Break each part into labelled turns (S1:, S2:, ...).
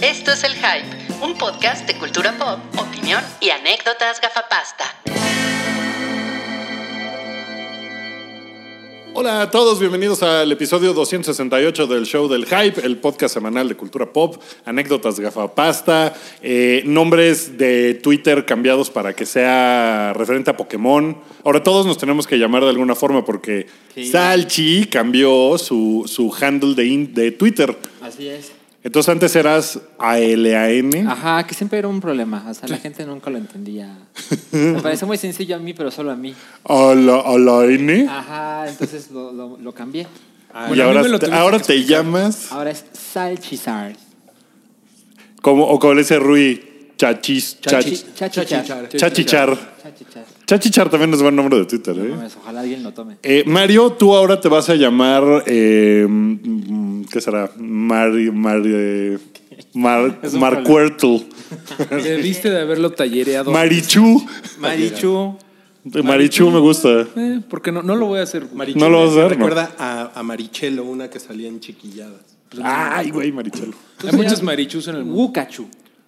S1: Esto es El Hype, un podcast de cultura pop, opinión y anécdotas gafapasta.
S2: Hola a todos, bienvenidos al episodio 268 del show del Hype, el podcast semanal de cultura pop, anécdotas gafapasta, eh, nombres de Twitter cambiados para que sea referente a Pokémon. Ahora todos nos tenemos que llamar de alguna forma porque Salchi cambió su, su handle de, in- de Twitter.
S3: Así es.
S2: Entonces antes eras ALAN.
S4: Ah.
S3: Ajá, que siempre era un problema. O sea, la gente nunca lo entendía. Me pareció muy sencillo a mí, pero solo a mí.
S2: Ala- ALAN.
S3: Ajá, entonces lo, lo- lo cambié.
S2: Ah, y
S4: Ah, Bueno, a mí
S2: ahora,
S4: me lo
S2: te-
S4: tuviste
S2: ahora
S4: que
S2: te llamas,
S3: Ahora es Salchizar.
S2: como, o como le dice Rui, Chachis, Chachis.
S3: Chachi- Chachichar.
S2: Chachichar.
S3: Chachichar.
S2: Chachichar también es buen nombre de Twitter, ¿eh?
S3: No mames, Ojalá alguien lo tome.
S2: Eh, Mario, tú ahora te vas a llamar. eh, mm, ¿Qué será? Mari, Mari, eh, Mar,
S3: Es un
S2: Marcuertl.
S4: Debiste de haberlo tallereado.
S2: Marichu.
S5: Marichu.
S2: Marichu me gusta.
S4: Eh, porque no, no lo voy a hacer.
S5: Marichu
S2: No lo
S5: me
S2: vas a ver,
S5: Recuerda a, a Marichelo, una que salía en chiquilladas.
S2: Ay, güey, Marichelo.
S4: Hay muchos marichus en el mundo.
S3: Wukachu.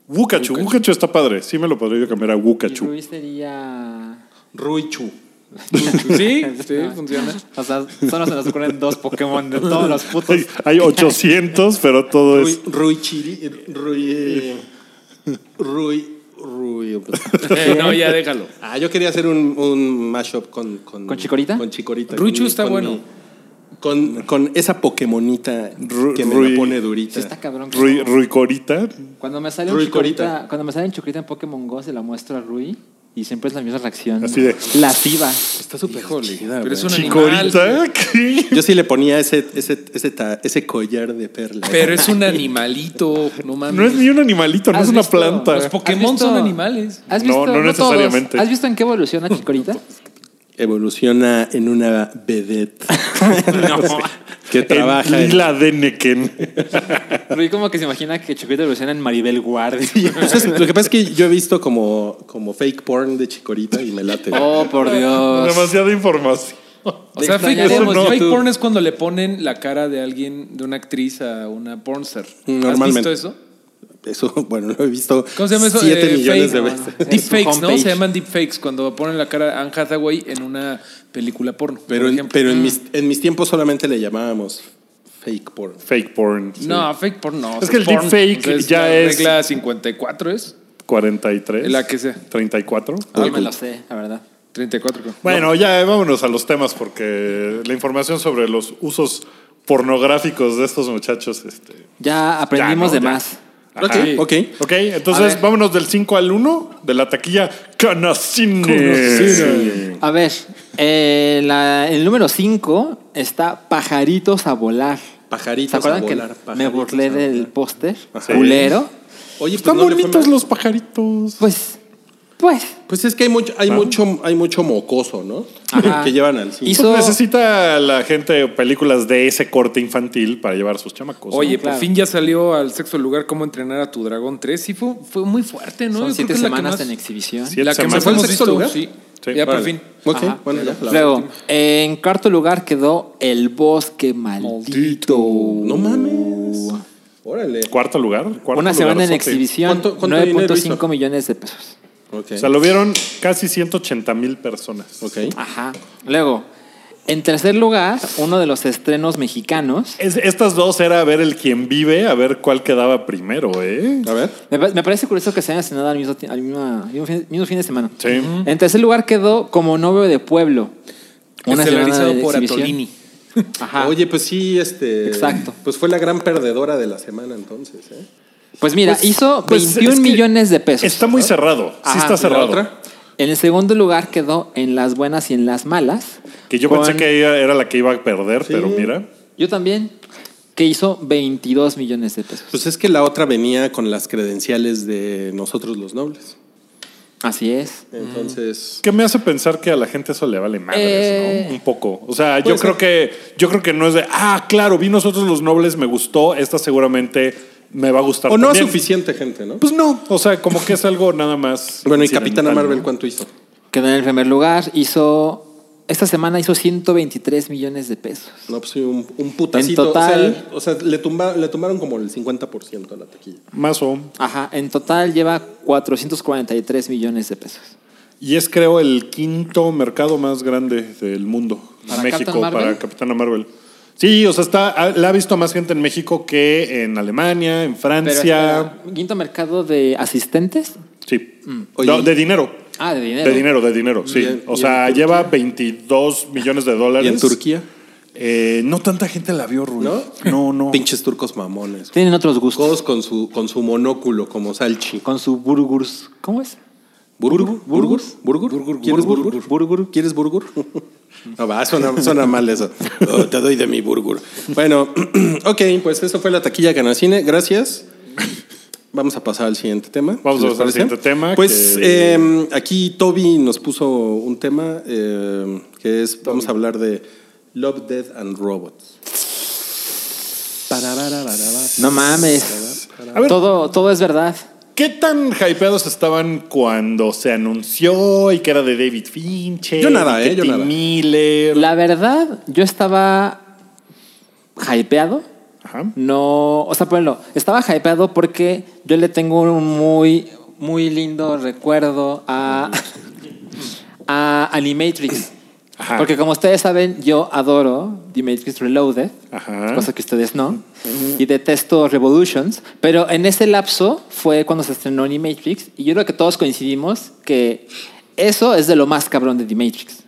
S2: Wukachu, Wukachu está padre. Sí me lo podría yo cambiar a
S3: Y
S2: Wukachu.
S3: Ruiz sería...
S5: Ruichu.
S4: Sí, sí, funciona.
S3: O sea, solo se nos ocurren dos Pokémon de todos los putos.
S2: Hay, hay 800, pero todo es.
S5: Rui, Ruichiri. Rui. eh, Rui. Rui. pues.
S4: Eh, no, ya déjalo.
S5: Ah, yo quería hacer un, un mashup con, con.
S3: ¿Con Chikorita?
S5: Con Chikorita.
S4: Ruichu
S5: con mi-
S4: está
S5: con
S4: bueno.
S5: mi- con, con esa Pokémonita
S2: Ru-
S5: que me
S2: Rui-
S5: la pone durita.
S3: Sí está cabrón.
S2: Rui, Ruicorita.
S3: Cuando me sale un
S5: Rui
S3: chicorita,
S5: Corita.
S3: cuando me sale un chicorita en Pokémon Go, se la muestro a Rui y siempre es la misma reacción.
S2: Así de-
S3: Lasciva.
S5: Está súper chida,
S4: Pero
S5: güey.
S4: es un animal.
S2: Chicorita. ¿Qué?
S5: Yo sí le ponía ese, ese, ese, ta- ese collar de perlas.
S4: Pero es un animalito. No mames.
S2: No es ni un animalito, no
S3: ¿Has
S2: es una
S3: visto?
S2: planta.
S4: Los Pokémon
S3: ¿Has visto-
S4: son animales.
S3: ¿Has
S2: No,
S3: visto,
S2: no
S3: todos.
S2: necesariamente.
S3: ¿Has visto en qué evoluciona Chicorita?
S5: Evoluciona en una vedette. que trabaja
S2: en
S5: en-
S2: Lila Deneken.
S3: Rui como que se imagina que Chicorita evoluciona en Maribel Guardia.
S5: Pues es- lo que pasa es que yo he visto como, como fake porn de Chicorita y me late.
S3: Oh, por Dios.
S2: Demasiada información.
S4: O sea,
S3: Te
S4: fake porn,
S3: extrañaremos,
S4: fake
S3: YouTube.
S4: porn es cuando le ponen la cara de alguien, de una actriz a una pornster. ¿Has visto
S5: Normalmente.
S4: eso?
S5: Eso, bueno, lo he visto
S4: ¿Cómo se llama eso?
S5: 7
S4: Eh,
S5: millones de
S4: fake-
S5: veces.
S3: En su
S4: Deepfakes, ¿no?
S3: homepage.
S4: Se llaman deepfakes cuando ponen la cara de Anne Hathaway en una película porno.
S5: Pero,
S4: por
S5: en,
S4: ejemplo.
S5: pero en, mis, en mis tiempos solamente le llamábamos fake porn.
S2: Fake porn.
S4: No, fake porn no.
S2: Es que el deepfake
S4: Entonces,
S2: ya
S4: la
S2: es-
S4: regla 54 es
S2: 43.
S4: La que sea.
S2: 34.
S3: No me lo
S2: pues,
S3: sé, la verdad.
S4: 34. creo.
S2: Bueno, ya eh, vámonos a los temas porque la información sobre los usos pornográficos de estos muchachos. Este,
S3: Ya aprendimos
S2: ya, ¿no?
S3: de
S2: Ya.
S3: más.
S2: ajá.
S5: Ok, ok.
S2: Ok,
S3: A
S2: entonces
S3: ver.
S2: vámonos del 5 al 1 de la taquilla Canacine.
S3: A ver, eh, la- el número 5 está Pajaritos a volar.
S5: Pajaritos
S3: ¿Se acuerdan
S5: a
S3: que
S5: volar,
S3: me
S5: pajaritos
S3: burlé
S5: a
S3: del
S5: volar.
S3: póster?
S2: Ajá.
S3: Culero.
S5: Oye, pues
S2: Están
S5: no le fue
S2: bonitos
S5: mal.
S2: los pajaritos.
S3: Pues, pues.
S5: Pues es que hay mucho, hay mucho, hay mucho mocoso, ¿no?
S3: Ajá.
S5: Que llevan al cine.
S3: Y-
S2: Pues
S3: hizo-
S2: necesita la gente películas de ese corte infantil para llevar a sus chamacos. ¿no?
S4: Oye,
S3: claro.
S4: por fin ya salió al sexto lugar cómo entrenar a tu dragón 3. Sí, fue, fue muy fuerte,
S3: Son
S4: ¿no? Yo creo que
S3: siete
S4: es la que
S3: semanas
S4: más-
S3: en exhibición.
S2: Siete
S4: La que
S2: semanas.
S4: más
S2: ¿Fue el
S4: hemos
S5: sexto
S4: visto,
S5: lugar?
S4: sí.
S2: Sí,
S4: ya por
S5: Vale.
S4: fin.
S5: Ok,
S3: Ajá.
S5: bueno, ya. la
S3: Luego,
S5: última.
S3: en cuarto lugar quedó El Bosque Maldito.
S5: No mames. Órale.
S2: Cuarto lugar. cuarto
S3: Una semana en
S2: lugarzote.
S3: exhibición,
S5: ¿Cuánto- cuánto dinero
S3: 9.5
S5: hizo?
S3: millones de pesos.
S5: Ok.
S2: O sea, lo vieron casi 180 mil personas.
S5: Ok.
S3: Ajá. Luego, en tercer lugar, uno de los estrenos mexicanos.
S2: Es- estas dos era a ver el quien vive, a ver cuál quedaba primero, ¿eh?
S5: A ver.
S3: Me, pa- me parece curioso que se hayan estrenado al mismo, ti- al mismo- mismo fin, mismo fin de semana.
S2: Sí.
S3: En tercer lugar quedó Como novio de pueblo. Una
S4: Estelarizado
S3: semana de
S4: por
S3: exhibición.
S4: Atolini.
S3: Ajá.
S5: Oye, pues sí, este.
S3: Exacto.
S5: Pues fue la gran perdedora de la semana entonces, ¿eh?
S3: pues mira,
S2: Pues-
S3: hizo
S2: pues,
S3: 21
S2: es que
S3: millones de pesos.
S2: Está muy cerrado.
S3: Ajá.
S2: Sí
S3: ¿Y la
S2: está cerrado.
S5: otra?
S3: En el segundo lugar quedó En las buenas y en las malas.
S2: Que yo
S3: con-
S2: pensé que ella era la que iba a perder, pero mira.
S3: Yo también. Que hizo 22 millones de pesos.
S5: Pues es que la otra venía con las credenciales de nosotros los nobles.
S3: Así es.
S5: Entonces.
S2: Que me hace pensar que a la gente eso le vale madres,
S3: Eh.
S2: ¿no? Un poco. O sea, yo
S5: Puede
S2: creo que yo creo que no es de, ah, claro, vi nosotros los nobles, me gustó, esta seguramente me va a gustar
S5: O no a
S2: también.
S5: suficiente gente, ¿no?
S2: Pues no, o sea, como que es algo nada más.
S5: bueno, y
S2: incidental,
S5: Capitana Marvel,
S2: ¿no?
S5: ¿cuánto hizo?
S3: Quedó en el primer lugar. Hizo esta semana hizo 123 millones de pesos.
S5: No, pues sí, un, un putacito.
S3: En total-
S5: O sea, o sea, le, tumba- le tumbaron como el 50% a la taquilla.
S2: Más o
S3: Ajá, en total lleva 443 millones de pesos.
S2: Y es, creo, el quinto mercado más grande del mundo.
S3: ¿Para
S2: México,
S3: Captain Marvel?
S2: para Capitana Marvel. Sí, o sea, está, ha- la ha visto más gente en México que en Alemania, en
S3: Pero
S2: Francia.
S3: espera, quinto mercado de asistentes.
S2: Sí.
S5: Oye,
S2: No, de dinero.
S3: Ah, de Mm. dinero.
S2: De dinero, de dinero, sí.
S5: ¿Y en-
S2: o
S5: y
S2: sea,
S5: en
S2: lleva 22 millones de
S5: ¿Y
S2: dólares.
S5: en Turquía?
S2: Eh, no tanta gente la vio, Rui.
S5: ¿No?
S2: No, no.
S5: Pinches turcos mamones.
S3: Tienen otros gustos.
S5: Todos con su, con su monóculo, como Salchi.
S3: Con su burgers. ¿Cómo es?
S5: ¿Burgur? ¿Burgur? ¿Burgur? ¿Quieres
S3: burgur,
S5: burgur? ¿Quieres burgur? No, va, suena, suena mal eso. Oh, te doy de mi burgur. Bueno, ok, pues eso fue la taquilla Canacine. Gracias. Vamos a pasar al siguiente tema.
S2: Vamos a
S5: les
S2: pasar al
S5: parece.
S2: siguiente tema,
S5: Pues
S2: que-
S5: eh, aquí Toby nos puso un tema eh, que es, vamos a hablar de Love, Death and Robots.
S3: No mames.
S2: A ver.
S3: Todo, todo es verdad.
S2: ¿Qué tan hypeados estaban cuando se anunció y que era de David Fincher?
S5: Yo nada,
S2: y que
S5: eh, yo
S2: Tim
S5: nada.
S2: Miller.
S3: La verdad, yo estaba hypeado.
S2: Ajá.
S3: No, o sea, ponlo, estaba hypeado porque yo le tengo un muy, muy lindo recuerdo a, a Animatrix.
S2: Ajá.
S3: Porque como ustedes saben, yo adoro The Matrix Reloaded,
S2: Ajá.
S3: cosa que ustedes no, y detesto Revolutions, pero en ese lapso fue cuando se estrenó Animatrix y yo creo que todos coincidimos que eso es de lo más cabrón de The Matrix.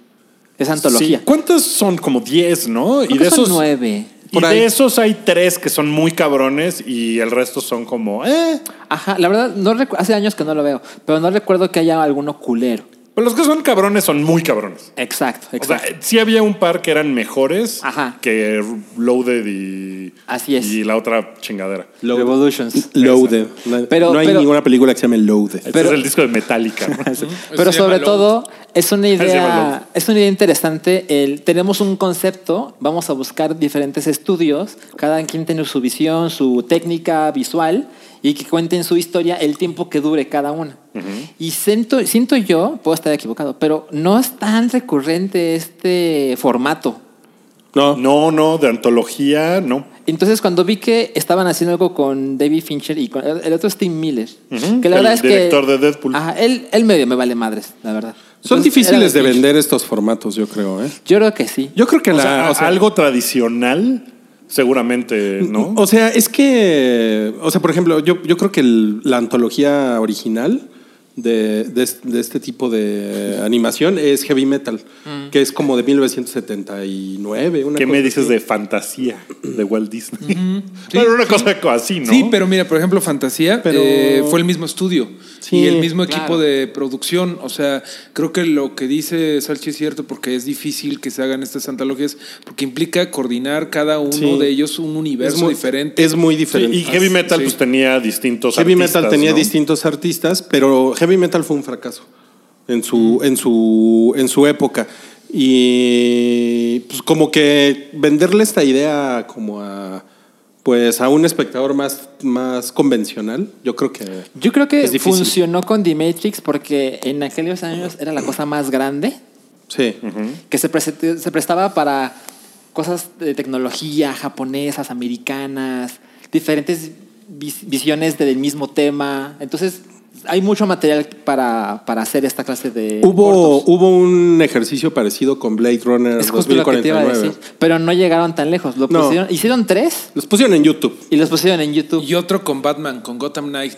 S3: Es antología.
S2: Sí. ¿Cuántos son? Como 10, ¿no?
S3: Creo
S2: y
S3: que
S2: de
S3: son
S2: esos.
S3: nueve.
S2: Y
S5: Por ahí.
S2: de esos hay tres que son muy cabrones y el resto son como, eh.
S3: Ajá, la verdad, no recu- hace años que no lo veo, pero no recuerdo que haya alguno culero.
S2: Pero los que son cabrones son muy cabrones.
S3: Exacto,
S2: O sea,
S3: exacto.
S2: sí había un par que eran mejores
S3: Ajá.
S2: que Loaded y.
S3: Así es.
S2: Y la otra chingadera.
S5: Loaded.
S3: Revolutions.
S5: Loaded. No,
S3: Pero-
S5: no hay
S3: pero-
S5: ninguna película que se llame Loaded.
S2: Este
S3: Pero-
S2: es el disco de Metallica. ¿no?
S3: Pero
S4: Se llama
S3: sobre
S4: Load.
S3: todo, es una
S2: llama Load.
S3: idea, es una idea interesante. El, tenemos un concepto, vamos a buscar diferentes estudios, cada quien tiene su visión, su técnica visual y que cuenten su historia el tiempo que dure cada una. Y siento, siento yo, puedo estar equivocado, pero no es tan recurrente este formato.
S5: No.
S2: No, no, de antología, no.
S3: Entonces, cuando vi que estaban haciendo algo con David Fincher y con el el otro es Tim Miller,
S2: Ujú,
S3: que la
S2: el
S3: verdad es que.
S2: director de Deadpool.
S3: Ajá, él, él medio me vale madres, la verdad.
S5: Son
S3: Entonces,
S5: difíciles
S3: Pues, era
S5: de
S3: Fincher.
S5: vender estos formatos, yo creo, ¿eh?
S3: Yo creo que sí.
S5: Yo creo que
S2: O
S5: la,
S2: sea,
S5: o sea,
S2: algo tradicional, seguramente, Pues ¿no?
S5: O sea, es que, o sea, por ejemplo, yo, yo creo que el- la antología original de, de es- de este tipo de animación es heavy metal, que es como de 1979. Una
S2: ¿Qué
S5: cosa
S2: me dices
S5: así.
S2: de fantasía de Walt Disney? Pero una cosa co- así, ¿no?
S4: Sí, pero mira, por ejemplo, Fantasía
S5: Pero-
S4: eh, fue el mismo estudio
S5: Sí,
S4: y el mismo equipo
S3: claro.
S4: de producción. O sea, creo que lo que dice Salchi es cierto porque es difícil que se hagan estas antologías porque implica coordinar cada uno
S5: Sí.
S4: de ellos un universo
S5: es muy
S4: diferente.
S5: Es muy
S2: Sí,
S5: diferente.
S2: y heavy metal
S4: sí.
S2: pues tenía distintos
S5: Heavy
S2: artistas,
S5: metal tenía
S2: ¿no?
S5: distintos artistas, pero heavy metal fue un fracaso en su, en su, en su época. Y pues como que venderle esta idea como a pues a un espectador más, más convencional, yo creo que
S3: Yo creo que
S5: Es difícil.
S3: funcionó con The Matrix porque en aquellos años era la cosa más grande
S5: sí.
S3: que se, prese- se prestaba para cosas de tecnología japonesas, americanas, diferentes vis- visiones del mismo tema. Entonces, hay mucho material para, para hacer esta clase de.
S5: Hubo,
S3: cortos.
S5: hubo un ejercicio parecido con Blade Runner
S3: Es justo lo que te iba a
S5: 2049.
S3: decir. Pero no llegaron tan lejos. Lo
S5: No.
S3: pusieron, hicieron tres
S5: Los pusieron en YouTube.
S3: y los pusieron en YouTube.
S4: Y otro con Batman, con Gotham Knight,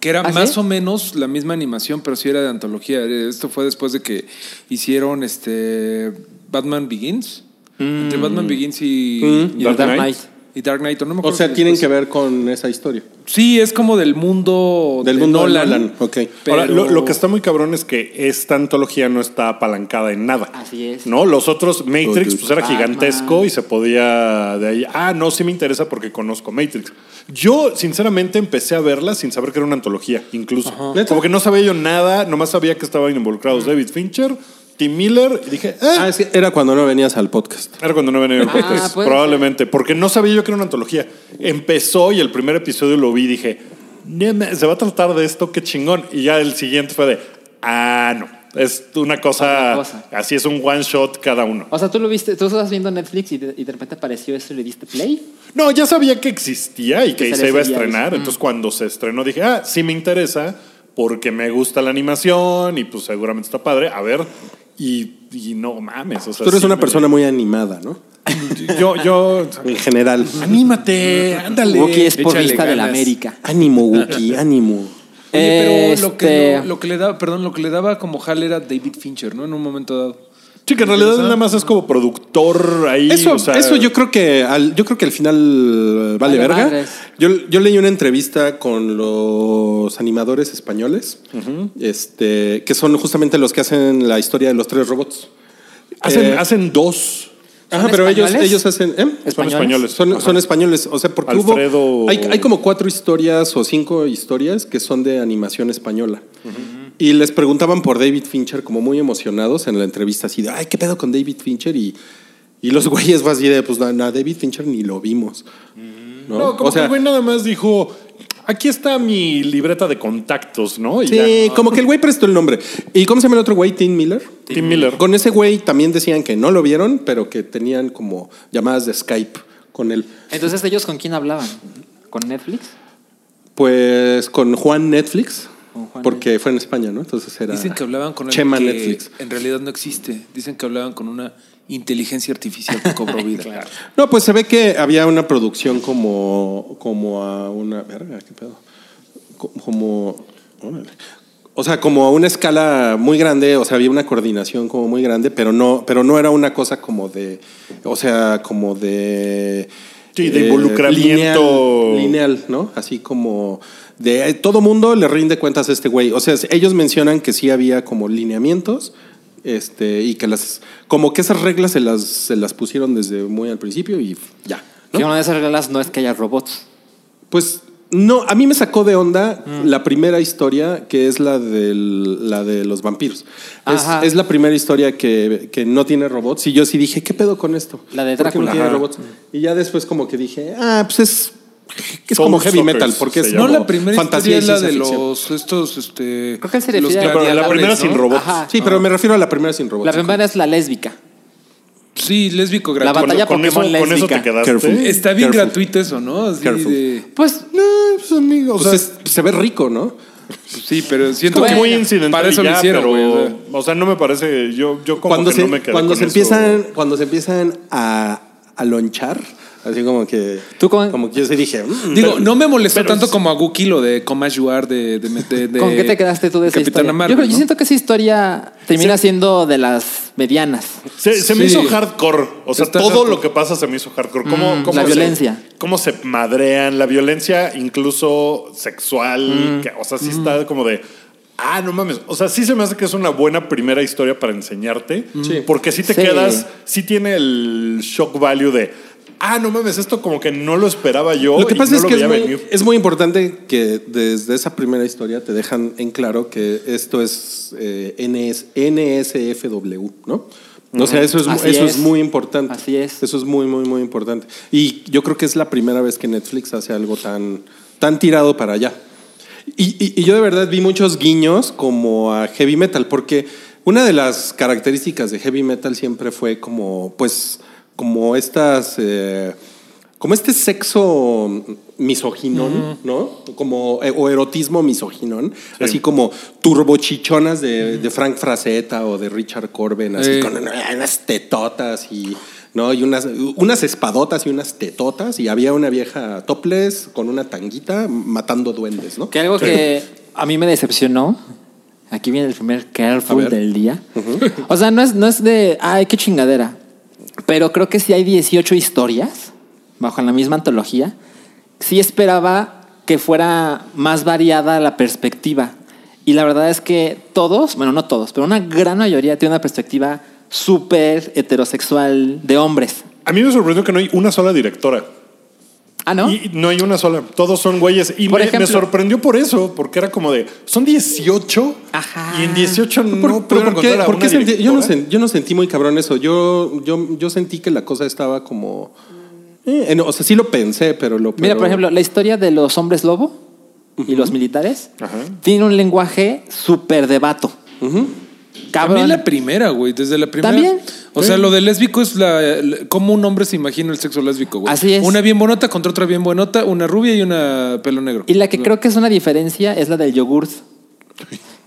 S4: que era
S3: ¿Ah, sí?
S4: más o menos la misma animación, pero sí era de antología. Esto fue después de que hicieron este Batman Begins. Entre Batman Begins y,
S3: Y
S4: y,
S2: Dark
S3: Mm. Dark,
S2: Knight.
S3: Knight.
S4: y Dark Knight. o no me
S5: O
S4: acuerdo
S5: sea,
S4: qué
S5: tienen que
S4: después.
S5: ver con esa historia.
S4: Sí, es como del mundo
S5: Del
S4: de
S5: mundo de Nolan, ok.
S2: Ahora, lo,
S4: pero-
S2: lo que está muy cabrón es que esta antología no está apalancada en nada.
S3: Así es.
S2: ¿No? Los otros, Matrix,
S5: Todos.
S2: pues era
S3: Batman.
S2: gigantesco y se podía de ahí. Ah, no, sí me interesa porque conozco Matrix. Yo, sinceramente, empecé a verla sin saber que era una antología, incluso.
S5: ¿Neta?
S2: Como que no sabía yo nada, nomás sabía que estaban involucrados David Fincher, Tim Miller, y dije,
S5: Ah,
S2: ah,
S5: es que era cuando no venías al podcast.
S2: Era cuando no venía el
S3: Ah,
S2: podcast,
S3: puede
S2: probablemente, porque no sabía yo que era una antología. Empezó y el primer episodio lo vi y dije, "No ma- se va a tratar de esto, qué chingón. Y ya el siguiente fue de, ah, no. es una cosa,
S3: Otra cosa.
S2: así es un one shot cada uno.
S3: O sea, tú lo viste, tú estabas viendo Netflix y de, y de repente apareció eso y le diste play.
S2: No, ya sabía que existía y que,
S3: Que se
S2: se iba a
S3: les seguía
S2: estrenar.
S3: eso.
S2: Entonces, cuando se estrenó, dije, ah, sí me interesa porque me gusta la animación y pues seguramente está padre. A ver, y, y no mames. O sea,
S5: Tú eres
S2: sí
S5: una
S2: me-
S5: persona muy animada, ¿no?
S2: Yo, yo.
S5: En general.
S4: Anímate, ándale.
S3: Wookiee es por
S4: Échale
S3: vista de la
S4: ganas.
S3: América.
S5: Ánimo, Wookie, ánimo.
S4: Oye, pero lo, que,
S3: Este-
S4: lo, lo que le daba, perdón, lo que le daba como jal era David Fincher, ¿no? En un momento dado.
S2: Sí, que en realidad nada más es como productor ahí.
S5: Eso,
S2: o sea,
S5: eso yo creo que al, yo creo que al final eh, vale
S3: Vale
S5: verga.
S3: madres.
S5: Yo, yo leí una entrevista con los animadores españoles, este, que son justamente los que hacen la historia de los tres robots.
S2: Hacen,
S5: eh,
S2: hacen dos.
S5: Ajá, pero ellos,
S3: españoles?
S5: ellos hacen. ¿eh?
S2: Son
S3: ¿Españoles?
S2: españoles.
S5: Son, son españoles, o sea, porque hubo-
S2: Alfredo-
S5: hay, hay como cuatro historias o cinco historias que son de animación española. Y les preguntaban por David Fincher, como muy emocionados en la entrevista, así de, ay, ¿qué pedo con David Fincher? Y, y los güeyes fue así de, pues, na- na, David Fincher ni lo vimos. ¿no?
S2: Mm. No, como
S5: o sea,
S2: que el güey nada más dijo, aquí está mi libreta de contactos, ¿no? Y ya.
S5: sí, como que el güey prestó el nombre. ¿Y cómo se llama el otro güey? Tim Miller.
S2: Tim Miller.
S5: Con ese güey también decían que no lo vieron, pero que tenían como llamadas de Skype con él.
S3: Entonces, ¿ellos con quién hablaban? ¿Con Netflix?
S5: Pues con Juan Netflix,
S3: Con Juan
S5: porque fue en España, ¿no? Entonces era.
S4: Dicen que hablaban con alguien
S5: Chema
S4: que
S5: Netflix.
S4: en realidad no existe. Dicen que hablaban con una inteligencia artificial que cobró vida.
S5: No, pues se ve que había una producción como, como a una. Verga, qué pedo. Co- Como. órale. O sea, como a una escala muy grande, o sea, había una coordinación como muy grande, pero no, pero no era una cosa como de. O sea, como de. eh,
S2: Sí, de involucramiento.
S5: Lineal, lineal, ¿no? Así como de eh, todo mundo le rinde cuentas a este güey. O sea, ellos mencionan que sí había como lineamientos. Este, y que las, como que esas reglas se las, se las pusieron desde muy al principio y ya. ¿no?
S3: Que una de esas reglas no es que haya robots.
S5: Pues no, a mí me sacó de onda la primera historia que es la, del- la de los vampiros. Es,
S3: Ajá.
S5: es la primera historia que, que no tiene robots y yo sí dije, ¿qué pedo con esto?
S3: La de
S5: ¿Por qué
S3: Drácula.
S5: no tiene
S3: Ajá.
S5: robots? Y ya después como que dije, ah, pues es, es
S2: Soul
S5: como heavy
S2: Suckers,
S5: metal porque
S2: se
S5: es
S2: llama.
S4: No,
S5: como
S4: la primera
S5: fantasía
S4: historia
S5: y
S4: es la
S5: ciencia
S4: de
S5: ficción.
S4: los estos este
S3: Creo que él se
S4: los
S3: refiere
S2: Pero la
S3: a-
S4: gladiadores,
S2: primera
S4: ¿no?
S2: sin robots.
S3: Ajá.
S5: Sí, pero me refiero a la primera sin robots.
S3: Ah, La primera es la lésbica.
S4: Sí, lésbico
S3: La
S4: gratuito.
S2: Con-
S3: batalla
S2: con, eso,
S3: Pokémon
S2: con eso
S3: lésbica.
S2: te quedaste.
S5: Careful.
S4: Está bien
S5: Careful.
S4: gratuito eso, ¿no? Así
S5: Careful.
S4: de-
S3: Pues,
S5: No,
S2: Eh,
S5: pues amigo, pues es- se ve rico, ¿no?
S4: sí, pero siento
S2: Como
S4: que
S3: Bueno,
S2: muy incidental.
S4: Para eso
S2: y
S4: lo
S2: ya,
S4: hicieron,
S2: pero,
S4: güey, o sea.
S2: O sea, no me parece. Yo, yo como
S5: cuando
S2: que
S5: se,
S2: no me quedé
S5: cuando
S2: con
S5: se
S2: eso.
S5: empiezan cuando se empiezan a, a lonchar así como que
S3: ¿Tú con-
S5: como que yo sí dije mm,
S4: Digo, no me molestó
S2: pero
S4: tanto
S2: sí.
S4: como a Guki lo de Comas You Are de, de, de- de-
S3: ¿con qué te quedaste tú de esa
S4: Capitana
S3: historia? yo,
S4: Marvel,
S3: creo- yo
S4: ¿no?
S3: siento que esa historia termina siendo de las medianas.
S2: Se, se me
S4: Sí.
S2: hizo hardcore. O sea,
S4: Está
S2: todo
S4: hardcore.
S2: lo que pasa se me hizo hardcore. ¿Cómo,
S5: Mm,
S2: cómo
S3: la
S2: se-
S3: violencia.
S2: Cómo se madrean. La violencia, incluso
S5: Mm.
S2: sexual. que- o sea, sí está como de. Ah, no mames. O sea, sí se me hace que es una buena primera historia para enseñarte.
S5: Mm.
S2: Porque sí te
S3: Sí.
S2: quedas. Sí tiene el shock value de. Ah, no mames, esto como que no lo esperaba yo.
S5: lo que
S2: y
S5: pasa
S2: no
S5: es
S2: lo
S5: que es
S2: veía
S5: muy, eh,
S2: venir.
S5: es muy importante que desde esa primera historia te dejan en claro que esto es eh, NS, NSFW, ¿no? O sea, eso es,
S3: Así
S5: eso es.
S3: es.
S5: muy importante.
S3: Así es.
S5: Eso es muy, muy, muy importante. Y yo creo que es la primera vez que Netflix hace algo tan, tan tirado para allá. Y, y- y yo de verdad vi muchos guiños como a heavy metal, porque una de las características de heavy metal siempre fue como, pues, como estas, eh, como este sexo misoginón, ¿no? Como, eh, o erotismo misoginón, así como turbochichonas de, de Frank Frazetta o de Richard Corben, así
S4: Eh.
S5: con unas tetotas y no y unas unas espadotas y unas tetotas y había una vieja topless con una tanguita matando duendes no
S3: Que algo que a mí me decepcionó. Aquí viene el primer careful del día. O sea, no es, no es de, ay, qué chingadera. Pero creo que si hay 18 historias bajo la misma antología, sí esperaba que fuera más variada la perspectiva. Y la verdad es que todos, bueno, no todos, pero una gran mayoría tiene una perspectiva súper heterosexual de hombres.
S2: A mí me sorprendió que no hay una sola directora.
S3: Ah, ¿no?
S2: Y no hay una sola. Todos son güeyes. Y
S3: Por
S2: me, me
S3: ejemplo-
S2: sorprendió por eso, porque era como de, son 18.
S3: Ajá.
S2: Y en 18
S5: Por-
S2: no
S5: pero
S2: puedo
S5: ¿por qué-
S2: encontrar a
S5: por qué
S2: una
S5: sentí- yo, no
S2: directora.
S5: sen- yo no sentí muy cabrón eso. Yo, yo, yo sentí que la cosa estaba como. eh, eh, no, o sea, sí lo pensé, pero lo.
S3: Mira,
S5: pero-
S3: por ejemplo, la historia de los hombres lobo y los militares tiene un lenguaje súper de vato. Cabrón.
S4: A mí la primera, güey, desde la primera.
S3: ¿También?
S4: O sea, lo de lésbico es la, la- cómo un hombre se imagina el sexo lésbico, güey.
S3: Así es.
S4: Una bien bonota contra otra bien bonota, una rubia y una pelo negro.
S3: Y la que creo que es una diferencia es la del yogurt.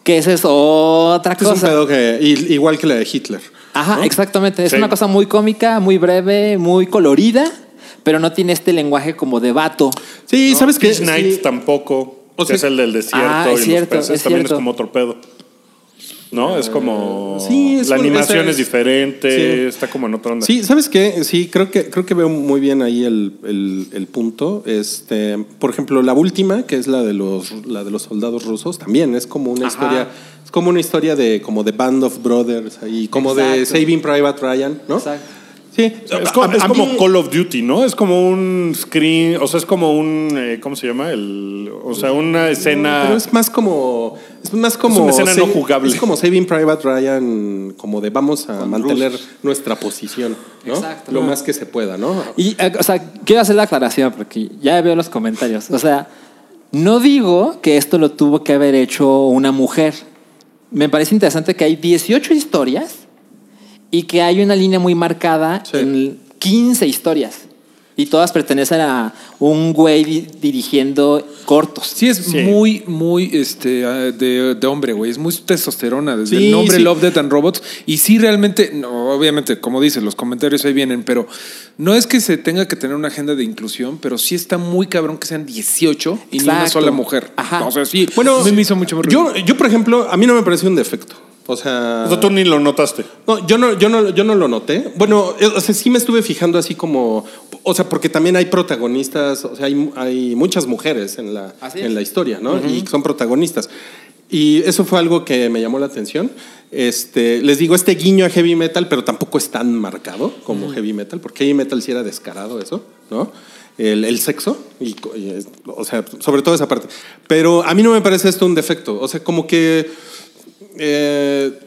S3: Que esa es otra
S5: Este Es un
S3: cosa.
S5: pedo que- i- igual que la de Hitler.
S3: Ajá, exactamente. Es
S2: Sí.
S3: una cosa muy cómica, muy breve, muy colorida, pero no tiene este lenguaje como de vato.
S5: Sí,
S2: ¿no?
S5: ¿sabes qué?
S2: Peach Knight
S5: Sí.
S2: tampoco,
S5: O
S2: que
S5: sea-
S2: es el del desierto
S3: Ah,
S2: y
S3: es cierto,
S2: los peces.
S3: es
S2: También es
S3: cierto.
S2: como otro pedo. ¿No? Es como.
S5: Ah, sí, es
S2: la
S5: un-
S2: animación
S5: esa
S2: es,
S5: es-
S2: diferente,
S5: sí.
S2: está como en otra onda.
S5: Sí, ¿sabes qué? Sí, creo que, creo que veo muy bien ahí el, el- el punto. Este, por ejemplo, la última, que es la de los la de los soldados rusos, también es como una
S3: Ajá.
S5: historia, es como una historia de como de Band of Brothers ahí, como de
S3: Exacto.
S5: Saving Private Ryan, ¿no?
S3: Exacto.
S5: Sí,
S2: Es, co-
S5: A-
S2: es
S5: a
S2: como
S5: mí-
S2: Call of Duty, ¿no? Es como un screen, o sea, es como un, eh, ¿cómo se llama? El, o sea, una escena...
S5: Pero es más como. Es más como.
S2: Ah. Es una escena
S5: sa-
S2: no jugable.
S5: Es como Saving Private Ryan, como de vamos a mantener nuestra posición, ¿no?
S3: Exacto.
S5: Lo más que se pueda, ¿no?
S3: Y, eh, o sea, quiero hacer la aclaración porque ya veo los comentarios. O sea, no digo que esto lo tuvo que haber hecho una mujer. Me parece interesante que hay 18 historias y que hay una línea muy marcada
S5: Sí.
S3: en 15 historias. Y todas pertenecen a un güey di- dirigiendo cortos.
S4: Sí, es
S2: Sí.
S4: muy, muy este, ah, de, de hombre, güey. Es muy testosterona. Desde
S5: Sí,
S4: el nombre
S5: sí.
S4: Love, Death and Robots. Y sí, realmente, no, obviamente, como dicen, los comentarios ahí vienen, pero no es que se tenga que tener una agenda de inclusión, pero sí está muy cabrón que sean 18 y ni una
S3: Exacto.
S4: sola mujer.
S3: Ajá.
S4: O sea, sí.
S5: Bueno,
S4: a mí me hizo mucho ruido.
S5: yo, yo, por ejemplo, a mí no me pareció un defecto. O sea.
S2: O sea, tú ni lo notaste.
S5: No, yo no, yo no, yo no lo noté. Bueno, eh, o sea, sí me estuve fijando así como. O sea, porque también hay protagonistas, o sea, hay, hay muchas mujeres en la,
S3: Así es.
S5: en la historia, ¿no? Y son protagonistas. Y eso fue algo que me llamó la atención. Este, les digo, este guiño a heavy metal, pero tampoco es tan marcado como heavy metal, porque heavy metal sí era descarado eso, ¿no? El, el sexo, y, co- y es- o sea, sobre todo esa parte. Pero a mí no me parece esto un defecto. O sea, como que eh,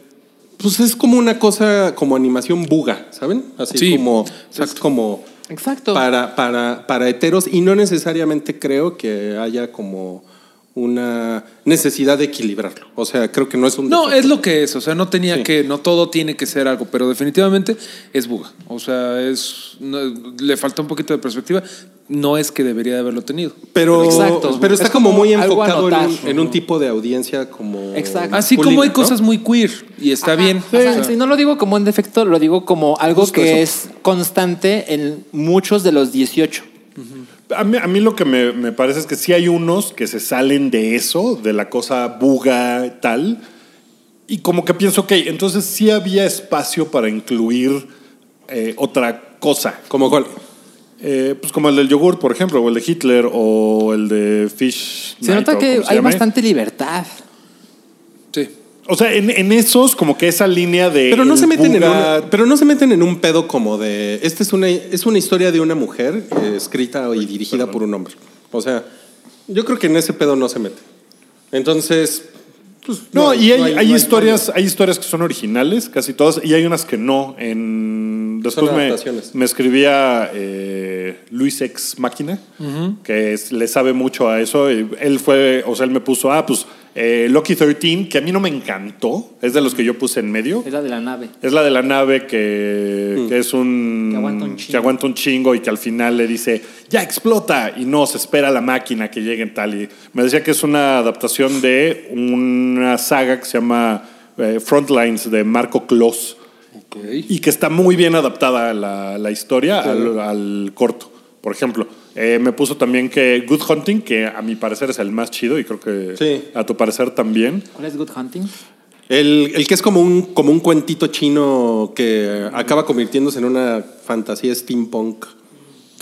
S5: pues es como una cosa como animación buga, ¿saben? Así
S4: Sí,
S5: como es como
S3: Exacto.
S5: para, para, para heteros y no necesariamente creo que haya como una necesidad de equilibrarlo. O sea, creo que no es un
S4: No,
S5: defecto.
S4: es lo que es. O sea, no tenía que, no todo tiene que ser algo, pero definitivamente es buga. O sea, es no- le falta un poquito de perspectiva. No es que debería de haberlo tenido.
S5: pero,
S3: Exacto.
S5: pero está
S3: Es
S5: como,
S3: como
S5: muy
S3: algo a
S5: enfocado en un,
S3: notar.
S5: en un tipo de audiencia como
S3: Exacto.
S4: Así como hay cosas muy queer y está bien.
S3: Ajá,
S4: O sea,
S3: sí, no lo digo como un defecto, lo digo como algo
S5: Justo
S3: que
S5: eso.
S3: es constante en muchos de los 18.
S2: A mí, a mí lo que me, me parece es que sí hay unos que se salen de eso, de la cosa buga tal, y como que pienso, ok, entonces sí había espacio para incluir eh, otra cosa.
S5: como cuál.
S2: Eh, pues como el del yogur, por ejemplo, o el de Hitler, o el de Fish.
S3: Se
S2: Knight,
S3: nota
S2: o
S3: que
S2: como se
S3: hay
S2: llame.
S3: bastante libertad.
S4: sí.
S2: O sea, en, en esos, como que esa línea de.
S5: Pero no
S2: el
S5: se meten en
S2: Buga-
S5: una- pero no se meten en un pedo como de esta es una es una historia de una mujer eh, escrita y dirigida por un hombre. O sea, yo creo que en ese pedo no se mete. Entonces, pues,
S2: No, y hay, hay
S5: no no
S2: historias, hay historias que son originales, casi todas, y hay unas que no. En, después
S5: Son
S2: me,
S5: adaptaciones.
S2: me escribía eh, Luis Ex Máquina, que es- le sabe mucho a eso. y él fue, o sea, él me puso, ah, pues eh, Lucky 13, que a mí no me encantó, es de los que yo puse en medio.
S3: Es la de la nave.
S2: Es la de la nave que, que es un
S3: Que aguanta un chingo.
S2: que aguanta un chingo y que al final le dice, ya explota. Y no, se espera la máquina que llegue en tal. Y me decía que es una adaptación de una saga que se llama eh, Frontlines de Marco Clos. Y que está muy bien adaptada la, la historia al, al corto, por ejemplo. Eh, me puso también que Good Hunting, que a mi parecer es el más chido y creo que
S5: Sí.
S2: a tu parecer también.
S3: ¿Cuál es Good Hunting?
S5: El, el que es como un, como un cuentito chino que acaba convirtiéndose en una fantasía steampunk.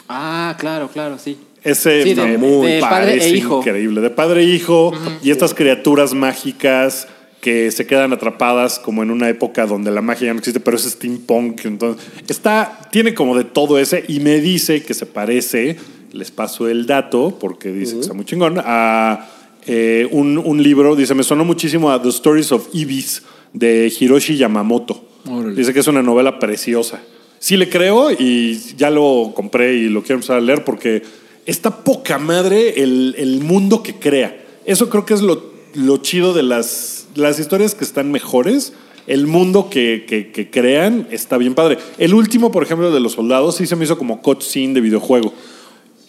S3: Ah, claro, claro, sí.
S2: Ese
S3: Sí, de-
S2: me
S3: de padre e
S2: parece
S3: hijo.
S2: increíble. De padre e hijo y estas criaturas mágicas que se quedan atrapadas como en una época donde la magia ya no existe, pero es steampunk. Entonces, está, tiene como de todo ese y me dice que se parece, les paso el dato porque dice que está muy chingón, a eh, un, un libro, dice, me sonó muchísimo a The Stories of Ibis de Hiroshi Yamamoto.
S4: Órale.
S2: Dice que es una novela preciosa. Sí le creo y ya lo compré y lo quiero empezar a leer porque está poca madre el, el mundo que crea. Eso creo que es lo, lo chido de las, las historias que están mejores. el mundo que, que- que crean está bien padre. El último, por ejemplo, de los soldados, sí se me hizo como cutscene de videojuego.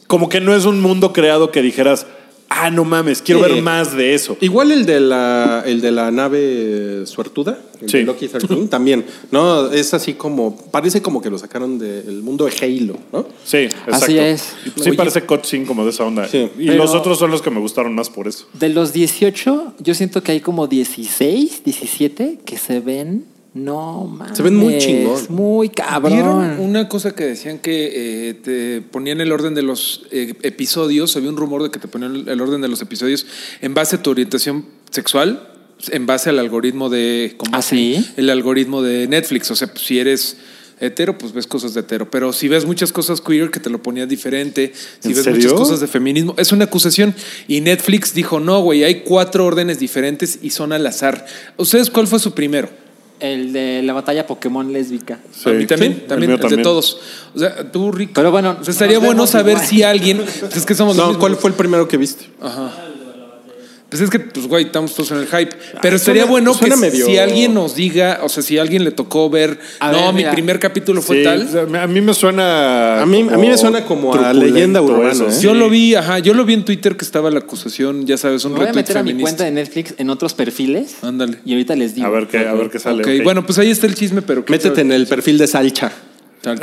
S2: Como que no es un mundo creado que dijeras, ah, no mames, quiero
S5: Sí.
S2: ver más de eso.
S5: Igual el de la, el de la nave eh, suertuda, el
S2: Sí.
S5: de Loki 13, también. No, es así como, parece como que lo sacaron del mundo de Halo, ¿no?
S2: Sí, exacto.
S3: Así es.
S2: Sí
S3: Oye.
S2: parece cutscene como de esa onda.
S5: Sí.
S2: y
S3: Pero-
S2: los otros son los que me gustaron más por eso.
S3: De los 18, yo siento que hay como 16, 17 que se ven. No mames.
S5: Se ven muy chingón.
S3: Muy
S4: ¿Vieron
S3: cabrón.
S4: una cosa que decían que eh, te ponían el orden de los eh, episodios? Había un rumor de que te ponían el- el orden de los episodios en base a tu orientación sexual, en base al algoritmo de. como
S3: ¿Ah, sí?
S4: El algoritmo de Netflix. O sea, pues, si eres hetero, pues ves cosas de hetero. Pero si ves muchas cosas queer que te lo ponía diferente, si
S2: ¿En
S4: ves
S2: serio?
S4: muchas cosas de feminismo, es una acusación. Y Netflix dijo: no, güey, hay cuatro órdenes diferentes y son al azar. ¿Ustedes cuál fue su primero?
S3: El de la batalla Pokémon lésbica.
S2: Sí.
S4: a mí también,
S2: Sí, el
S4: también,
S2: mío
S4: el de todos. O sea, tú, Rick.
S3: Pero bueno,
S4: O sea, estaría
S3: nos
S4: bueno
S3: vemos
S4: saber
S3: igual.
S4: si alguien. pues es que somos. los
S5: No,
S4: mismos.
S5: ¿cuál fue el primero que viste?
S4: Pues es que, pues, güey, estamos todos en el hype. Pero
S5: Ah,
S4: estaría
S5: suena-
S4: bueno que
S5: suena medio-
S4: si alguien nos diga, o sea, si alguien le tocó ver.
S3: A
S4: no,
S3: ver,
S4: mi
S3: mira.
S4: primer capítulo fue
S2: Sí,
S4: tal.
S2: o sea, a mí me suena.
S5: A mí- a mí me suena como a leyenda
S2: truculento
S5: urbana, ¿eh?
S4: Yo lo vi, ajá, yo lo vi en Twitter que estaba la acusación, ya sabes, un
S3: Me voy a
S4: retweet
S3: meter a mi cuenta
S4: feminista.
S3: de Netflix en otros perfiles.
S4: Ándale.
S3: Y ahorita les digo.
S2: A ver qué, a ver qué sale.
S4: Ok,
S2: ok.
S4: Bueno, pues ahí está el chisme, pero. ¿qué
S5: Métete en el perfil de Salcha.
S4: tal?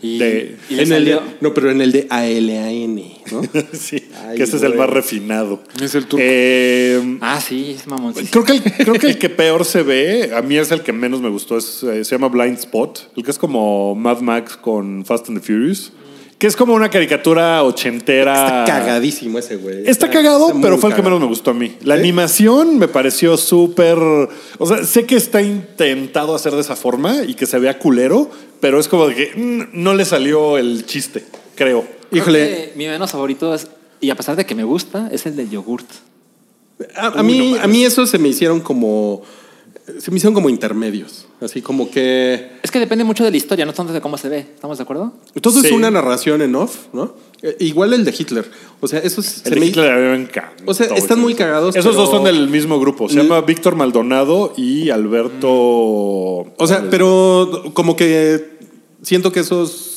S3: Y,
S2: de-
S3: y le
S5: En el de-
S3: salió-
S5: no, pero en el de ALAN, ¿no?
S2: sí,
S5: Ay,
S2: que ese es el
S5: güey.
S2: más refinado.
S4: Es el turco.
S2: Eh,
S3: Ah, sí, es mamoncísimo.
S2: creo, que el, creo que el que peor se ve, a mí es el que menos me gustó, es, eh, se llama Blind Spot, el que es como Mad Max con Fast and the Furious, que es como una caricatura ochentera.
S5: Está cagadísimo ese güey. Ah,
S2: Está cagado,
S5: está
S2: pero
S5: muy
S2: fue el que
S5: cagado.
S2: menos me gustó a mí. La animación me pareció súper. O sea, sé que está intentado hacer de esa forma y que se vea culero, pero es como de que mm, no le salió el chiste, creo.
S5: Híjole,
S3: Creo que mi menos favorito es, y a pesar de que me gusta, es el de yogurt.
S5: a, a mí, a mí eso se me hicieron como. Se me hicieron como intermedios. Así como que.
S3: Es que depende mucho de la historia, no tanto de cómo se ve. ¿Estamos de acuerdo?
S5: Entonces
S2: Sí.
S5: una narración en off, ¿no? Eh, igual el de Hitler. O sea, esos se
S2: El de
S5: me-
S2: Hitler a mí me encanta.
S5: O sea, están muy cagados,
S2: Esos
S5: pero-
S2: dos son del mismo grupo. Se
S5: Mm.
S2: llama Víctor Maldonado y Alberto.
S5: O sea, pero como que siento que esos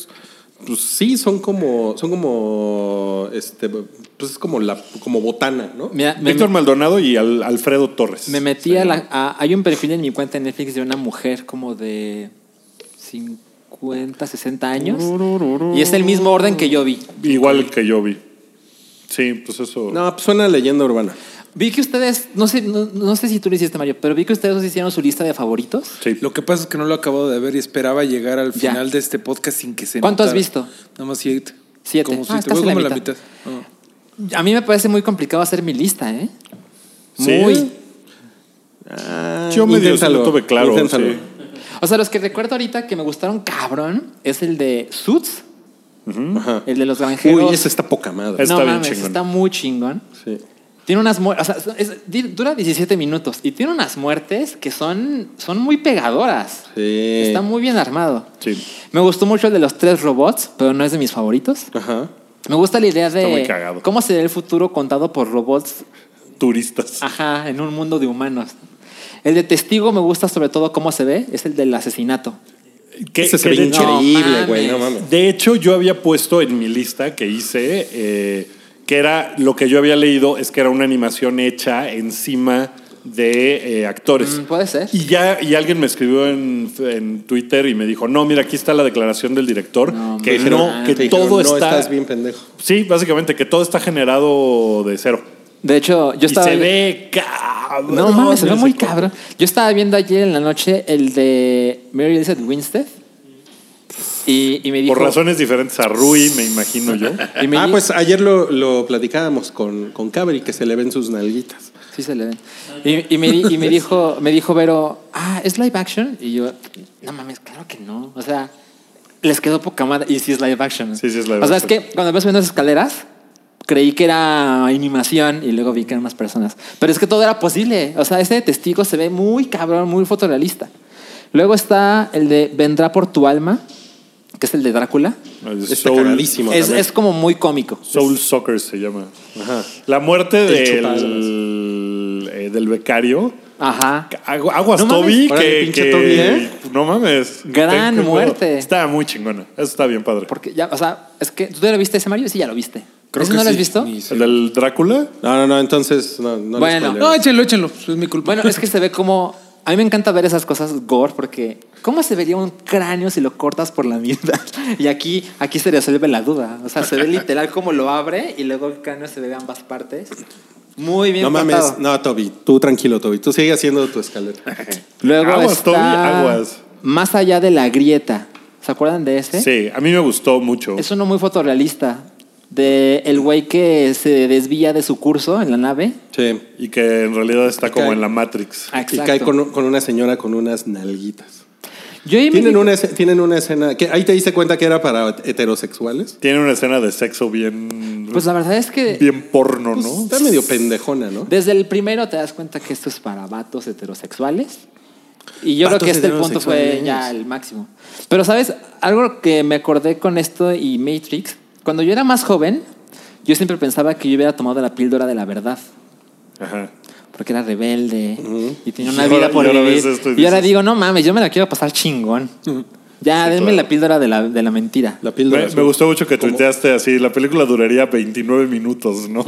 S5: pues sí son como son como este pues es como la como botana, ¿no?
S3: Mira, me,
S2: Víctor Maldonado y Al- Alfredo Torres.
S3: me metí a la. a- hay un perfil en mi cuenta en Netflix de una mujer como de 50, 60 años. Y es el mismo orden que yo vi.
S2: Igual que yo vi. Sí, pues eso.
S5: No, pues suena a leyenda urbana.
S3: Vi que ustedes, no sé, no, no sé si tú lo hiciste, Mario, pero vi que ustedes dos hicieron su lista de favoritos.
S2: Sí.
S4: Lo que pasa es que no lo acabo de ver y esperaba llegar al
S3: Ya.
S4: final de este podcast sin que se
S3: ¿Cuánto has
S4: notara.
S3: visto?
S4: Nada más siete.
S3: Siete.
S4: Como
S3: Ah,
S4: siete.
S3: estás
S4: Voy
S3: en
S4: como
S3: la
S4: la
S3: mitad.
S4: mitad. Ah.
S3: A mí me parece muy complicado hacer mi lista, ¿eh?
S2: Sí.
S3: Muy.
S2: Yo medio sí lo
S5: Ah, Inténtalo,
S2: tuve claro,
S5: inténtalo.
S2: sí.
S3: O sea, los que recuerdo ahorita que me gustaron cabrón es el de Suits,
S2: Mm.
S5: Ajá.
S3: el de los granjeros.
S5: Uy, esa está poca madre.
S2: Es- está
S3: no
S2: bien
S3: mames,
S2: chingón.
S3: está muy chingón.
S5: Sí.
S3: Tiene unas muertes, o sea, es- di- dura 17 minutos y tiene unas muertes que son, son muy pegadoras.
S5: Sí.
S3: Está muy bien armado.
S2: Sí.
S3: Me gustó mucho el de los tres robots, pero no es de mis favoritos.
S5: Ajá.
S3: Me gusta la idea
S2: Está muy
S3: de
S2: cagado.
S3: cómo sería el futuro contado por robots,
S2: Turistas.
S5: Ah,
S3: ajá, en un mundo de humanos. El de testigo me gusta sobre todo cómo se ve, es el del asesinato.
S2: Que-
S5: Ese se
S2: que
S5: ve
S2: de hecho-
S3: No
S5: increíble, güey, no
S3: mames.
S5: mames.
S2: De hecho, yo había puesto en mi lista que hice eh, que era lo que yo había leído es que era una animación hecha encima de eh, actores.
S3: Mm, puede ser.
S2: Y ya y alguien me escribió en, en Twitter y me dijo, no, mira, aquí está la declaración del director,
S3: No,
S2: que
S3: hombre.
S2: no, que
S5: Ah, Te dijeron,
S2: todo
S5: no,
S2: está...
S5: estás bien pendejo.
S2: Sí, básicamente, que todo está generado de cero.
S3: De hecho, yo
S2: y
S3: estaba...
S2: se ve cabrón.
S3: No mames, se ve
S2: ese
S3: muy
S2: corto.
S3: cabrón. Yo estaba viendo ayer en la noche el de Mary Elizabeth Winstead y, y me dijo.
S2: Por razones diferentes a Rui, me imagino yo.
S3: y me
S5: Ah,
S3: di-
S5: pues ayer lo, lo platicábamos con, con Cabri, que se le ven sus nalguitas.
S3: Sí se le ven. Y, y me, di- y me dijo, me dijo Vero, ah, ¿es live action? Y yo, no mames, claro que no. O sea, les quedó poca madre. Y sí es live action.
S2: Sí, sí es live
S3: O sea, es
S2: action.
S3: que cuando vas subiendo las escaleras, creí que era animación y luego vi que eran más personas. Pero es que todo era posible. O sea, ese testigo se ve muy cabrón, muy fotorrealista. Luego está el de Vendrá por tu alma, que es el de Drácula.
S5: Está cagadísimo
S3: Es,
S5: también.
S3: es como muy cómico.
S2: Soul Soccer se llama.
S5: Ajá.
S2: La muerte
S5: El
S2: del, eh, del becario
S3: Ajá.
S2: Agu- Aguas
S3: No mames.
S2: Toby,
S5: Órale,
S2: que,
S5: pinche
S2: que-
S5: Toby, ¿eh?
S2: no mames.
S3: Gran
S2: Ten- qué
S3: muerte.
S2: pedo. Está muy chingona. Eso está bien padre.
S3: Porque ya, o sea, es que tú ya lo viste ese Mario, sí ya lo viste.
S4: Creo
S3: ¿Ese
S4: que
S3: no lo has
S4: sí,
S3: visto?
S4: ni-
S2: ¿El del Drácula?
S5: No, no, no, entonces no, no les
S3: Bueno.
S5: spoileo.
S4: No, échenlo, échenlo. Es mi culpa.
S3: Bueno, es que se ve como. A mí me encanta ver esas cosas gore porque ¿cómo se vería un cráneo si lo cortas por la mitad? Y aquí, aquí se resuelve la duda. O sea, se ve literal cómo lo abre y luego el cráneo se ve de ambas partes. Muy bien.
S5: No mames,
S3: contado.
S5: no, Toby, tú tranquilo, Toby, tú sigue haciendo tu escalera.
S3: Luego
S2: Aguas,
S3: está
S2: Toby, aguas.
S3: Más allá de la grieta. ¿Se acuerdan de ese?
S2: ¿Sí? a mí me gustó mucho.
S3: Es uno muy fotorrealista. De el güey que se desvía de su curso en la nave.
S5: Sí.
S2: Y que en realidad está como
S5: Cae.
S2: en la Matrix.
S3: Ah,
S5: Y cae con, con una señora con unas nalguitas.
S3: Yo ahí me
S5: Tienen
S3: di-
S5: una, escena- tienen una escena que ahí te diste cuenta que era para heterosexuales.
S2: Tiene una escena de sexo bien,
S3: Pues la Pues verdad es que
S2: bien porno, ¿no?
S5: Está medio pendejona, ¿no?
S3: Desde el primero te das cuenta que esto es para vatos heterosexuales. Y yo
S5: Vatos
S3: creo que este punto fue
S5: heterosexuales.
S3: ya el máximo. Pero, ¿sabes? Algo que me acordé con esto y Matrix. Cuando yo era más joven, yo siempre pensaba que yo hubiera tomado la píldora de la verdad.
S2: Ajá.
S3: Porque era rebelde y tenía
S2: Y
S3: una
S2: ahora-
S3: vida por
S2: y ahora
S3: vivir.
S2: ves esto y
S3: y ahora
S2: dices-
S3: digo, no mames, yo me la quiero pasar chingón. Ya, denme
S2: claro.
S3: la píldora de la, de la mentira.
S5: La píldora.
S2: Me,
S5: azul.
S2: me gustó mucho que
S5: Como-
S2: tuiteaste así. La película duraría 29 minutos, ¿no?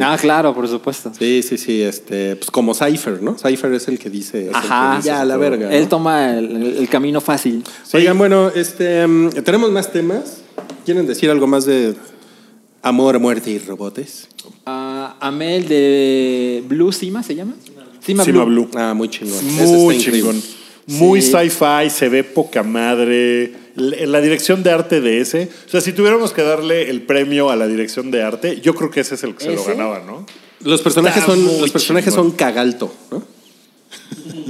S3: Ah, claro, por supuesto.
S5: Sí, sí, sí, este, pues como Cypher, ¿no? Cypher es el que dice. es el que
S3: Ajá.
S5: dice ya, la verga.
S3: Él
S5: ¿no?
S3: toma el- el- el camino fácil.
S5: Sí. Oigan, bueno, este, mm, tenemos más temas. ¿Quieren decir algo más de amor, muerte y robotes?
S3: a Amel de Blue Sima se llama. Sima,
S2: Sima
S3: Blue.
S2: Blue.
S5: Ah, muy chingón. Ese está
S2: Muy
S5: increíble.
S2: chingón. Muy
S3: Sí.
S2: sci-fi, se ve poca madre. La la dirección de arte de ese. O sea, si tuviéramos que darle el premio a la dirección de arte, yo creo que ese es el que se lo
S3: ¿Ese?
S2: ganaba, ¿no?
S5: Los personajes
S2: Está
S5: son,
S2: muy
S5: los personajes
S2: chingón.
S5: son cagalto, ¿no?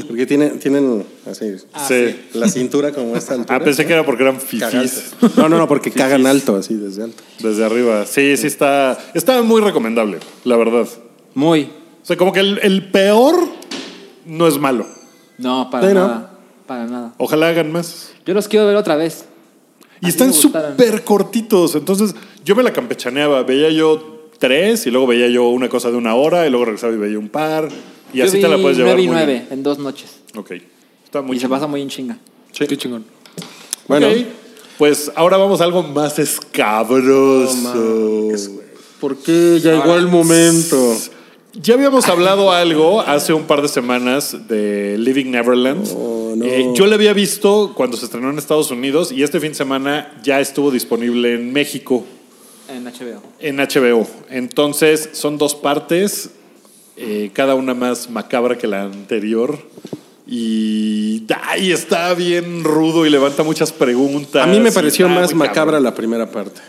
S5: Porque tienen, tienen así
S2: Ah, sí.
S5: la cintura como esta altura.
S2: Ah, pensé que era porque eran fifís
S5: Cagalto. No, no, no, porque cagan alto, así desde alto.
S2: desde arriba. Sí, sí, está, está muy recomendable, la verdad.
S3: Muy.
S2: O sea, como que el, el peor no es malo.
S3: No, para
S5: Sí, ¿no?
S3: nada. Para nada.
S2: Ojalá hagan más.
S3: Yo los quiero ver otra vez.
S2: Y
S3: A mí
S2: están
S3: me gustaron.
S2: súper cortitos. Entonces, yo me la campechaneaba. Veía yo tres y luego veía yo una cosa de una hora y luego regresaba y veía un par. Y
S3: Yo
S2: así
S3: vi
S2: te la puedes llevar.
S3: nueve y
S2: muy
S3: nueve
S2: bien.
S3: en dos noches.
S2: Ok. Está muy
S3: y se
S2: chingón.
S3: pasa muy en chinga.
S4: Qué chingón.
S5: Bueno,
S2: Ok. Pues ahora vamos a algo más escabroso.
S5: ¿por qué ya llegó el momento?
S2: Ya habíamos hablado algo hace un par de semanas de Living Neverland.
S5: no.
S2: Eh, yo la había visto cuando se estrenó en Estados Unidos y este fin de semana ya estuvo disponible en México.
S3: En HBO.
S2: En HBO. Entonces, son dos partes, eh, cada una más macabra que la anterior. Y ay, está bien rudo y levanta muchas preguntas.
S5: A mí me
S2: y
S5: pareció
S2: está
S5: más
S2: muy
S5: macabra
S2: cabrón.
S5: la primera parte.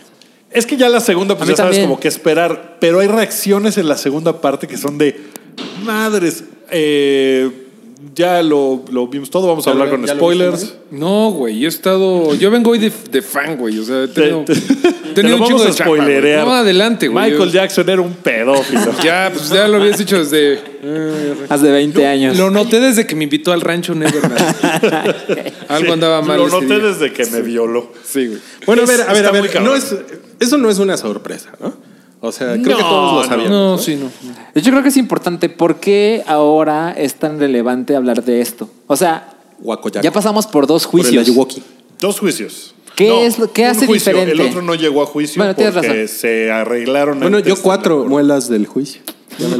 S2: Es que ya la segunda, pues
S3: A
S2: ya
S3: mí
S2: sabes,
S3: también.
S2: como que esperar. Pero hay reacciones en la segunda parte que son de madres. eh, ya lo, lo vimos todo, vamos a
S5: Ya lo
S2: hablar
S5: vi-
S2: con
S5: ya lo
S2: spoilers.
S5: viste,
S4: No, güey, yo he estado. Yo vengo hoy de, de fan, güey. O sea, he tenido,
S2: Te- te-
S4: he tenido
S2: te lo
S4: un chingo
S2: vamos a
S4: de chamba, güey.
S2: spoilerear.
S4: No, adelante, güey.
S2: Michael Jackson era un pedófilo.
S4: Ya, pues ya lo habías dicho desde.
S3: Hace 20 años.
S4: Lo noté desde que me invitó al rancho Neverland. Algo andaba mal.
S2: Lo
S4: ese
S2: noté
S4: día.
S2: desde que me violó.
S4: Sí, güey.
S5: Bueno, a
S2: Es-
S5: ver, a ver,
S2: está
S5: a
S2: muy
S5: ver.
S2: cabrón.
S5: No es, eso no es una sorpresa, ¿no? O sea, creo que
S2: No,
S5: todos lo
S2: no.
S5: sabíamos.
S4: No, sí, no.
S3: Yo creo que es importante. ¿Por qué ahora es tan relevante hablar de esto? O sea,
S5: Guacoyaco.
S3: ya pasamos por dos
S5: Por el
S3: juicios.
S5: Ayuwoki.
S2: Dos juicios.
S3: ¿Qué es lo- qué
S2: un
S3: hace
S2: juicio.
S3: diferente?
S2: El otro no llegó a juicio
S3: Bueno,
S2: porque
S3: tienes razón.
S2: se arreglaron.
S5: Bueno,
S2: antes
S5: yo
S2: de
S5: cuatro
S2: la-
S5: muelas del juicio.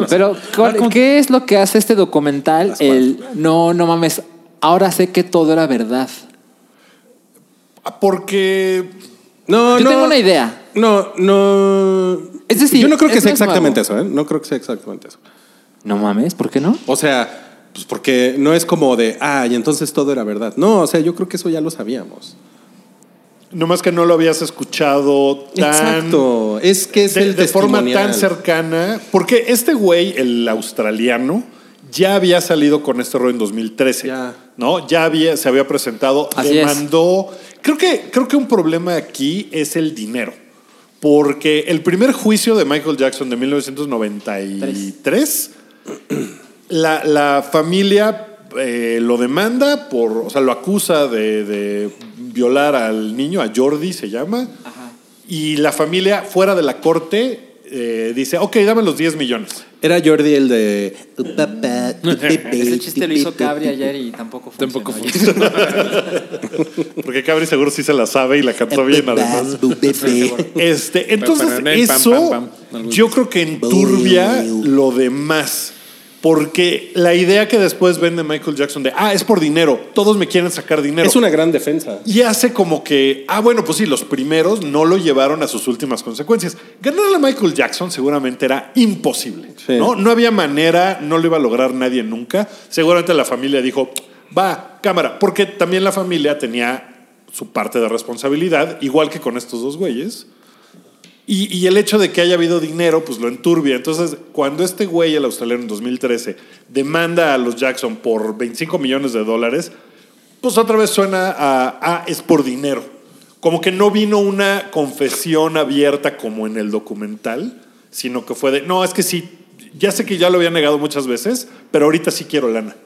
S3: Pero, ¿cuál- ¿qué es lo que hace este documental?
S5: Las cuatro.
S3: El no, no mames. Ahora sé que todo era verdad.
S2: Ah, Porque
S5: No,
S3: Yo
S5: no.
S3: tengo una idea.
S5: No, no.
S3: Es decir,
S5: yo no creo que
S3: es
S5: sea
S3: más nuevo.
S5: exactamente eso, ¿eh? No creo que sea exactamente eso.
S3: No mames, ¿por qué no?
S5: O sea, pues porque no es como de, ah, y entonces todo era verdad. No, o sea, yo creo que eso ya lo sabíamos.
S2: nomás que no lo habías escuchado tan.
S5: Exacto. Es que es
S2: de,
S5: el
S2: de forma tan
S5: testimonial.
S2: cercana. Porque este güey, el australiano, ya había salido con este rollo en 2013.
S5: Ya.
S2: ¿No? Ya había, se había presentado,
S3: Así
S2: demandó. Creo que, creo que un problema aquí es el dinero. Porque el primer juicio de Michael Jackson de 1993, la, la familia eh, lo demanda por, o sea, lo acusa de, de violar al niño, a Jordi se llama. Y la familia fuera de la corte eh, dice, ok, dame los 10 millones.
S5: Era Jordi el de. Papá,
S3: Ese chiste lo hizo Cabri ayer y tampoco funcionó.
S4: Tampoco
S3: Ya.
S2: Porque Cabri seguro sí se la sabe y la cantó bien además. Este, entonces,
S4: Pam,
S2: eso
S4: pam, pam.
S2: yo creo que enturbia lo demás. Porque la idea que después vende Michael Jackson de, ah, es por dinero, todos me quieren sacar dinero.
S5: Es una gran defensa.
S2: Y hace como que, ah, bueno, pues sí, los primeros no lo llevaron a sus últimas consecuencias. Ganarle a Michael Jackson seguramente era imposible,
S5: Sí.
S2: ¿no? No había manera, no lo iba a lograr nadie nunca. Seguramente la familia dijo, va, cámara, porque también la familia tenía su parte de responsabilidad, igual que con estos dos güeyes. Y, y el hecho de que haya habido dinero, pues lo enturbia. Entonces, cuando este güey, el australiano en 2013, demanda a los Jackson por 25 millones de dólares, pues otra vez suena a, ah, es por dinero. Como que no vino una confesión abierta como en el documental, sino que fue de, no, es que sí, ya sé que ya lo había negado muchas veces, pero ahorita sí quiero lana.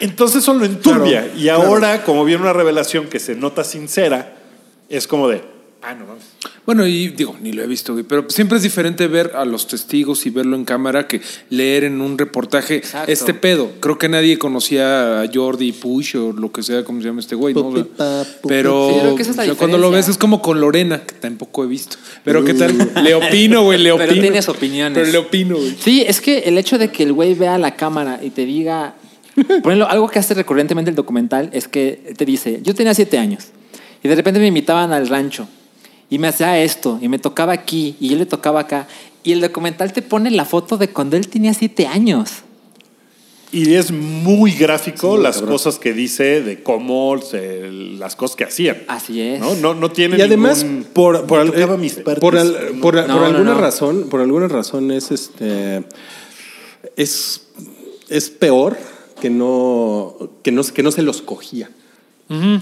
S2: Entonces eso lo enturbia.
S5: Claro,
S2: y ahora, como viene una revelación que se nota sincera, es como de, ah, no mames.
S4: Bueno, y digo, ni lo he visto, güey, pero siempre es diferente ver a los testigos y verlo en cámara que leer en un reportaje
S3: Exacto.
S4: este pedo. Creo que nadie conocía a Jordi Push o lo que sea, como se llama este güey, ¿no?
S5: Pupi, pa, pupi.
S4: Pero
S3: Sí, yo creo que esa es la
S4: o sea, cuando lo ves
S3: diferencia.
S4: es como con Lorena, que tampoco he visto. Pero qué tal, le opino, güey, le opino.
S3: Pero tienes opiniones.
S4: Pero le opino, güey.
S3: Sí, es que el hecho de que el güey vea la cámara y te diga. Por ejemplo, algo que hace recurrentemente el documental es que te dice: Yo tenía siete años y de repente me invitaban al rancho y me hacía esto y me tocaba aquí y yo le tocaba acá. Y el documental te pone la foto de cuando él tenía siete años.
S2: Y es muy gráfico las cosas que dice de cómo se- las cosas que hacían.
S3: Así es.
S2: No, no, no tiene
S5: Y además,
S2: ningún-
S5: por, por,
S2: Me
S5: al-
S2: tocaba
S5: eh,
S2: mis partes.
S5: por al- por-
S3: No,
S5: por
S3: no,
S5: alguna
S3: no.
S5: razón, por alguna razón es este es, es peor que no, que no que no se los cogía. ¿no?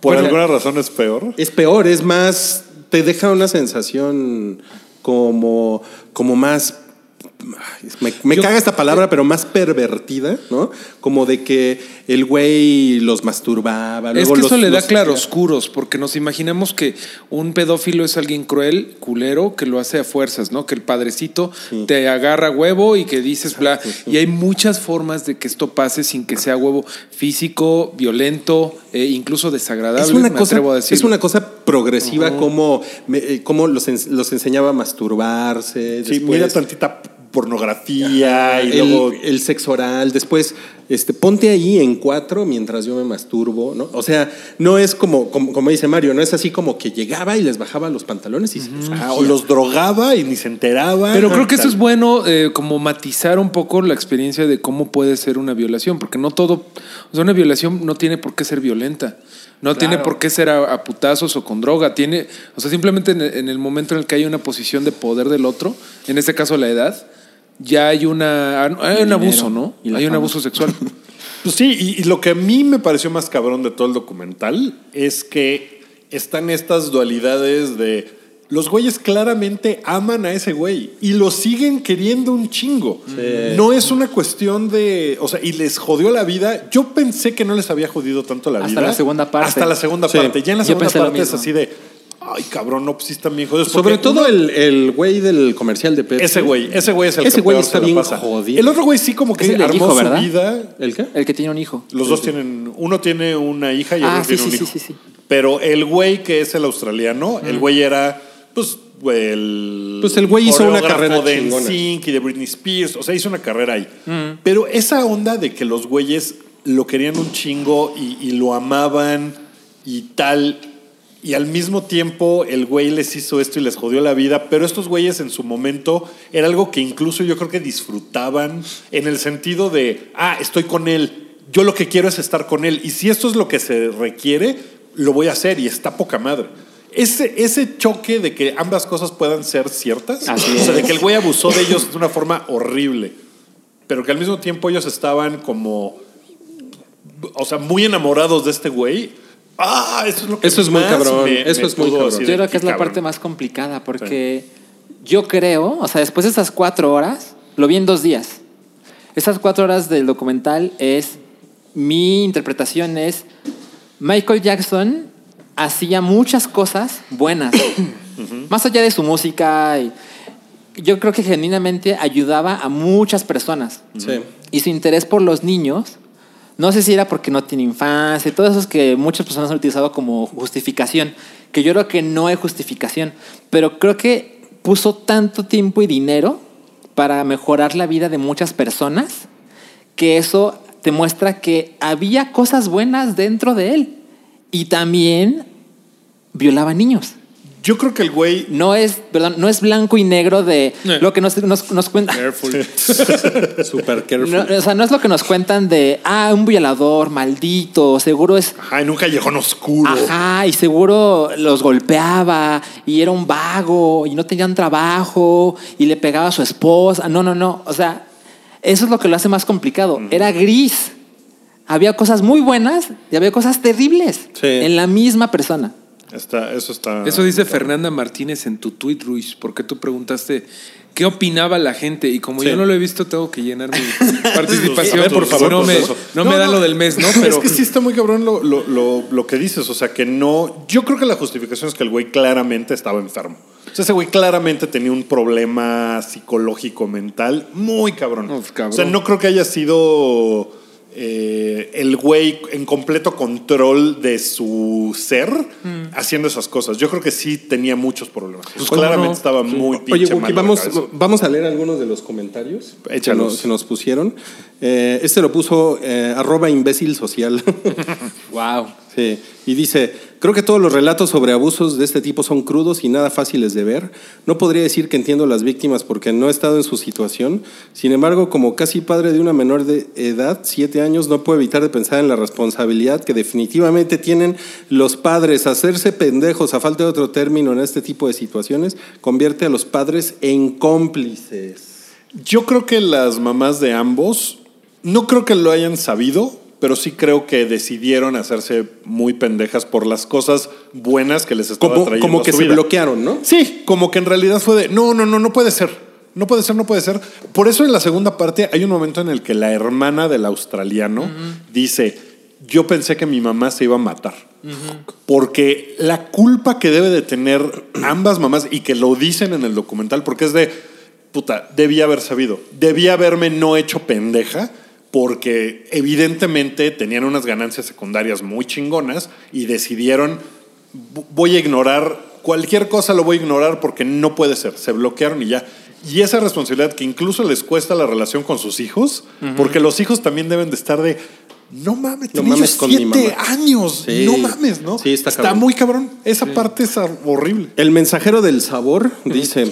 S2: Por
S5: Bueno,
S2: alguna razón es peor.
S5: es peor, es más, te deja una sensación como, como más. ay, Me, me
S4: Yo-
S5: caga esta palabra, pero más pervertida, ¿no? Como de que el güey los masturbaba.
S4: Es
S5: luego
S4: que
S5: los-
S4: eso le da
S5: los-
S4: claroscuros, porque nos imaginamos que un pedófilo es alguien cruel, culero, que lo hace a fuerzas, ¿no? Que el padrecito te agarra huevo y que dices bla. Y hay muchas formas de que esto pase sin que sea huevo físico, violento, e incluso desagradable.
S5: Es una,
S4: me
S5: cosa,
S4: atrevo a decir.
S5: es una cosa progresiva como, me- eh, como los, ens- los enseñaba a masturbarse.
S2: Sí,
S5: después-
S2: mira tantita pornografía y
S5: el,
S2: luego.
S5: el sexo oral, después este, ponte ahí en cuatro mientras yo me masturbo, ¿no? O sea, no es como, como, como dice Mario, no es así como que llegaba y les bajaba los pantalones y se los
S2: Ah,
S5: cogía.
S2: o los drogaba y ni se enteraba.
S4: Pero creo que eso
S2: Tal.
S4: es bueno, eh, como matizar un poco la experiencia de cómo puede ser una violación, porque no todo, o sea, una violación no tiene por qué ser violenta, no tiene por qué ser a, a putazos o con droga, tiene, o sea, simplemente en, en el momento en el que hay una posición de poder del otro, en este caso la edad, ya hay una, hay un
S3: dinero,
S4: abuso, ¿no?
S3: y la
S4: Hay un
S3: fama.
S4: abuso sexual.
S2: Pues sí, y, y lo que a mí me pareció más cabrón de todo el documental es que están estas dualidades de los güeyes claramente aman a ese güey y lo siguen queriendo un chingo. No es una cuestión de, o sea, y les jodió la vida. Yo pensé que no les había jodido tanto la
S3: Hasta
S2: vida.
S3: la segunda parte.
S2: Hasta la segunda
S5: Sí.
S2: parte. Ya en la
S3: Yo
S2: segunda
S3: pensé lo
S2: parte es
S3: mismo.
S2: así de, ay cabrón, no, pues sí están bien jodidos.
S5: Sobre
S2: Porque
S5: todo
S2: uno-
S5: el, el güey del comercial de Pepsi.
S2: Ese güey, ese güey es el
S5: Ese
S2: que
S5: güey
S2: peor se
S5: está
S2: la
S5: bien
S2: pasa.
S5: jodido.
S2: El otro güey sí como que
S3: Ese le
S2: armó
S3: dijo,
S2: su
S3: ¿verdad?
S2: vida.
S5: ¿El qué?
S3: El que tiene un hijo.
S2: Los dos tienen, uno tiene una hija y el
S3: Ah,
S2: otro
S3: sí,
S2: tiene un
S3: sí, sí,
S2: hijo.
S3: sí, sí. Mm.
S2: Pero el güey que es el australiano, el güey era, pues, el.
S5: Pues el güey hizo una
S2: coreógrafo
S5: carrera
S2: de
S5: chingona.
S2: NSYNC y de Britney Spears, o sea, hizo una carrera ahí. Pero esa onda de que los güeyes lo querían un chingo y, y lo amaban y tal. Y al mismo tiempo el güey les hizo esto y les jodió la vida, pero estos güeyes en su momento era algo que incluso yo creo que disfrutaban en el sentido de, ah, estoy con él, yo lo que quiero es estar con él y si esto es lo que se requiere, lo voy a hacer y está poca madre. Ese, ese choque de que ambas cosas puedan ser ciertas,
S3: Así
S2: o sea, de
S3: es.
S2: que el güey abusó de ellos de una forma horrible, pero que al mismo tiempo ellos estaban como, o sea, muy enamorados de este güey. Ah, eso es lo que
S5: Eso es muy
S2: más
S5: cabrón,
S2: me-
S5: eso
S2: me
S5: es muy
S2: pudo
S5: cabrón.
S2: así de
S3: Yo creo que es la
S2: cabrón.
S3: parte más complicada porque yo creo, o sea, después de esas cuatro horas, lo vi en dos días. Esas cuatro horas del documental es, mi interpretación es, Michael Jackson hacía muchas cosas buenas, más allá de su música. y- yo creo que genuinamente ayudaba a muchas personas.
S5: Sí.
S3: Y su interés por los niños, no sé si era porque no tiene infancia, y todo eso es que muchas personas han utilizado como justificación, que yo creo que no es justificación, pero creo que puso tanto tiempo y dinero para mejorar la vida de muchas personas, que eso te muestra que había cosas buenas dentro de él y también violaba niños.
S2: Yo creo que el güey.
S3: No es, perdón, no es blanco y negro de
S4: Eh.
S3: lo que nos, nos, nos cuenta.
S4: Careful.
S5: Super careful.
S3: No, o sea, no es lo que nos cuentan de, ah, un violador, maldito, seguro es,
S2: Ajá, en un callejón oscuro.
S3: ajá, y seguro los golpeaba, y era un vago, y no tenían trabajo, y le pegaba a su esposa. No, no, no. O sea, eso es lo que lo hace más complicado.
S5: Mm.
S3: Era gris. Había cosas muy buenas y había cosas terribles
S5: Sí.
S3: en la misma persona.
S2: Está, eso está.
S4: Eso dice Fernanda Martínez en tu tweet, Ruiz, porque tú preguntaste qué opinaba la gente y como
S5: Sí.
S4: yo no lo he visto, tengo que llenar mi participación.
S2: A ver, por favor,
S4: No
S2: por
S4: me,
S2: favor.
S4: no me dan lo del mes, ¿no? Pero
S2: es que sí está muy cabrón lo, lo- lo- lo que dices. O sea, que no. Yo creo que la justificación es que el güey claramente estaba enfermo. O sea, ese güey claramente tenía un problema psicológico mental muy cabrón.
S4: Uf, cabrón.
S2: O sea, no creo que haya sido eh, el güey en completo control de su ser
S4: Mm.
S2: haciendo esas cosas. Yo creo que sí tenía muchos problemas.
S4: Pues, ¿cómo
S2: claramente
S4: no?
S2: estaba muy pinche
S5: Oye, Wookie,
S2: mal de la
S5: vamos,
S2: cabeza.
S5: vamos a leer algunos de los comentarios que
S2: Échalos.
S5: nos, que nos pusieron. Eh, este lo puso eh, arroba imbécil social.
S3: Wow.
S5: Sí, y dice, creo que todos los relatos sobre abusos de este tipo son crudos y nada fáciles de ver. No podría decir que entiendo a las víctimas porque no he estado en su situación. Sin embargo, como casi padre de una menor de edad, siete años, no puedo evitar de pensar en la responsabilidad que definitivamente tienen los padres. Hacerse pendejos, a falta de otro término, en este tipo de situaciones, convierte a los padres en cómplices.
S2: Yo creo que las mamás de ambos, no creo que lo hayan sabido, pero sí creo que decidieron hacerse muy pendejas por las cosas buenas que les estaba
S5: Como,
S2: trayendo.
S5: como
S2: a
S5: que
S2: su
S5: se
S2: vida.
S5: bloquearon, ¿no?
S2: Sí, como que en realidad fue de, no, no, no, no puede ser. No puede ser, no puede ser. Por eso en la segunda parte hay un momento en el que la hermana del australiano dice, yo pensé que mi mamá se iba a matar. Porque la culpa que debe de tener ambas mamás y que lo dicen en el documental, porque es de, puta, debía haber sabido, debía haberme no hecho pendeja, porque evidentemente tenían unas ganancias secundarias muy chingonas y decidieron, "Vo- voy a ignorar, cualquier cosa lo voy a ignorar porque no puede ser, se bloquearon y ya. Y esa responsabilidad que incluso les cuesta la relación con sus hijos, porque los hijos también deben de estar de... No mames,
S5: No
S2: tenía yo
S5: mames con mi
S2: siete
S5: mamá".
S2: años.
S5: Sí.
S2: No mames, ¿no?
S5: Sí, está cabrón.
S2: muy cabrón. Esa parte es horrible.
S5: El mensajero del sabor dice,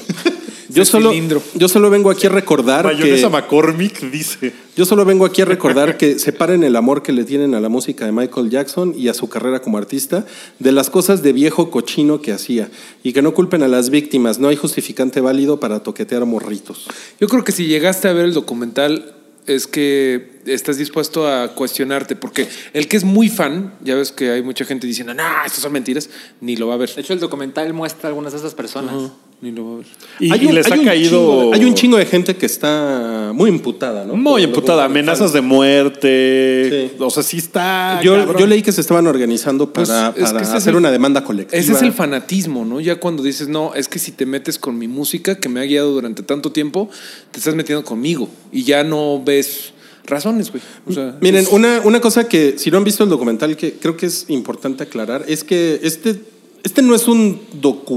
S5: yo
S4: Ese
S5: solo,
S4: cilindro.
S5: yo solo vengo aquí a recordar que...
S2: Mayonesa McCormick dice.
S5: Yo solo vengo aquí a recordar que separen el amor que le tienen a la música de Michael Jackson y a su carrera como artista de las cosas de viejo cochino que hacía y que no culpen a las víctimas. No hay justificante válido para toquetear morritos.
S4: yo creo que si llegaste a ver el documental es que estás dispuesto a cuestionarte, porque el que es muy fan, ya ves que hay mucha gente diciendo, no, estas son mentiras, ni lo va a ver.
S3: De hecho, el documental muestra algunas de esas personas.
S4: Ni lo va a ver.
S2: Y,
S5: Hay
S2: y
S5: un-
S2: les
S5: hay
S2: ha
S5: un
S2: caído.
S5: chingo de- hay un chingo de gente que está muy imputada, ¿no?
S2: Muy
S5: Por-
S2: emputada. Amenazas de muerte.
S5: Sí.
S2: O sea, sí está.
S5: Yo,
S2: cabrón.
S5: yo leí que se estaban organizando
S4: Pues,
S5: para,
S4: es que
S5: para
S4: ese es
S5: hacer
S4: el-
S5: una demanda colectiva.
S4: Ese es el fanatismo, ¿no? Ya cuando dices, no, es que si te metes con mi música que me ha guiado durante tanto tiempo, te estás metiendo conmigo y ya no ves razones, güey. O sea,
S5: Miren,
S4: es-
S5: una, una cosa que si no han visto el documental que creo que es importante aclarar es que este, este no es un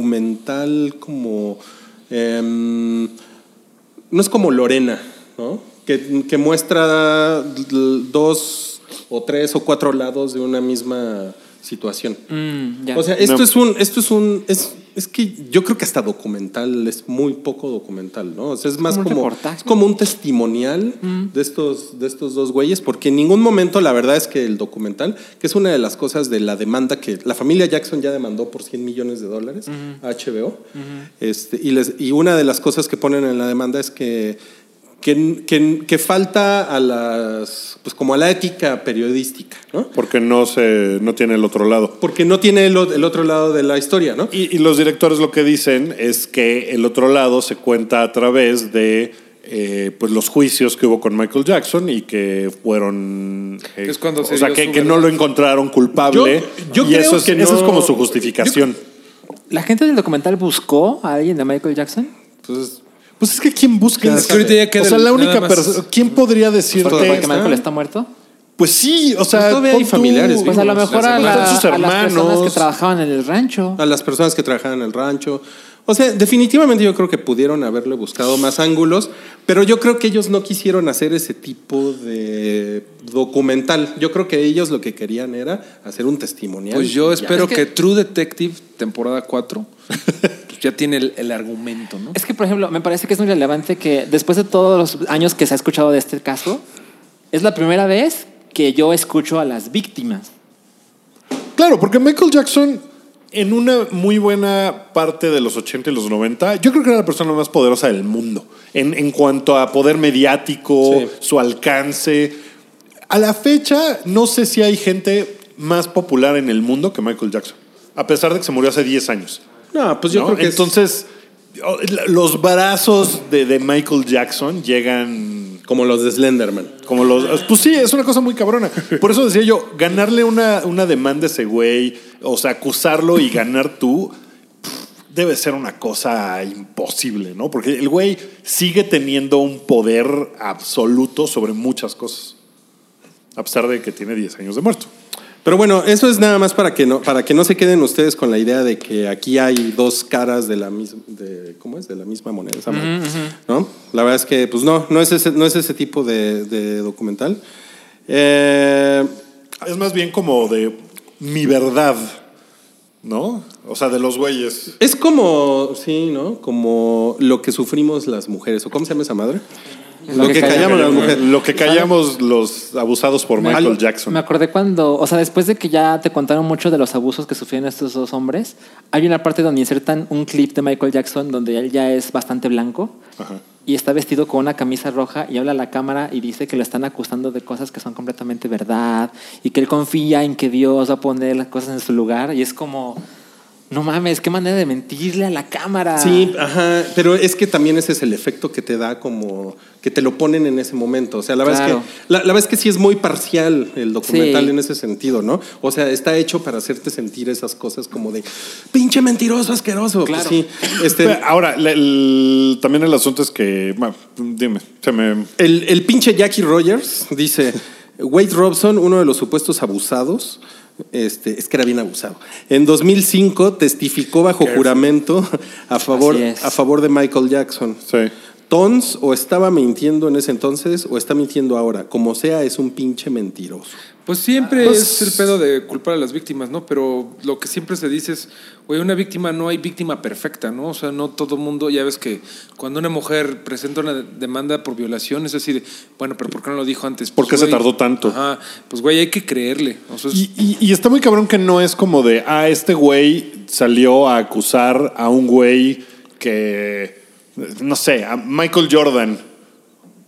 S5: documental como... em, no es como Lorena, ¿no? Que, que muestra l- dos o tres o cuatro lados de una misma situación.
S3: Mm, ya.
S5: O sea, esto
S2: No.
S5: es un, esto es un, es, es que yo creo que hasta documental es muy poco documental, ¿no? O sea, es más
S3: como un
S5: como,
S3: reportaje. Mm.
S5: es como un testimonial de estos, de estos dos güeyes, porque en ningún momento la verdad es que el documental, que es una de las cosas de la demanda que la familia Jackson ya demandó por 100 millones de dólares a HBO, este, y, les, y una de las cosas que ponen en la demanda es que que, que- que falta a las, pues como a la ética periodística, ¿no?
S2: Porque no se, no tiene el otro lado.
S5: Porque no tiene el, o- el otro lado de la historia, ¿no?
S2: Y, y los directores lo que dicen es que el otro lado se cuenta a través de eh, pues los juicios que hubo con Michael Jackson y que fueron eh,
S4: Es cuando
S2: o
S4: se
S2: sea
S4: dio
S2: que,
S4: su
S2: que no
S4: verdad.
S2: lo encontraron culpable
S5: Yo- yo
S2: y
S5: creo
S2: eso es,
S5: que
S2: eso es
S5: no-
S2: como su justificación
S3: ¿La gente del documental buscó a alguien de Michael Jackson?
S5: Entonces,
S2: Pues es que ¿quién busca?
S4: Es que ahorita ya queda
S2: o sea, la
S4: nada
S2: única
S4: más.
S2: persona. ¿Quién podría decirte?
S5: Pues, Porque
S3: ¿Porque Michael está muerto?
S2: Pues sí, o sea.
S5: Pues todavía hay
S2: pon tú-
S5: familiares,
S3: Pues a lo
S5: Vimos,
S3: mejor a,
S5: las
S3: la-
S2: hermanas. Sus
S3: a las personas que
S2: hermanos.
S3: trabajaban en el rancho.
S5: a las personas que trabajaban en el rancho. O sea, definitivamente yo creo que pudieron haberle buscado más ángulos, pero yo creo que ellos no quisieron hacer ese tipo de documental. Yo creo que ellos lo que querían era hacer un testimonial.
S4: Pues yo
S5: Ya.
S4: espero que... True Detective, temporada 4, ya tiene el, el argumento, ¿no?
S3: Es que, por ejemplo, me parece que es muy relevante que después de todos los años que se ha escuchado de este caso, es la primera vez que yo escucho a las víctimas.
S2: Claro, porque Michael Jackson, en una muy buena parte de los 80 y los 90, yo creo que era la persona más poderosa del mundo. En, en cuanto a poder mediático,
S5: Sí.
S2: su alcance. A la fecha, no sé si hay gente más popular en el mundo que Michael Jackson. A pesar de que se murió hace 10 años.
S5: No, pues yo
S2: ¿no?
S5: creo que es-
S2: Entonces, oh, la- los brazos de, de Michael Jackson llegan
S5: como los de Slenderman.
S2: como los. Pues sí, es una cosa muy cabrona. Por eso decía yo, ganarle una, una demanda a ese güey, o sea, acusarlo y ganar tú, pff, debe ser una cosa imposible, ¿no? Porque el güey sigue teniendo un poder absoluto sobre muchas cosas. A pesar de que tiene 10 años de muerto.
S5: Pero bueno, eso es nada más para que no para que no se queden ustedes con la idea de que aquí hay dos caras de la misma de ¿cómo es? de la misma moneda, esa madre, ¿no? La verdad es que pues no, no es ese no es ese tipo de, de documental. Eh,
S2: Es más bien como de mi verdad, ¿no? O sea, de los güeyes.
S5: es como sí, ¿no? Como lo que sufrimos las mujeres o cómo se llama esa madre? Lo, que, callamos las mujeres.
S2: Lo que callamos los abusados por Michael
S5: Algo-
S2: Jackson.
S3: Me acordé cuando, o sea, después de que ya te contaron mucho de los abusos que sufrieron estos dos hombres, hay una parte donde insertan un clip de Michael Jackson donde él ya es bastante blanco y está vestido con una camisa roja y habla a la cámara y dice que lo están acusando de cosas que son completamente verdad y que él confía en que Dios va a poner las cosas en su lugar y es como, no mames, qué manera de mentirle a la cámara.
S5: Sí, ajá, pero es que también ese es el efecto que te da como que te lo ponen en ese momento. O sea, la verdad
S3: Claro.
S5: es que la, la verdad es que sí es muy parcial el documental
S3: Sí.
S5: en ese sentido, ¿no? O sea, está hecho para hacerte sentir esas cosas como de pinche mentiroso, asqueroso. Pues
S3: Claro.
S5: sí, este,
S2: Pero Ahora, la- el- también el asunto es que. bueno, dime, se me.
S5: el, el pinche Jackie Rogers dice, Wade Robson, uno de los supuestos abusados, este, es que era bien abusado. En 2005 testificó bajo juramento a favor,
S3: Así es.
S5: a favor de Michael Jackson.
S2: Sí.
S5: Tons o estaba mintiendo en ese entonces o está mintiendo ahora. Como sea, es un pinche mentiroso.
S4: Pues siempre
S2: Pues-
S4: es el pedo de culpar a las víctimas, ¿no? Pero lo que siempre se dice es, güey, una víctima no hay víctima perfecta, ¿no? O sea, no todo mundo, ya ves que cuando una mujer presenta una demanda por violación, es así de, bueno, pero ¿por qué no lo dijo antes?
S2: ¿Por
S4: Porque
S2: qué se tardó tanto?
S4: Ajá, pues güey, hay que creerle. O sea, es-
S2: Y, y- y está muy cabrón que no es como de, ah, este güey salió a acusar a un güey que, no sé, a Michael Jordan,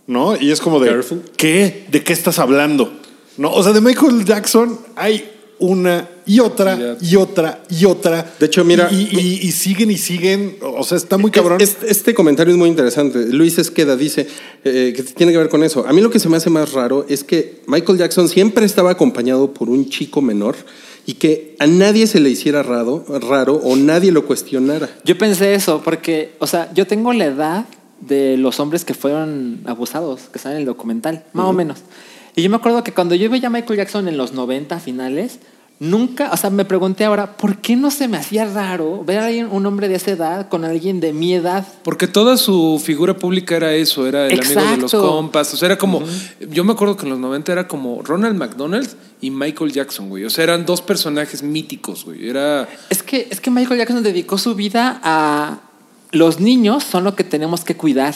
S2: ¿no? Y es como de,
S5: Careful.
S2: ¿qué? ¿De qué estás hablando? No, o sea, de Michael Jackson hay una y otra
S4: Cantidad.
S2: y otra y otra.
S5: De hecho, mira,
S2: Y, y- y- y siguen y siguen. O sea, está muy cabrón.
S5: Es- Este, comentario es muy interesante. Luis Esqueda dice eh, que tiene que ver con eso. A mí lo que se me hace más raro es que Michael Jackson siempre estaba acompañado por un chico menor y que a nadie se le hiciera raro, raro o nadie lo cuestionara.
S3: Yo pensé eso porque, o sea, yo tengo la edad de los hombres que fueron abusados, que están en el documental, más o menos. Y yo me acuerdo que cuando yo veía a Michael Jackson en los 90 finales, nunca, o sea, me pregunté ahora, ¿por qué no se me hacía raro ver a alguien, un hombre de esa edad con alguien de mi edad?
S4: Porque toda su figura pública era eso, era el amigo de los
S3: Exacto.
S4: compas. O sea, era como. Yo me acuerdo que en los 90 era como Ronald McDonald y Michael Jackson, güey. O sea, eran dos personajes míticos, güey. Era.
S3: Es que, es que Michael Jackson dedicó su vida a los niños son lo que tenemos que cuidar.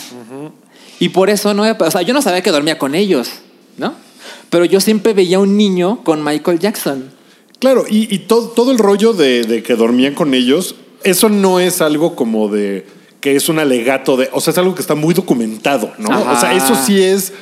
S3: Y por eso no, me- o sea, yo no sabía que dormía con ellos, ¿no? Pero yo siempre veía a un niño con Michael Jackson.
S2: Claro, y, y todo, todo el rollo de, de que dormían con ellos, eso no es algo como de que es un alegato de. O sea, es algo que está muy documentado, ¿no?
S3: Ajá.
S2: O sea, eso sí es.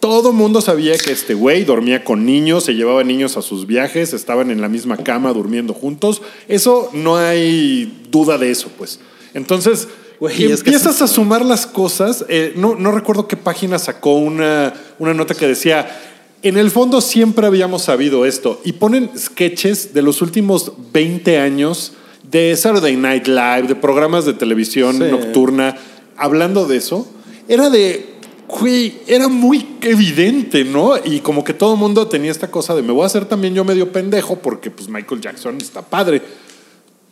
S2: Todo mundo sabía que este güey dormía con niños, se llevaba niños a sus viajes, estaban en la misma cama durmiendo juntos. Eso no hay duda de eso, pues. Entonces,
S5: Güey, es que
S2: empiezas a sumar las cosas. eh, no, no recuerdo qué página sacó una, una nota que decía, en el fondo siempre habíamos sabido esto. Y ponen sketches de los últimos 20 años de Saturday Night Live, de programas de televisión
S5: Sí.
S2: nocturna. hablando de eso, era de, güey, era muy evidente, ¿no? Y como que todo el mundo tenía esta cosa de, me voy a hacer también yo medio pendejo porque pues Michael Jackson está padre.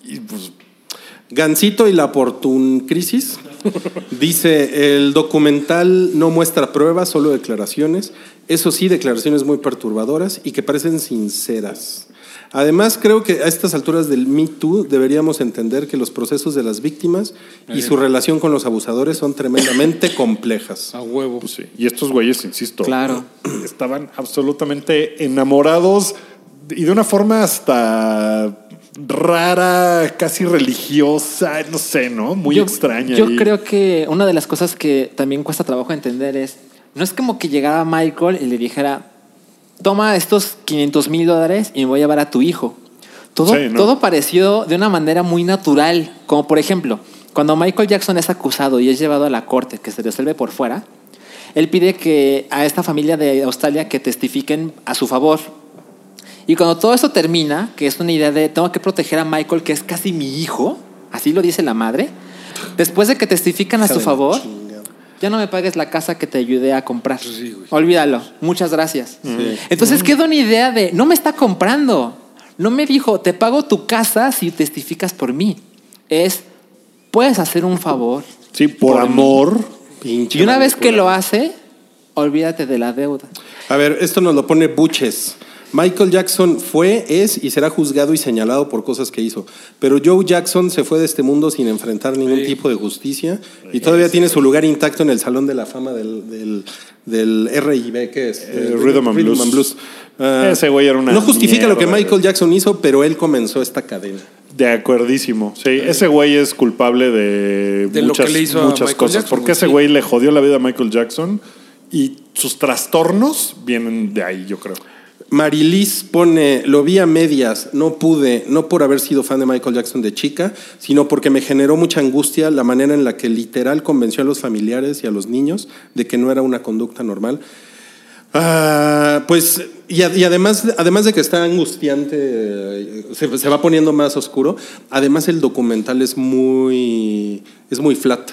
S2: Y pues
S5: Gancito y la Oportun Crisis dice: el documental no muestra pruebas, solo declaraciones. Eso sí, declaraciones muy perturbadoras y que parecen sinceras. Además, creo que a estas alturas del Me Too deberíamos entender que los procesos de las víctimas y su relación con los abusadores son tremendamente complejas.
S4: A huevo.
S2: Pues sí. Y estos güeyes, insisto,
S3: Claro.
S2: estaban absolutamente enamorados y de una forma hasta rara, casi religiosa, no sé, ¿no? Muy
S3: yo,
S2: extraña.
S3: Yo
S2: y-
S3: creo que una de las cosas que también cuesta trabajo entender es, no es como que llegara Michael y le dijera, toma estos 500 mil dólares y me voy a llevar a tu hijo. Todo,
S2: Sí, ¿no?
S3: todo pareció de una manera muy natural, como por ejemplo, cuando Michael Jackson es acusado y es llevado a la corte, que se resuelve por fuera, él pide que a esta familia de Australia que testifiquen a su favor. Y cuando todo esto termina, que es una idea de tengo que proteger a Michael, que es casi mi hijo, así lo dice la madre, después de que testifican a
S5: Hija
S3: su
S5: de la
S3: favor,
S5: chingada.
S3: ya no me pagues la casa que te ayudé a comprar. Olvídalo, muchas gracias. Entonces
S5: Mm.
S3: queda una idea de no me está comprando, no me dijo, te pago tu casa si testificas por mí. Es, puedes hacer un favor.
S2: Sí, por, amor.
S5: Pinche
S3: Y una vez que
S5: manipulado.
S3: lo hace, olvídate de la deuda.
S5: A ver, esto nos lo pone Buches. Michael Jackson fue, es y será juzgado y señalado por cosas que hizo. Pero Joe Jackson se fue de este mundo sin enfrentar ningún tipo de justicia y todavía tiene su lugar intacto en el Salón de la Fama del, del, del RIB, que es
S2: Eh, Rhythm and Blues.
S5: Ah,
S2: Ese güey era una
S5: No justifica lo que
S2: mierda,
S5: Michael
S2: güey.
S5: Jackson hizo, pero él comenzó esta cadena.
S2: De acuerdísimo. Sí, ese güey es culpable de,
S4: De lo
S2: muchas,
S4: que le hizo a
S2: muchas
S4: Michael
S2: cosas.
S4: Jackson,
S2: porque ese
S4: sí.
S2: güey le jodió la vida a Michael Jackson y sus trastornos vienen de ahí, yo creo.
S5: Marilis pone, lo vi a medias, no pude, no por haber sido fan de Michael Jackson de chica, sino porque me generó mucha angustia la manera en la que literal convenció a los familiares y a los niños de que no era una conducta normal. Ah, pues, y, a- y además, además de que está angustiante, eh, se, se va poniendo más oscuro, además el documental es muy, es muy flat.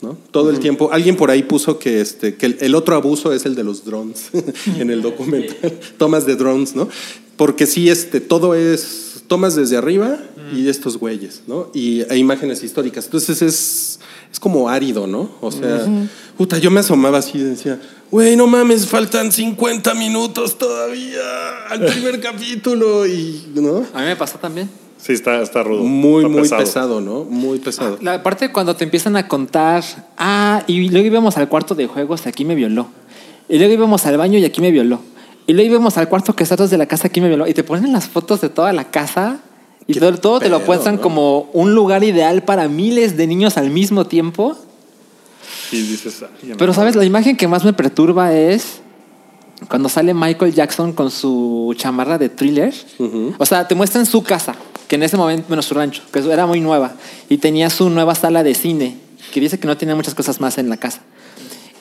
S5: ¿no? Todo el tiempo. Alguien por ahí puso que, este, que el, el otro abuso es el de los drones en el documental. tomas de drones, ¿no? Porque sí, este, todo es tomas desde arriba y estos güeyes, ¿no? Y e imágenes históricas. Entonces es, es como árido, ¿no? O sea, puta, yo me asomaba así y decía, güey, no mames, faltan 50 minutos todavía al primer capítulo y, ¿no?
S3: A mí me pasó también.
S2: Sí, está, está rudo.
S5: Muy,
S2: está
S5: muy pesado. ¿no? Muy pesado.
S3: La parte cuando te empiezan a contar, ah, y luego íbamos al cuarto de juegos, aquí me violó. Y luego íbamos al baño y aquí me violó. Y luego íbamos al cuarto que está atrás de la casa, aquí me violó. Y te ponen las fotos de toda la casa y
S5: Qué
S3: todo, todo te lo
S5: pedo,
S3: muestran
S5: ¿no?
S3: como un lugar ideal para miles de niños al mismo tiempo.
S2: Y dices, "Ay, no".
S3: Pero, ¿sabes? La imagen que más me perturba es cuando sale Michael Jackson con su chamarra de thriller. O sea, te muestran su casa, que en ese momento, bueno, su rancho, que era muy nueva, y tenía su nueva sala de cine, que dice que no tenía muchas cosas más en la casa.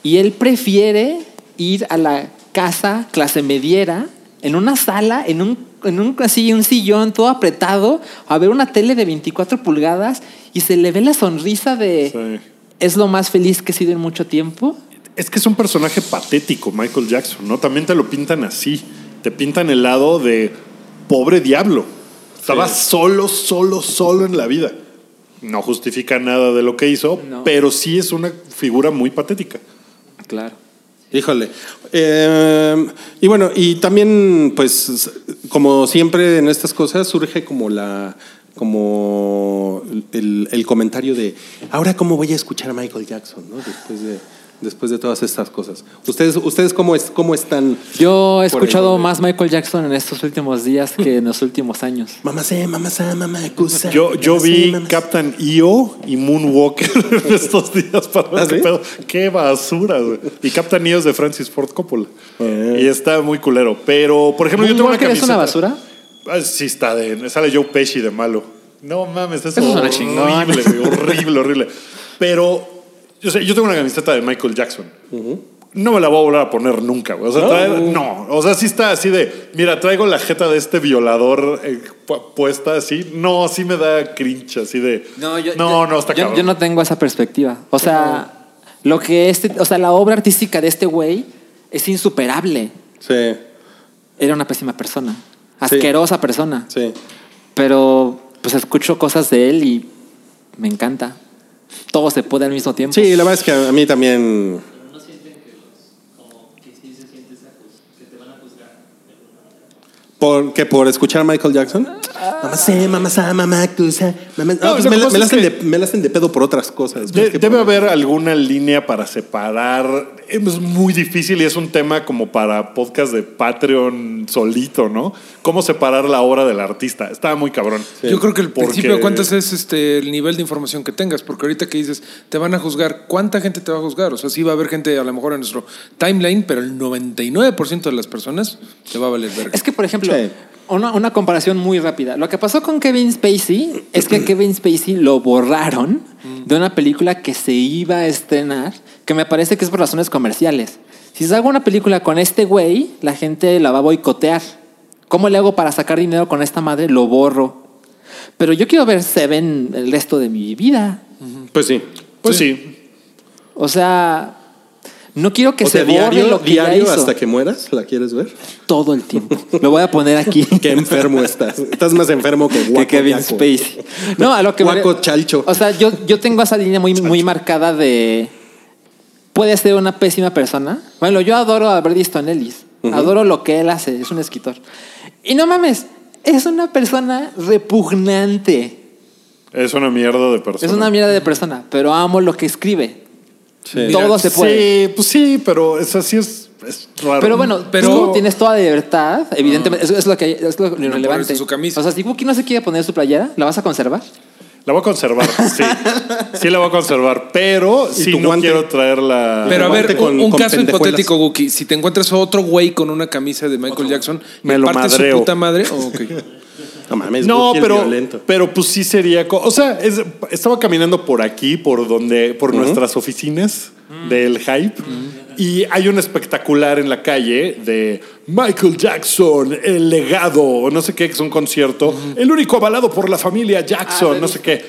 S3: Y él prefiere ir a la casa clase mediera, en una sala, en un, en un, así, un sillón todo apretado, a ver una tele de 24 pulgadas y se le ve la sonrisa de
S2: Sí.
S3: es lo más feliz que he sido en mucho tiempo.
S2: Es que es un personaje patético, Michael Jackson, ¿no? También te lo pintan así. Te pintan el lado de pobre diablo. Estaba solo, solo, solo en la vida. No justifica nada de lo que hizo,
S3: No.
S2: pero sí es una figura muy patética.
S3: Claro.
S5: Híjole. Eh, y bueno, y también, pues, como siempre en estas cosas, surge como la como el, el comentario de ahora cómo voy a escuchar a Michael Jackson, ¿no? Después de, después de todas estas cosas. ¿Ustedes, ustedes cómo, es, cómo están?
S3: Yo he
S5: Por
S3: escuchado
S5: ahí,
S3: más Michael Jackson en estos últimos días que en los últimos años.
S5: Mamá sé, mamá sé, mamá acusa.
S2: Yo, yo
S5: mamá sé,
S2: vi
S5: mamá sé".
S2: Captain EO y Moonwalker en estos días para ver
S5: ¿Ah,
S2: qué
S5: sí?
S2: pedo. Qué basura, güey. Y Captain EO es de Francis Ford Coppola. Y está muy culero. Pero, por ejemplo, yo tengo una
S3: Ah. ¿Moonwalker
S2: camiseta.
S3: es una basura?
S2: Ah, sí, está de. Sale Joe Pesci de malo. No mames, es
S3: Eso
S2: horrible,
S3: suena chingón.
S2: güey, horrible, horrible. Pero, yo sé, yo tengo una camiseta de Michael Jackson. no me la voy a volver a poner nunca, güey. O sea, traer- no. O sea, sí está así de, mira, traigo la jeta de este violador eh, pu- puesta así. No, sí me da cringe, así de. No, no, está
S3: yo,
S2: cabrón.
S3: yo no tengo esa perspectiva. O sea, lo que este, o sea, la obra artística de este güey es insuperable.
S5: Sí,
S3: Era una pésima persona,
S5: Sí.
S3: asquerosa persona.
S5: sí.
S3: Pero pues escucho cosas de él y me encanta. Todo se puede al mismo tiempo.
S5: Sí, la verdad es que a mí también. ¿Por, ¿Que por escuchar a Michael Jackson? Ah, Mamá sé, mamá sa, mamá tusa, mamá-
S2: No,
S5: Ah, pues
S2: lo
S5: me,
S2: que
S5: la-
S2: pasa
S5: me la
S2: es
S5: hacen
S2: que-
S5: de, me la hacen de pedo por otras cosas.
S2: De-
S5: más que
S2: debe
S5: por-
S2: haber alguna línea para separar. Es muy difícil y es un tema como para podcast de Patreon solito, ¿no? ¿Cómo separar la obra del artista? Estaba muy cabrón.
S4: Yo creo que el
S2: Porque-
S4: principio de cuentas es este el nivel de información que tengas, porque ahorita que dices, te van a juzgar, ¿cuánta gente te va a juzgar? O sea, sí va a haber gente a lo mejor en nuestro timeline, pero el 99% de las personas te va a valer verga.
S3: Es que, por ejemplo,
S5: Sí.
S3: una, una comparación muy rápida. Lo que pasó con Kevin Spacey es que Kevin Spacey lo borraron de una película que se iba a estrenar, que me parece que es por razones comerciales. Si hago una película con este güey, la gente la va a boicotear. ¿Cómo le hago para sacar dinero con esta madre? Lo borro. Pero yo quiero ver Seven el resto de mi vida.
S5: Pues sí.
S2: Pues sí.
S3: O sea, no quiero que
S5: o sea,
S3: se borre
S5: diario,
S3: lo que ya
S5: diario
S3: hizo.
S5: hasta que mueras, ¿la quieres ver?
S3: todo el tiempo. Lo voy a poner aquí.
S5: Qué enfermo estás. Estás más enfermo que
S3: que
S5: Guaco
S3: Kevin
S5: Yaco.
S3: Spacey. No, a lo que
S5: Guaco Chalcho.
S3: O sea, yo, yo tengo esa línea muy, muy marcada de. Puede ser una pésima persona. Bueno, yo adoro a Brady Stone Ellis. Adoro lo que él hace. Es un escritor. Y no mames, es una persona repugnante.
S2: Es una mierda de persona.
S3: Es una mierda de persona, pero amo lo que escribe.
S5: Sí. mm,
S3: Todo se puede.
S2: Sí, pues sí, pero es así es, es raro.
S3: Pero bueno,
S4: Pero-
S3: tú tienes toda libertad, evidentemente. Es, es lo que es lo relevante.
S4: ponerse su camisa.
S3: O sea, si Wookie no se quiere poner su playera, ¿la vas a conservar?
S2: La voy a conservar, sí. Sí la voy a conservar, pero
S5: Y
S2: si
S5: tu
S2: no
S5: guante.
S2: quiero traerla.
S4: Pero a ver,
S5: Aguante con-
S4: un, un
S5: con
S4: caso
S5: pendejuelas.
S4: hipotético, Guki. Si te encuentras otro güey con una camisa de Michael Jackson,
S2: Me
S4: ¿le
S2: lo
S4: partes
S2: madreo.
S4: su puta madre? Oh, ok.
S5: No mames,
S2: No,
S5: Guki es
S2: pero,
S5: violento.
S2: pero pues sí sería. co- O sea, es- estaba caminando por aquí, por donde, por nuestras oficinas del hype, y hay un espectacular en la calle de Michael Jackson, el legado, o no sé qué, que es un concierto, el único avalado por la familia Jackson,
S3: Ah,
S2: no
S3: sí.
S2: sé qué.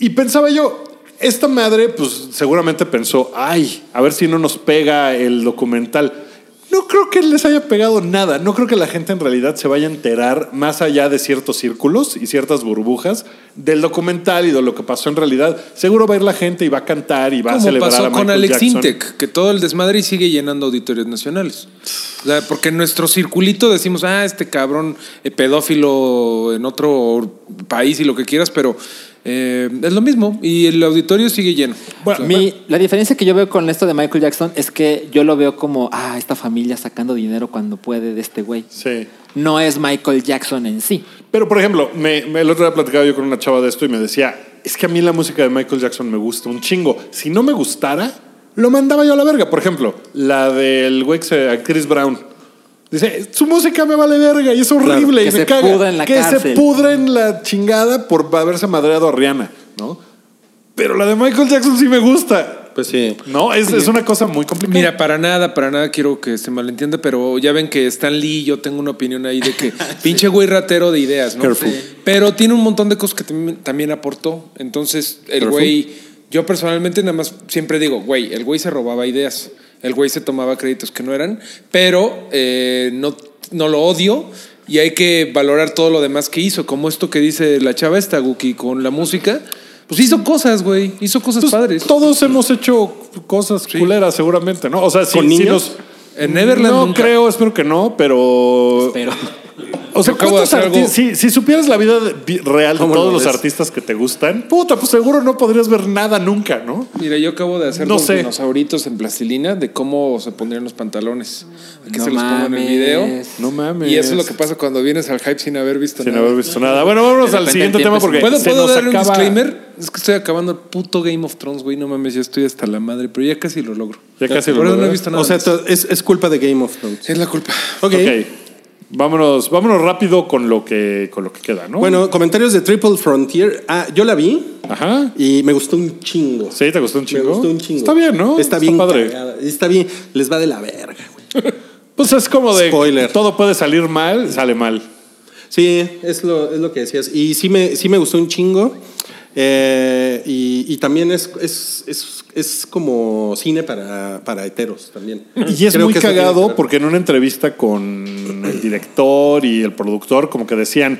S2: Y pensaba yo, esta madre, pues seguramente pensó, ay, a ver si no nos pega el documental. No creo que les haya pegado nada. No creo que la gente en realidad se vaya a enterar más allá de ciertos círculos y ciertas burbujas del documental y de lo que pasó en realidad. Seguro va a ir la gente y va a cantar y va a
S4: Como
S2: celebrar a
S4: pasó
S2: Michael
S4: con Alex
S2: Jackson.
S4: Intec, que todo el desmadre y sigue llenando auditorios nacionales. O sea, porque en nuestro circulito decimos, ah, este cabrón eh, pedófilo en otro país y lo que quieras, pero eh, es lo mismo y el auditorio sigue lleno.
S2: Bueno,
S3: Mi- la diferencia que yo veo con esto de Michael Jackson es que yo lo veo como, ah, esta familia sacando dinero cuando puede de este güey.
S2: Sí.
S3: No es Michael Jackson en sí.
S2: Pero, por ejemplo, me, me- el otro día platicaba yo con una chava de esto y me decía, es que a mí la música de Michael Jackson me gusta un chingo. Si no me gustara, lo mandaba yo a la verga. Por ejemplo, la del güey que se- Chris Brown. Dice, su música me vale verga y es horrible
S3: que
S2: y me
S3: se
S2: caga.
S3: pudra en la
S2: que se
S3: cárcel.
S2: pudra en la chingada por haberse madreado a Rihanna, ¿no? Pero la de Michael Jackson sí me gusta.
S5: Pues sí.
S2: No, es, es una cosa muy complicada.
S4: Mira, para nada, para nada quiero que se malentienda, pero ya ven que Stan Lee, yo tengo una opinión ahí de que pinche güey ratero de ideas, ¿no?
S5: Careful.
S4: Sí. Pero tiene un montón de cosas que tam- también aportó. Entonces, el
S5: Careful.
S4: güey, yo personalmente nada más siempre digo, güey, el güey se robaba ideas, el güey se tomaba créditos que no eran, pero eh, no, no lo odio. Y hay que valorar todo lo demás que hizo, como esto que dice la chava esta, Guki, con la música. Pues hizo cosas, güey. Hizo cosas
S2: Pues,
S4: padres.
S2: todos hemos hecho cosas culeras seguramente, ¿no? O sea, si,
S5: ¿Con
S2: si
S5: niños?
S2: nos-
S4: En Neverland
S2: No
S4: nunca.
S2: creo, espero que no, pero.
S3: Pero
S2: O sea,
S4: Yo acabo de
S2: ¿cuántos
S4: hacer algo-
S2: arti- si, si supieras la vida de- vi- real de
S5: ¿Cómo lo
S2: todos los
S5: ves?
S2: artistas que te gustan, puta, pues seguro no podrías ver nada nunca, ¿no?
S4: Mira, yo acabo de hacer
S2: No
S4: dos
S2: sé.
S4: dinosauritos en plastilina de cómo se pondrían los pantalones. Aquí
S3: No
S4: se los pongo en el
S3: mames.
S4: video.
S2: No mames.
S4: Y eso es lo que pasa cuando vienes al hype sin haber visto
S2: Sin
S4: nada.
S2: haber visto nada. Bueno, vámonos
S3: De
S2: al
S3: repente
S2: siguiente
S3: empieza-
S2: tema porque.
S4: ¿Puedo,
S2: se
S4: ¿puedo
S2: nos
S4: dar un
S2: acaba-
S4: disclaimer? Es que estoy acabando el puto Game of Thrones, güey. No mames, ya estoy hasta la madre, pero ya casi lo logro.
S2: Ya casi lo
S4: Por eso
S2: logro.
S4: no he visto nada.
S5: O sea,
S4: más.
S5: to- es, es culpa de Game of Thrones.
S4: es la culpa.
S5: Ok.
S2: Ok. Vámonos, vámonos rápido con lo que, con lo que queda, ¿no?
S5: Bueno, comentarios de Triple Frontier. Ah, yo la vi
S2: Ajá.
S5: y me gustó un chingo.
S2: Sí, te gustó un chingo.
S5: Me gustó un chingo.
S2: Está bien, ¿no?
S5: Está bien.
S2: padre.
S5: cagada. Está bien. Les va de la verga, güey.
S2: Pues es como de
S5: Spoiler.
S2: todo puede salir mal, sale mal.
S5: Sí, es lo, es lo que decías. Y sí me, sí me gustó un chingo. Eh, y, y también es, es, es, es como cine para, para heteros también.
S2: Y es
S5: Creo
S2: muy
S5: que eso tiene que
S2: cagado
S5: ver.
S2: porque en una entrevista con el director y el productor, como que decían,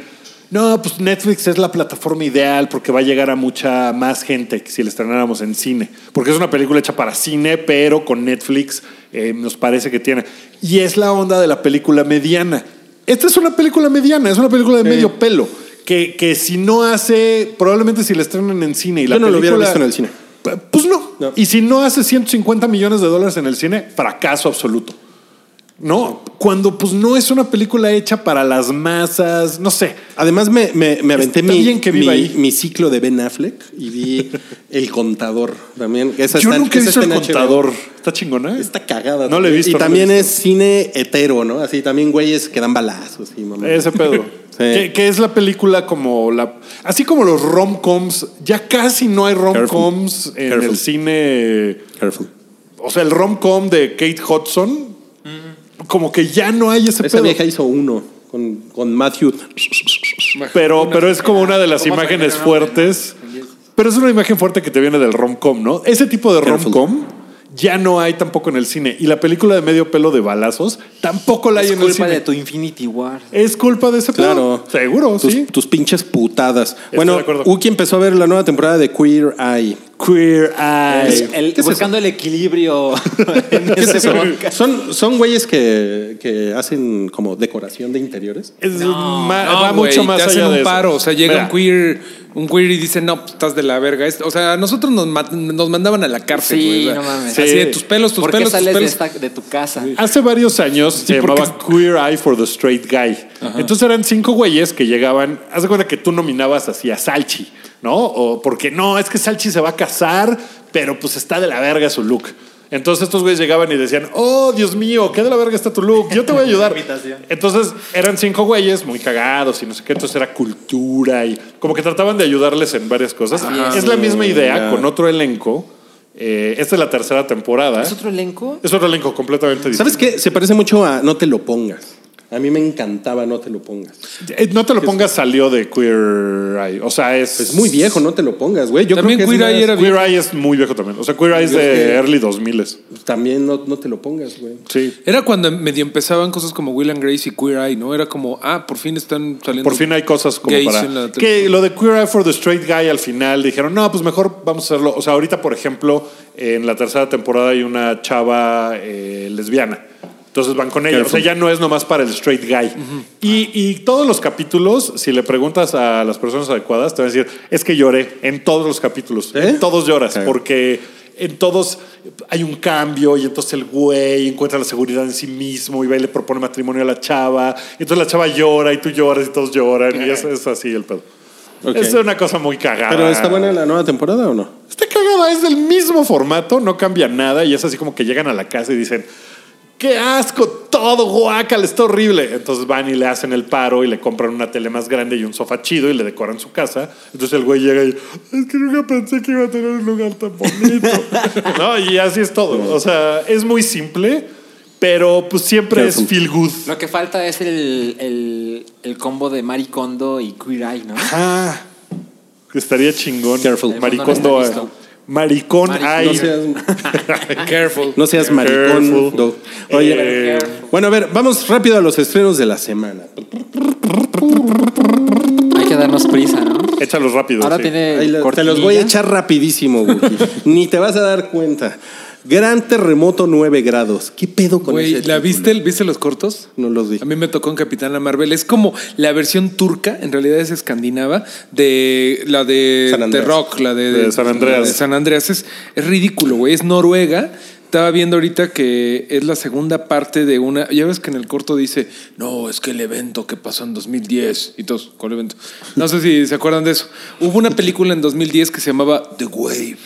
S2: no, pues Netflix es la plataforma ideal porque va a llegar a mucha más gente que si la estrenáramos en cine. Porque es una película hecha para cine, pero con Netflix eh, nos parece que tiene. Y es la onda de la película mediana. Esta es una película mediana, es una película de medio pelo. Que, que si no hace, probablemente si la estrenan en cine y la
S5: Yo no lo hubiera
S2: película-
S5: visto en el cine.
S2: P- Pues no.
S5: No.
S2: Y si no hace 150 millones de dólares en el cine, fracaso absoluto. No, cuando pues no es una película hecha para las masas, no sé.
S5: Además, me, me, me aventé
S2: Está
S5: mi,
S2: bien que
S5: mi,
S2: viva ahí.
S5: mi ciclo de Ben Affleck y vi El Contador también. Esa
S2: Yo
S5: está-
S2: nunca he visto
S5: esa
S2: el
S5: está en HBO.
S2: contador. Está chingona. eh?
S5: Está cagada.
S2: No le he
S5: también.
S2: visto.
S5: Y
S2: no le he
S5: también es
S2: visto.
S5: cine hetero, ¿no? Así también güeyes que dan balazos. Y mamá.
S2: Ese pedo.
S5: Sí.
S2: Que, que es la película como la. Así como los rom-coms, ya casi no hay rom-coms en
S5: Careful.
S2: el cine.
S5: Careful.
S2: O sea, el rom-com de Kate Hudson, como que ya no hay ese
S5: Mm. Esa
S2: pedo.
S5: vieja hizo uno con, con Matthew.
S2: Pero, pero es como una de las
S4: Vamos a
S2: imágenes
S4: ganar,
S2: fuertes. Pero es una imagen fuerte que te viene del rom-com, ¿no? Ese tipo de
S5: Careful.
S2: rom-com ya no hay tampoco en el cine. Y la película de medio pelo de balazos tampoco la hay
S3: Es
S2: en el
S3: culpa de
S2: cine.
S3: tu Infinity War.
S2: Es culpa de ese
S5: Claro.
S2: pedo. Seguro,
S5: tus,
S2: sí.
S5: Tus pinches putadas.
S2: de
S5: bueno,
S2: acuerdo.
S5: Uki empezó a ver la nueva temporada de Queer Eye.
S2: Queer Eye.
S3: El- Ah, el-
S5: ¿qué es
S3: buscando el equilibrio. en
S5: ¿Qué es
S3: ese
S5: eso?
S3: podcast.
S5: Son, son güeyes que, que hacen como decoración de interiores.
S2: Es ma-
S4: No,
S2: va
S4: güey,
S2: mucho más
S4: te hacen
S2: allá
S4: un
S2: de eso.
S4: paro, o sea, llega
S2: Mira,
S4: un queer, un queer y dice, "No, pues, estás de la verga." Esto- O sea, a nosotros nos, mat- nos mandaban a la cárcel,
S3: Sí,
S4: güey, o sea,
S3: no mames.
S4: Así
S2: Sí.
S4: de tus pelos, tus
S3: ¿Por qué
S4: pelos, tus
S3: sales de,
S4: pelos.
S3: esta- de tu casa?
S2: Hace varios años se
S4: porque
S2: llamaba Queer Eye for the Straight Guy. Entonces eran cinco güeyes que llegaban. Haz de cuenta que tú nominabas así a Salchi, ¿no? O porque no, es que Salchi se va a casar, pero pues está de la verga su look. Entonces estos güeyes llegaban y decían, oh, Dios mío, qué de la verga está tu look, yo te voy a ayudar. Entonces eran cinco güeyes muy cagados y no sé qué, entonces era cultura y como que trataban de ayudarles en varias cosas.
S3: Ajá.
S2: es la misma idea
S5: Ya.
S2: con otro elenco. Eh, esta es la tercera temporada.
S3: ¿Es otro elenco?
S2: Es otro elenco completamente distinto.
S5: ¿Sabes qué? Se parece mucho a No te lo pongas. A mí me encantaba No te lo pongas.
S2: Eh, No te lo pongas salió de Queer Eye. O sea, es.
S5: Es muy viejo, No te lo pongas, güey. Yo
S4: También
S5: creo que es
S4: Queer Eye
S5: más-
S4: era-
S2: Queer Eye es muy viejo también. O sea, Queer Eye es
S5: Yo
S2: de
S5: sé.
S2: early 2000
S5: También no, no te lo pongas, güey.
S2: Sí.
S4: Era cuando medio empezaban cosas como Will and Grace y Queer Eye, ¿no? Era como, ah, por fin están saliendo.
S2: Por fin hay cosas como
S4: gays en
S2: para.
S4: la-
S2: Que lo de Queer Eye for the Straight Guy al final dijeron, no, pues mejor vamos a hacerlo. O sea, ahorita, por ejemplo, en la tercera temporada hay una chava eh, lesbiana. Entonces van con ella. O sea, ya no es nomás para el straight guy. y, y todos los capítulos, si le preguntas a las personas adecuadas, te van a decir, es que lloré en todos los capítulos.
S5: ¿Eh?
S2: En todos lloras.
S5: Ok.
S2: Porque en todos hay un cambio y entonces el güey encuentra la seguridad en sí mismo y va y le propone matrimonio a la chava. Y entonces la chava llora y tú lloras y todos lloran. Y es, es así el pedo.
S5: Ok.
S2: Es una cosa muy cagada.
S5: ¿Pero está buena la nueva temporada o no?
S2: Está cagada, es del mismo formato, no cambia nada y es así como que llegan a la casa y dicen, qué asco, todo guacal, está horrible. Entonces van y le hacen el paro y le compran una tele más grande y un sofá chido y le decoran su casa. Entonces el güey llega y, es que nunca pensé que iba a tener un lugar tan bonito. no, y así es todo. O sea, es muy simple, pero pues siempre es
S5: Careful.
S2: feel good.
S3: Lo que falta es el, el, el combo de Maricondo y Queer Eye, ¿no?
S2: Ah, estaría chingón.
S5: Careful.
S2: Maricón,
S3: No está listo.
S2: maricón,
S3: Maricón,
S2: ay.
S5: No seas-
S4: Careful.
S5: No seas
S2: Careful.
S5: maricón. Doc. Oye,
S2: Eh,
S5: bueno, a ver, vamos rápido a los estrenos de la semana.
S3: Hay que darnos prisa, ¿no?
S2: échalos rápido.
S3: Ahora
S2: sí.
S3: tiene
S5: Ahí la- te
S3: Eh, cortinilla.
S5: los voy a echar rapidísimo, Wookie. Ni te vas a dar cuenta. Gran terremoto 9 grados. ¿Qué pedo con
S4: Güey,
S5: ese
S4: ¿la
S5: título?
S4: viste, viste los cortos?
S5: No los vi.
S4: A mí me tocó en Capitana Marvel. Es como la versión turca, en realidad es escandinava, de la de,
S5: San Andreas.
S4: de Rock, la de,
S2: De San Andreas.
S4: de San Andreas. Es, es ridículo, güey. Es Noruega. Estaba viendo ahorita que es la segunda parte de una. Ya ves que en el corto dice, no, es que el evento que pasó en 2010. Y todos, ¿cuál evento? No sé si se acuerdan de eso. Hubo una película en 2010 que se llamaba The Wave.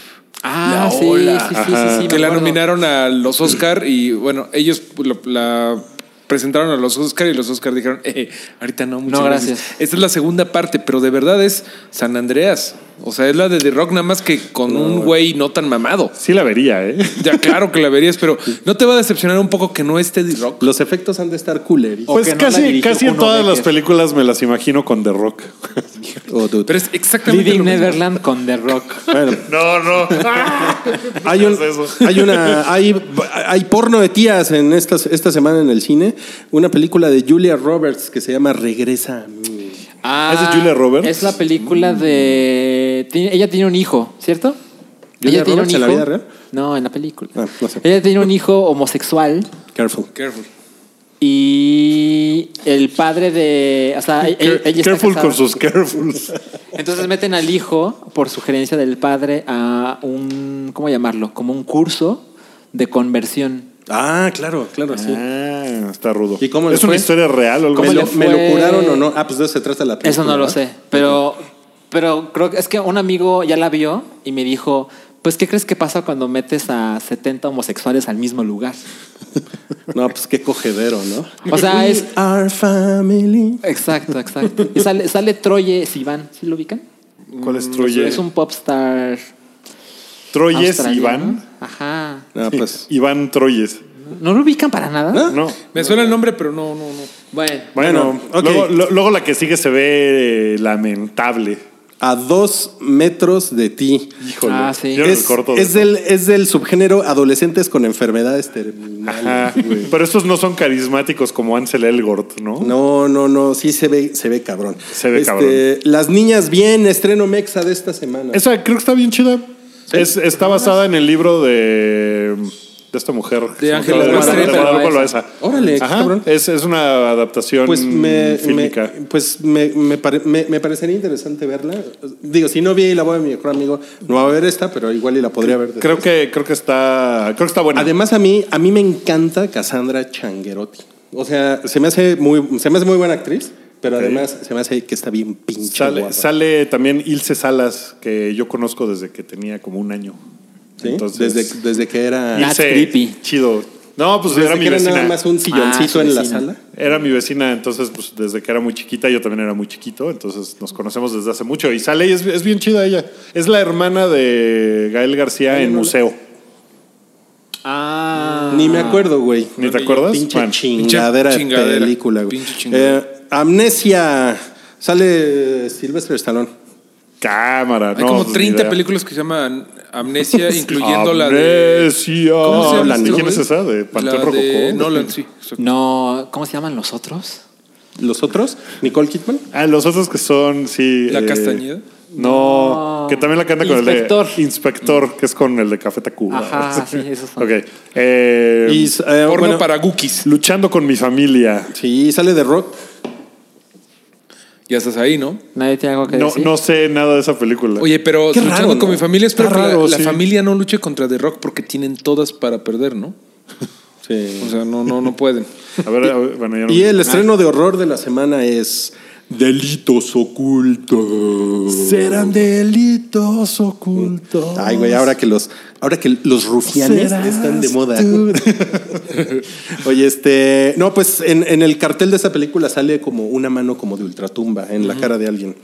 S3: Ah,
S4: La
S3: sí,
S4: ola.
S3: sí, sí, sí, sí, me
S4: que la
S3: acuerdo.
S4: nominaron a los Oscar y bueno, ellos lo- la presentaron a los Oscar y los Oscar dijeron, eh, ahorita no, muchas
S3: No,
S4: gracias.
S3: gracias.
S4: Esta es la segunda parte, pero de verdad es San Andreas. O sea, es la de The Rock nada más que con un güey no tan mamado.
S2: Sí la vería, ¿eh?
S4: Ya claro que la verías, pero ¿no te va a decepcionar un poco que no esté The Rock?
S5: Los efectos han de estar cooler.
S3: O
S2: Pues
S3: que no la
S2: casi,
S3: dirigió
S2: casi en
S3: Kuno
S2: todas
S3: Becker.
S2: las películas me las imagino con The Rock.
S3: Oh,
S5: Oh,
S4: Pero es exactamente
S3: Living
S4: lo mismo.
S3: Neverland con The Rock.
S2: No, no.
S5: Hay, un- hay una hay, hay porno de tías en estas, esta semana en el cine. Una película de Julia Roberts que se llama Regresa a mí.
S3: Ah,
S2: ¿Esa es Julia Roberts?
S3: Es la película de. ti- Ella tiene un hijo, ¿cierto?
S5: ¿Julia
S3: ella tiene
S5: Roberts en la vida real?
S3: No, en la película.
S5: Ah, no sé.
S3: Ella tiene un hijo homosexual
S5: Careful.
S4: Careful.
S3: y el padre de. O sea, e- ella está
S2: Careful con
S3: casada.
S2: sus carefuls.
S3: Entonces meten al hijo, por sugerencia del padre, a un. ¿Cómo llamarlo? Como un curso de conversión.
S5: Ah, claro, claro, sí.
S2: Ah, está rudo.
S5: ¿Y cómo le
S2: ¿Es una
S5: fue?
S2: historia real o algo
S3: ¿Cómo
S5: ¿Me
S2: así?
S3: le
S5: lo,
S3: fue?
S5: me lo curaron o no? Ah, pues de eso se trata la película.
S3: Eso no lo
S5: ¿verdad?
S3: sé, pero, pero creo que es que un amigo ya la vio y me dijo, pues, ¿qué crees que pasa cuando metes a 70 homosexuales al mismo lugar?
S5: No, pues qué cogedero, ¿no?
S3: O sea,
S5: We
S3: es-
S5: Our family.
S3: Exacto, exacto. Y sale, sale Troye Sivan, ¿sí lo ubican?
S2: ¿Cuál es Troye?
S3: Es un popstar
S2: Troyes
S3: australiano.
S2: Iván.
S3: Ajá.
S5: Ah, pues.
S2: Iván Troyes.
S3: ¿No lo ubican para nada?
S2: No.
S4: Me suena el nombre, pero no, no, no.
S3: Bueno,
S2: Bueno,
S5: Bueno, ok.
S2: luego, lo- luego la que sigue se ve eh, lamentable.
S5: A dos metros de ti.
S2: Híjole.
S3: Ah, sí.
S2: Yo no
S5: Es,
S2: me corto de
S5: es
S2: eso.
S5: del, es del subgénero adolescentes con enfermedades terminales.
S2: Ajá, güey. Pero estos no son carismáticos como Ansel Elgort, ¿no?
S5: No, no, no, sí se ve, se ve cabrón.
S2: Se ve
S5: Este,
S2: cabrón.
S5: Las niñas bien, estreno Mexa de esta semana.
S2: Esa creo que está bien chida. Es- está basada en el libro de, de esta mujer.
S4: De
S2: Se me
S4: Ángela
S2: acaba
S4: Guadalupe
S2: de- de Guadalupe
S3: Loaiza.
S2: Loaiza.
S5: Órale, qué
S2: Ajá,
S5: cabrón.
S2: Es, es una adaptación
S5: Pues me, me-
S2: fílmica.
S5: pues me, me pare- me- me parecería interesante verla. Digo, si no vi la voy de mi mejor amigo, no va a ver esta, pero igual y la podría ver. después.
S2: Creo que, creo que está. Creo que está buena.
S5: Además a mí, a mí me encanta Cassandra Changuerotti. O sea, se me hace muy, se me hace muy buena actriz, pero
S2: Ok.
S5: además se me hace que está bien pinche
S2: sale,
S5: guapa.
S2: sale también Ilse Salas, que yo conozco desde que tenía como un año.
S5: ¿Sí?
S2: Entonces,
S5: desde, desde que era,
S3: That's creepy.
S2: Chido. No, pues
S5: desde
S2: era mi
S5: que era
S2: vecina.
S5: nada más un silloncito
S3: Ah, su
S5: en la
S3: vecina.
S5: sala.
S2: Era mi vecina, entonces, pues desde que era muy chiquita, yo también era muy chiquito, entonces nos conocemos desde hace mucho. Y sale y es, es bien chida ella. Es la hermana de Gael García en Museo.
S3: ah,
S5: Ni me acuerdo, güey.
S2: ¿Ni te acuerdas?
S5: Pinche
S2: Man.
S5: chingadera, de
S4: Pinche chingadera.
S5: película, güey.
S4: Pinche chingadera.
S5: Eh, amnesia. Sale Silvestre Stallone.
S2: Cámara,
S4: Hay
S2: no,
S4: como
S2: pues, ni
S4: 30
S2: idea.
S4: películas que se llaman Amnesia, incluyendo la de.
S2: Amnesia.
S4: ¿Cómo se llama este
S2: ¿Quién es
S4: güey?
S2: esa? De Panteón
S4: La de
S2: Rococó.
S4: Nolan, sí. exacto.
S3: No, ¿cómo se llaman los otros?
S5: ¿Los otros? ¿Nicole Kidman?
S2: Ah, los otros que son, sí. eh,
S5: Eh,
S4: ¿La Castañeda?
S2: No, que también la canta con
S3: Inspector.
S2: el de Inspector, que es con el de Café Tacuba.
S3: Ajá, sí, esos son.
S2: Ok. eh,
S5: Y, eh,
S4: Porno
S5: bueno,
S4: para Gookies.
S2: Luchando con mi familia.
S5: Sí, sale de Rock.
S4: Ya estás ahí, ¿no?
S3: Nadie tiene algo que
S2: No,
S3: decir.
S2: no sé nada de esa película.
S4: Oye, pero
S5: Qué
S4: luchando
S5: raro,
S4: con
S5: ¿no?
S4: mi familia, espero
S2: Está
S4: que la-
S2: raro,
S4: la,
S2: sí.
S4: familia no luche contra The Rock porque tienen todas para perder, ¿no?
S5: Sí.
S4: O sea, no, no, no pueden.
S2: A ver, a ver, bueno, ya no
S5: Y el estreno de horror de la semana es Delitos Ocultos.
S2: Serán delitos ocultos.
S5: Ay, güey, ahora que los, ahora que los rufianes
S2: Serás
S5: están de moda. Oye, este. No, pues en, en el cartel de esta película sale como una mano como de ultratumba en la cara de alguien.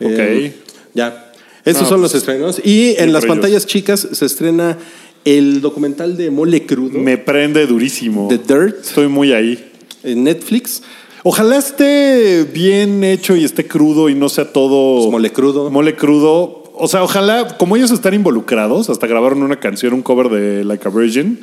S5: Eh, ya. Esos
S2: No,
S5: son
S2: pues,
S5: los estrenos. Y en
S2: bien
S5: las
S2: por ellos.
S5: pantallas chicas se estrena el documental de Mole Crudo
S2: Me prende durísimo.
S5: The Dirt
S2: Estoy muy ahí.
S5: en Netflix.
S2: Ojalá esté bien hecho y esté crudo y no sea todo.
S5: Pues mole crudo.
S2: Mole crudo. O sea, ojalá, como ellos están involucrados, hasta grabaron una canción, un cover de Like a Virgin.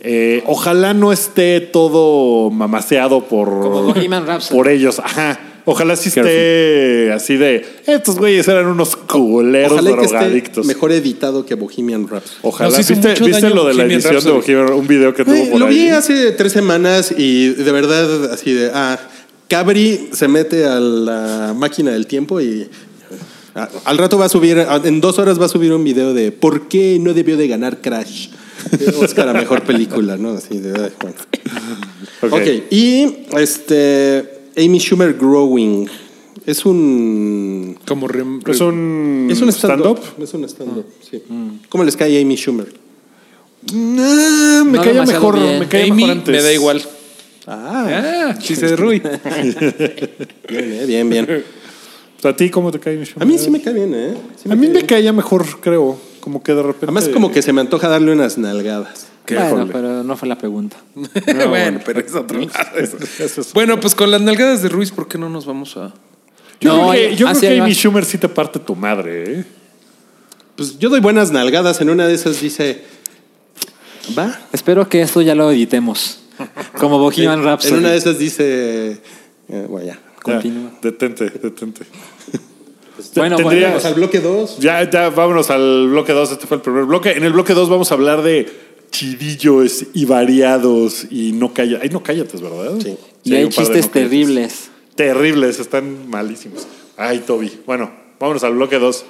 S2: eh, ojalá no esté todo mamaseado por.
S3: Como Bohemian Rhapsody.
S2: Por ellos. Ajá. Ojalá sí esté así de. Estos güeyes eran unos culeros
S5: Ojalá y que esté
S2: drogadictos.
S5: mejor editado que Bohemian Rhapsody.
S2: Ojalá.
S4: Nos hizo
S2: ¿Viste,
S4: mucho
S2: viste
S4: daño
S2: lo de la
S4: Bohemian
S2: edición de
S4: Rhapsody.
S2: Bohemian? Un video que tuvo
S5: Güey,
S2: por
S5: lo vi
S2: ahí.
S5: hace tres semanas y de verdad así de ah, Cabri se mete a la máquina del tiempo y ah, al rato va a subir, ah, en dos horas va a subir un video de por qué no debió de ganar Crash. Eh, Oscar a mejor película, ¿no? Así de ay, bueno.
S2: Ok.
S5: ok, y este Amy Schumer Growing es un
S4: Como rem-
S2: Es un,
S5: es un
S2: Mm,
S5: stand-up.
S2: stand-up. Ah.
S5: es un stand-up, sí. ¿Cómo les cae a Amy Schumer?
S2: No, me
S3: No
S2: caía
S3: demasiado
S2: mejor.
S3: bien.
S2: Me caía
S4: Amy,
S2: mejor antes.
S4: me da igual. Ah, chiste de Rui.
S5: Bien, eh, bien, bien.
S2: ¿A ti cómo te cae Mishima?
S5: A mí sí me cae bien, ¿eh? Sí
S2: A mí me
S5: cae bien.
S2: caía mejor, creo. Como que de repente.
S5: Además, como que se me antoja darle unas nalgadas.
S2: Qué
S3: bueno,
S2: jole.
S3: pero no fue la pregunta.
S4: bueno, pero es otro lado. eso.
S2: Eso es-
S4: Bueno, pues con las nalgadas de Ruiz, ¿por qué no nos vamos a...?
S2: Yo
S3: No,
S2: creo que, yo
S3: ah,
S2: creo
S3: sí,
S2: que
S3: ahí va.
S2: Amy Schumer sí te parte tu madre, ¿eh?
S5: Pues yo doy buenas nalgadas. En una de esas dice. ¿Va?
S3: Espero que esto ya lo editemos. Como Bohemian Rhapsody.
S5: En una de esas dice. eh, bueno, ya.
S3: Continúa.
S2: Ya, detente, detente.
S3: Bueno,
S2: Tendría-
S3: volvemos.
S5: Vamos al bloque 2.
S2: Ya, ya, vámonos al bloque 2. Este fue el primer bloque. En el bloque 2 vamos a hablar de chidillos y variados y no calla. Ay, no cállate, ¿verdad?
S5: Sí.
S3: Y hay
S2: un par de
S3: chistes
S2: no cállates.
S3: terribles.
S2: Terribles, están malísimos. Ay, Toby. Bueno, vámonos al bloque 2.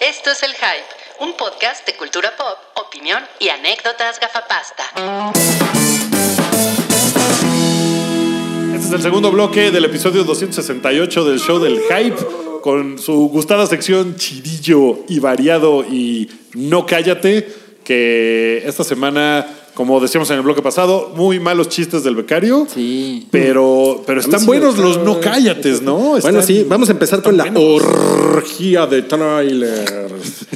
S1: Esto es El Hype, un podcast de cultura pop, opinión y anécdotas gafapasta.
S2: Este es el segundo bloque del episodio 268 del show del hype, con su gustada sección chidillo y variado y no cállate, que esta semana, como decíamos en el bloque pasado, muy malos chistes del becario.
S3: Sí.
S2: Pero, pero están
S5: sí me
S2: buenos los
S5: gustaron.
S2: no cállates, ¿no?
S5: Bueno,
S2: Están-
S5: sí, vamos a empezar con la orgía de trailers.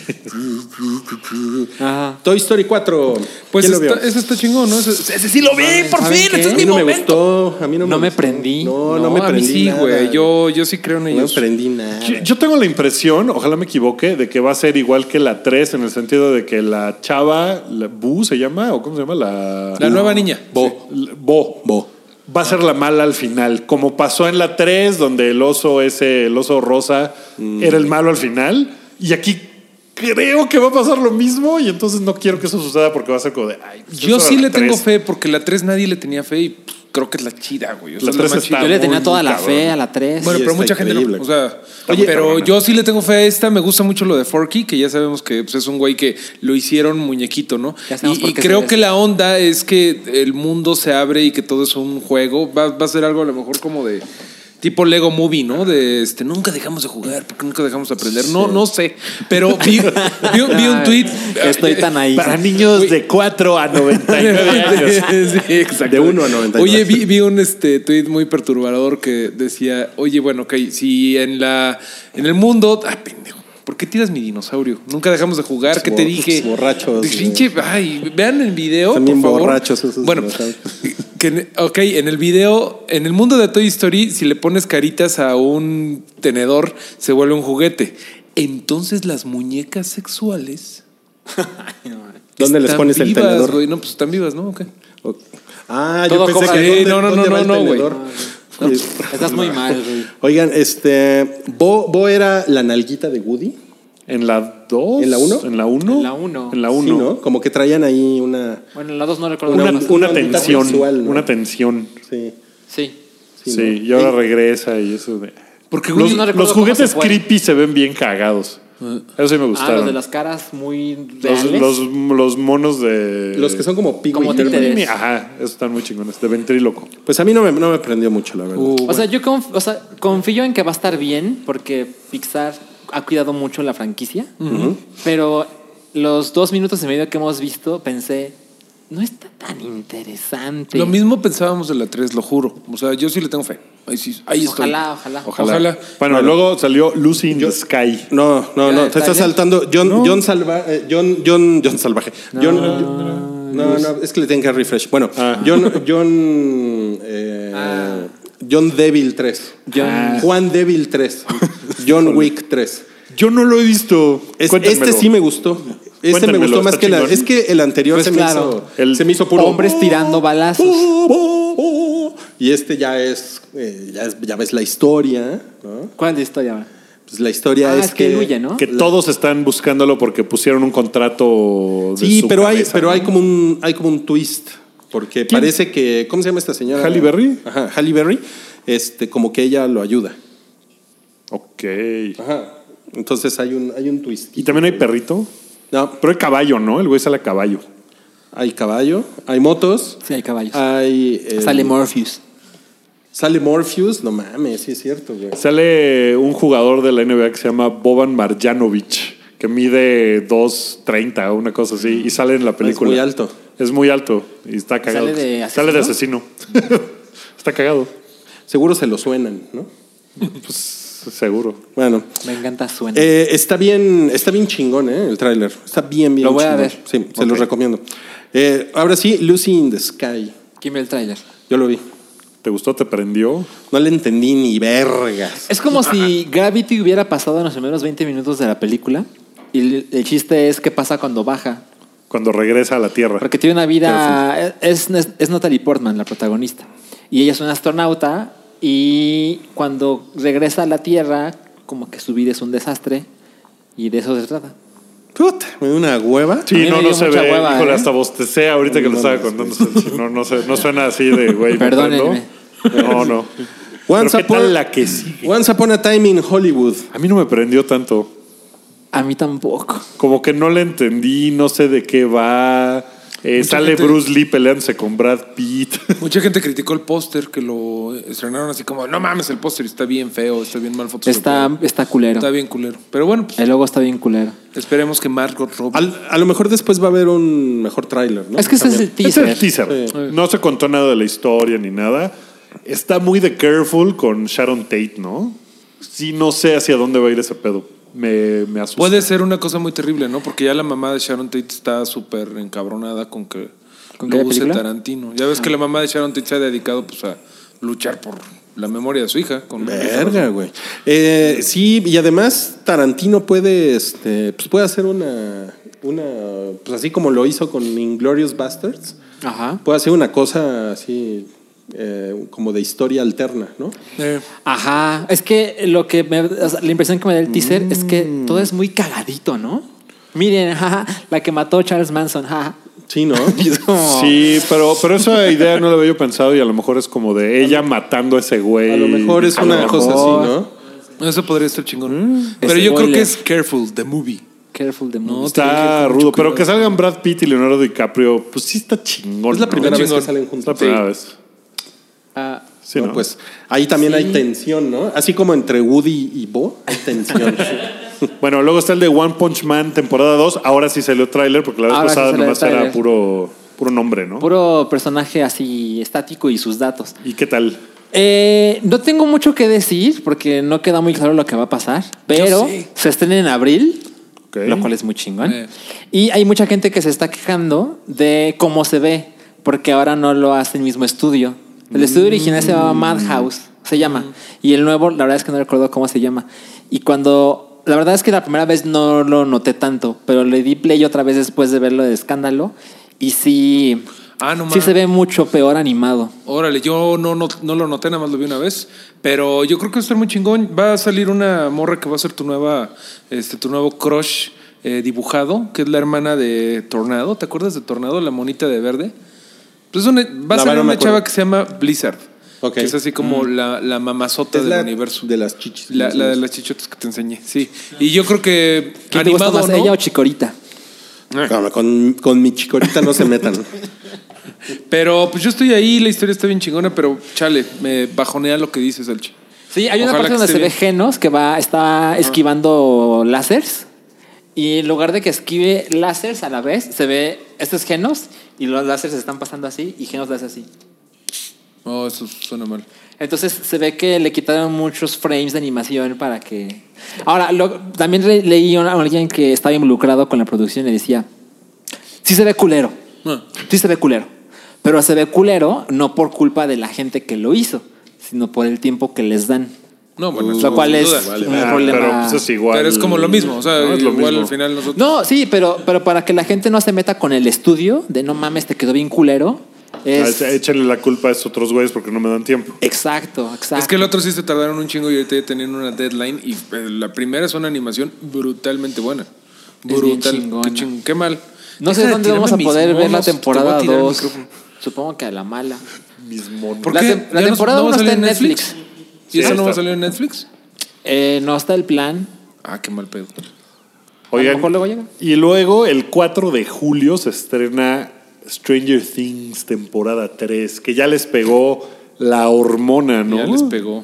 S3: Ajá.
S5: Toy Story 4.
S4: Pues eso
S5: ¿Quién lo vio?
S4: está, ese está chingón, ¿no? Ese, ese sí lo vi, por
S3: ¿saben
S4: fin,
S3: qué?
S4: este es mi
S5: a mí no me
S4: momento.
S5: gustó. A mí no,
S3: No me
S5: gustó.
S3: prendí.
S5: No, no, me
S4: a mí
S5: prendí.
S4: sí,
S5: nada.
S4: güey. Yo, yo sí creo en
S5: no
S4: ellos.
S5: prendí nada.
S2: Yo- Yo tengo la impresión, ojalá me equivoque, de que va a ser igual que la 3 en el sentido de que la chava, la Bu se llama, o cómo se llama, la...
S4: La nueva niña.
S2: Bo. L- Bo.
S5: Bo.
S2: Va a ser la mala al final, como pasó en la 3, donde el oso ese, el oso rosa,
S4: Mm.
S2: era el malo al final. Y aquí creo que va a pasar lo mismo y entonces no quiero que eso suceda porque va a ser como de... Ay, pues
S4: Yo
S2: eso
S4: sí
S2: era
S4: le
S2: la
S4: tengo
S2: 3.
S4: fe porque la 3 nadie le tenía fe y pff, creo que es la chida, güey. O sea,
S2: La
S4: es
S2: tres
S4: más
S2: está
S4: chida.
S3: Yo le tenía
S2: muy,
S3: toda
S2: muy
S3: la fe
S2: cabrón.
S3: a la 3.
S4: Bueno,
S5: Sí,
S4: pero
S5: está
S4: mucha gente
S5: increíble.
S4: no. O sea,
S2: muy
S4: pero
S2: cabrona.
S4: yo sí le tengo fe a esta. Me gusta mucho lo de Forky, que ya sabemos que pues, es un güey que lo hicieron muñequito, ¿no?
S3: Ya sabemos
S4: Y,
S3: por
S4: y
S3: qué
S4: creo
S3: se
S4: que
S3: ve.
S4: la onda es que el mundo se abre y que todo es un juego. Va, va a ser algo a lo mejor como de. Tipo Lego Movie, ¿no? De este, nunca dejamos de jugar, porque nunca dejamos de aprender. No, no sé. Pero vi, vi un- vi un tweet.
S3: Estoy tan ahí.
S2: eh, Para niños de 4 a 99 años.
S4: Sí, exacto.
S5: De uno a 99.
S4: Oye, vi, vi un este tweet muy perturbador que decía, oye, bueno, ok, si en la en el mundo. Ah, pendejo. ¿Por qué tiras mi dinosaurio? Nunca dejamos de jugar. ¿Qué te
S5: Bor-
S4: dije?
S5: Pues
S4: Pues,
S5: borrachos, güey.
S4: Pinche- ay, vean el video.
S5: Están bien
S4: por favor.
S5: borrachos esos
S4: Bueno,
S5: dinosaurios.
S4: que, en- ok, en el video, en el mundo de Toy Story, si le pones caritas a un tenedor, se vuelve un juguete. Entonces las muñecas sexuales.
S5: ¿Dónde les
S4: están
S5: pones el
S4: vivas,
S5: tenedor?
S4: güey. No, pues están vivas, ¿no? Ok.
S5: O- Ah,
S4: Todo
S5: yo pensé
S4: coja-
S5: que
S4: Sí,
S5: ¿dónde-
S4: no, no,
S5: dónde
S4: no,
S5: va el
S4: no, no, güey.
S5: tenedor?
S3: Estás muy mal, güey.
S5: Oigan, este Bo, Bo era la nalguita de Woody,
S2: ¿En la 2?
S5: ¿En la uno?
S2: ¿En la 1?
S3: En la uno.
S2: En la
S5: Sí,
S2: 1.
S5: ¿no? Como que traían ahí una
S3: Bueno, en la 2 no recuerdo.
S2: Una,
S3: cómo
S5: Una-
S3: se-
S2: una
S5: una
S2: tensión.
S5: visual, ¿no?
S2: Una tensión.
S5: sí,
S3: Sí. Ah,
S2: Sí,
S5: ¿no?
S2: y ahora regresa y eso. de-
S4: Porque
S2: Los,
S3: Woody- no
S2: los
S3: recuerdo cómo
S2: juguetes
S3: se fue.
S2: creepy se ven bien cagados. Eso sí me
S3: Ah,
S2: gustaron.
S3: los de las caras muy
S2: los,
S3: reales.
S2: los, los monos de.
S5: Los que son como pico
S3: Como títeres.
S2: Ajá, esos están muy chingones. De ventríloco.
S5: Pues a mí no me, no me prendió mucho, la verdad.
S3: O sea, yo conf- o sea, confío en que va a estar bien porque Pixar ha cuidado mucho la franquicia. Pero los dos minutos y medio que hemos visto, pensé, no está tan interesante.
S4: Lo mismo pensábamos de la 3, lo juro. O sea, yo sí le tengo fe. Ahí, sí, ahí estoy.
S3: Ojalá, ojalá.
S4: Ojalá.
S2: Bueno, luego salió Lucy in the Sky.
S5: No, no, no,
S3: Ya,
S5: te
S3: está
S5: estás
S3: bien.
S5: saltando John John Salva eh, John John John Salvaje. John, John- no, no, es que le tengo que refresh. Bueno, John John eh, John Devil 3.
S3: John-
S5: Juan Devil 3. John Wick 3.
S2: Yo no lo he visto.
S5: Es-
S2: Cuéntenmelo.
S5: este sí me gustó. Este me
S2: Cuéntenmelo,
S5: gustó más
S2: ¿está
S5: que la.
S2: chingón?
S5: Es que el anterior
S3: Pues
S5: se,
S3: claro,
S5: me hizo,
S2: el
S5: se me hizo puro.
S3: hombres tirando balazos.
S5: Y este ya es, eh, ya es- Ya ves la historia. ¿no?
S3: ¿Cuál es la historia ahora?
S5: Pues la historia
S3: Ah,
S5: es,
S3: es que él huye, ¿no?
S2: Que todos están buscándolo porque pusieron un contrato de
S5: Sí,
S2: su
S5: pero hay,
S2: cabeza,
S5: pero
S2: ¿no?
S5: hay como un, hay como un twist. Porque parece que. ¿Cómo se llama esta señora?
S2: ¿Halle Berry?
S5: Ajá, Halle Berry. Este, como que ella lo ayuda.
S2: Ok.
S5: Ajá. Entonces hay un, hay un twist.
S2: Y también hay perrito.
S5: No,
S2: Pero hay caballo, ¿no? El güey sale a caballo.
S5: hay caballo, hay motos,
S3: Sí, hay caballos.
S2: Ah,
S5: hay. eh,
S3: Sale Morpheus.
S5: Sale Morpheus, no mames, sí es cierto, güey.
S2: Sale un jugador de la NBA que se llama Boban Marjanovic, que mide 2.30 o una cosa así, y sale en la película.
S5: muy alto.
S2: Es muy alto y está cagado.
S3: ¿Sale de asesino?
S2: Sale de asesino. está cagado.
S5: Seguro se lo suenan, ¿no?
S2: Pues, seguro.
S5: Bueno.
S3: Me encanta suena.
S5: Eh, está bien, está bien chingón, ¿eh? El tráiler. Está bien, bien
S3: Lo voy a
S5: chingón.
S3: ver.
S5: Sí, se
S2: Ok.
S5: los recomiendo. Eh, ahora sí, Lucy in the Sky.
S3: ¿Quién ve el tráiler?
S5: Yo lo vi.
S2: ¿Te gustó? ¿Te prendió?
S5: No le entendí ni vergas.
S3: Es como si Gravity hubiera pasado en los primeros 20 minutos de la película y el, el chiste es qué pasa cuando baja.
S2: Cuando regresa a la Tierra.
S3: Porque tiene una vida... Es, es- es Natalie Portman la protagonista. Y ella es una astronauta y cuando regresa a la Tierra, como que su vida es un desastre y de eso se trata.
S5: Puta, me dio una hueva.
S3: A
S2: Sí,
S3: mí me
S2: no, no
S3: dio
S2: se
S3: mucha
S2: ve.
S3: hueva,
S2: Híjole,
S3: ¿eh?
S2: hasta bostecé ahorita que lo estaba contando. No, no, se- no suena así de güey. ¿me
S3: Perdónenme.
S2: prendo? No, no. Pero
S5: Once
S2: ¿qué
S5: upon-
S2: tal la que sigue?
S5: Once Upon a Time in Hollywood.
S2: A mí no me prendió tanto.
S3: A mí tampoco.
S2: Como que no la entendí, no sé de qué va. Eh,
S4: Mucha
S2: sale
S4: gente-
S2: Bruce Lee peleándose con Brad Pitt.
S4: Mucha gente criticó el póster que lo estrenaron así como, no mames, el póster está bien feo, está bien mal
S3: Está,
S4: fotografiado.
S3: está culero.
S4: Está bien culero. Pero bueno, pues,
S3: El logo está bien culero.
S4: esperemos que Margot Robbie.
S5: Al- a lo mejor después va a haber un mejor tráiler, ¿no?
S3: es que ese es el
S2: Es
S3: teaser.
S2: el teaser.
S5: Sí.
S2: No se contó nada de la historia ni nada. Está muy de careful con Sharon Tate, ¿no? Sí, no sé hacia dónde va a ir ese pedo. Me, me asusta.
S4: Puede ser una cosa muy terrible, ¿no? Porque ya la mamá de Sharon Tate está súper encabronada con que
S3: ¿Con qué
S4: lo use
S3: película? Ah.
S4: Tarantino. Ya ves que la mamá de Sharon Tate se ha dedicado pues a luchar por la memoria de su hija. Con
S5: Verga, güey. Eh, sí, y además Tarantino puede, este, pues puede hacer una, una, pues así como lo hizo con Inglorious Bastards,
S3: Ajá.
S5: puede hacer una cosa así eh, como de historia alterna, ¿no?
S4: Eh,
S3: Ajá. Es que lo que me, o sea, la impresión que me da el teaser es
S2: Mm.
S3: que todo es muy cagadito, ¿no? Miren, ajá, la que mató a Charles Manson, ajá.
S5: Sí, ¿no?
S3: Y es como-
S2: Sí, pero, pero esa idea no la había yo pensado y a lo mejor es como de ella matando a ese güey.
S5: A lo mejor es
S2: A
S5: una
S2: lo mejor.
S5: cosa así, ¿no?
S4: eso podría estar chingón. Pero
S3: Ese
S4: yo creo
S3: Mm, spoiler.
S4: que es Careful, the movie.
S3: Careful the
S4: No,
S3: movie.
S2: Está
S4: Mucho
S2: rudo,
S4: cuidado.
S2: pero que salgan Brad Pitt y Leonardo DiCaprio, pues sí está chingón.
S5: Es la
S2: ¿no?
S5: primera vez que
S4: Chingón.
S5: salen
S2: Es la
S5: juntos.
S2: primera vez.
S3: Ah,
S2: Sí,
S5: No,
S2: ¿no?
S5: Pues ahí también hay tensión, ¿no? Así como entre Woody y Bo, hay tensión.
S2: Bueno, luego está el de One Punch Man, temporada 2. Ahora sí salió tráiler, porque la vez
S3: Ahora sí
S2: pasada
S3: salió
S2: nomás
S3: tráiler.
S2: era puro, puro nombre, ¿no?
S3: puro personaje así estático y sus datos.
S2: ¿Y qué tal?
S3: Eh, no tengo mucho que decir porque no queda muy claro lo que va a pasar, pero
S4: sí.
S3: se estrena en abril,
S2: Ok.
S3: lo cual es muy chingón.
S4: Eh.
S3: Y hay mucha gente que se está quejando de cómo se ve, porque ahora no lo hace el mismo estudio. El estudio original se
S4: Mm.
S3: llamaba Madhouse, se llama, y el nuevo, la verdad es que no recuerdo cómo se llama. Y cuando, la verdad es que la primera vez no lo noté tanto, pero le di play otra vez después de verlo de escándalo, y sí,
S4: Ah, no
S3: sí
S4: mames.
S3: se ve mucho peor animado.
S4: Órale, yo no, no, no lo noté, nada más lo vi una vez. Pero yo creo que va a estar muy chingón. Va a salir una morra que va a ser tu nueva, este, tu nuevo crush eh, dibujado, que es la hermana de Tornado. ¿Te acuerdas de Tornado, la monita de verde? Pues una- va a
S5: La verdad
S4: salir
S5: no me
S4: una
S5: acuerdo.
S4: chava que se llama Blizzard.
S5: Ok. Mm.
S4: Que es así como la, la mamazota
S5: Es
S4: del
S5: la
S4: universo.
S5: de las chichis.
S4: La, la de las chichotas que te enseñé, sí. Y yo creo que
S3: ¿Quién te gusta
S4: animado,
S3: más,
S4: ¿no?
S3: ella o Chicorita?
S5: No, con, con mi chicorita no se metan.
S4: Pero pues yo estoy ahí, la historia está bien chingona, pero chale, me bajonea lo que dices, Alchi.
S3: Sí, hay una
S4: Ojalá
S3: parte
S4: que
S3: donde
S4: esté
S3: se ve
S4: bien.
S3: Genos que va, está esquivando láseres. Y en lugar de que esquive láseres a la vez, se ve, este es Genos, y los láseres están pasando así, y Genos lo hace así.
S4: Oh, eso suena mal.
S3: Entonces se ve que le quitaron muchos frames de animación para que... Ahora, lo- también re- leí a alguien que estaba involucrado con la producción y le decía, sí se ve culero,
S4: Ah.
S3: sí se ve culero, pero se ve culero no por culpa de la gente que lo hizo, sino por el tiempo que les dan.
S4: No, bueno,
S3: lo cual
S4: Pues, sin
S3: es
S4: duda.
S3: un
S2: Ah,
S3: problema...
S2: Pero pues es igual.
S4: Pero es como lo mismo, o sea,
S2: No, es lo
S4: igual
S2: mismo.
S4: al final nosotros.
S3: No, sí, pero, pero para que la gente no se meta con el estudio de no mames, te quedó bien culero. Es...
S2: Ah, Échenle la culpa a esos otros güeyes porque no me dan tiempo.
S3: Exacto, exacto.
S4: Es que el otro sí se tardaron un chingo y ahorita ya tenían una deadline y eh, la primera es una animación brutalmente buena.
S3: bien
S4: Brutal.
S3: chingona.
S4: qué, ching- qué mal.
S3: no
S4: Deja
S3: sé
S4: de
S3: dónde vamos a
S4: tirarme mis
S3: poder ver la
S4: monos, te voy a
S3: temporada
S4: tirar el
S3: 2.
S4: micrófono.
S3: Supongo que a la mala.
S2: Mis monos.
S4: ¿Por
S3: La
S4: qué?
S3: tem- la
S4: ¿Ya no-
S3: temporada
S4: no va
S3: uno
S4: a salir
S3: está en
S4: ¿Y
S2: Sí,
S4: eso
S2: ahí
S4: no va a
S2: está.
S4: salir en Netflix?
S3: Eh, no está el plan.
S4: Ah, qué mal pedo.
S3: a lo mejor luego llega.
S2: y luego el 4 de julio se estrena Stranger Things temporada 3, que ya les pegó la hormona, ¿no?
S4: Ya les pegó.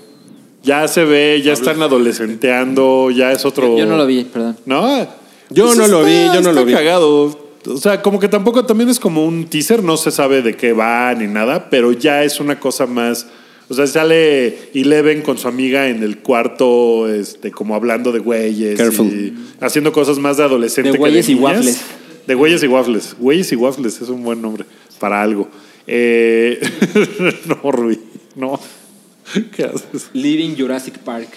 S2: Ya se ve, ya están adolescenteando, ya es otro.
S3: Yo no lo vi, perdón.
S2: No.
S5: Yo no lo vi, yo no lo vi.
S2: Está cagado. O sea, como que tampoco también es como un teaser, no se sabe de qué va ni nada, pero ya es una cosa más. O sea, sale Eleven con su amiga en el cuarto, este, como hablando de güeyes.
S5: Careful.
S2: y haciendo cosas más de adolescente.
S3: De
S2: que
S3: güeyes y
S2: niñas.
S3: waffles.
S2: De güeyes y waffles. Güeyes y waffles es un buen nombre para algo. Eh, no, Rui, no. ¿Qué haces?
S3: Living Jurassic Park.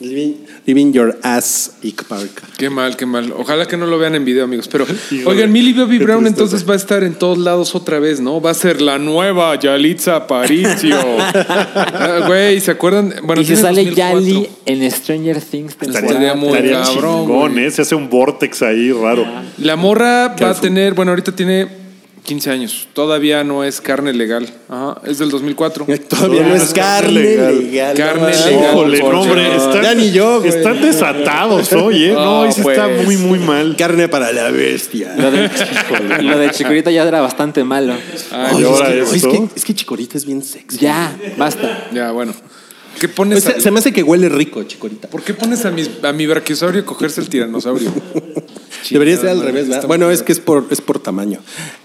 S5: Living, living your ass, Ick Park.
S4: Qué mal, qué mal. Ojalá que no lo vean en video, amigos. Pero,
S2: Híjole,
S4: oigan, Millie Bobby
S2: qué
S4: Brown
S2: tristeza.
S4: entonces va a estar en todos lados otra vez, ¿no? Va a ser la nueva Yalitza Aparicio. Ah, Güey, ¿se acuerdan? Bueno,
S3: y se
S4: tiene
S3: sale
S4: 2004.
S3: Yali en Stranger Things.
S4: Pues Estaría
S3: temporada
S4: muy
S3: tres.
S2: Estaría
S4: cabrón,
S2: chingón,
S4: güey.
S2: ¿eh? Se hace un vortex ahí raro.
S4: La morra va a
S2: Careful.
S4: tener, bueno, ahorita tiene 15 años. Todavía no es carne legal. Ajá, es del 2004.
S5: Todavía no es carne legal.
S4: Carne
S5: no mames.
S4: legal.
S2: Híjole,
S4: por
S2: no, hombre,
S4: Dios.
S2: están,
S5: Dan y yo, güey.
S2: están desatados hoy, ¿eh? No,
S4: No,
S2: hoy sí está
S4: pues.
S2: muy, muy mal.
S5: Carne para la bestia.
S3: Lo de, lo de Chikorita ya era bastante malo.
S4: Ah,
S2: Ay,
S5: Oye,
S2: ahora
S5: es, que,
S2: esto.
S5: es que- es que Chicorita es bien sexy.
S3: Ya, basta.
S4: Ya, bueno. ¿Qué
S5: Pues
S4: pones a-
S5: se, se me hace que huele rico, Chicorita.
S4: ¿Por qué pones a, mis- a mi brachiosaurio a cogerse el tiranosaurio?
S5: Debería ser al
S4: madre,
S5: revés, ¿verdad?
S4: está
S5: Bueno, es que es por, es por tamaño.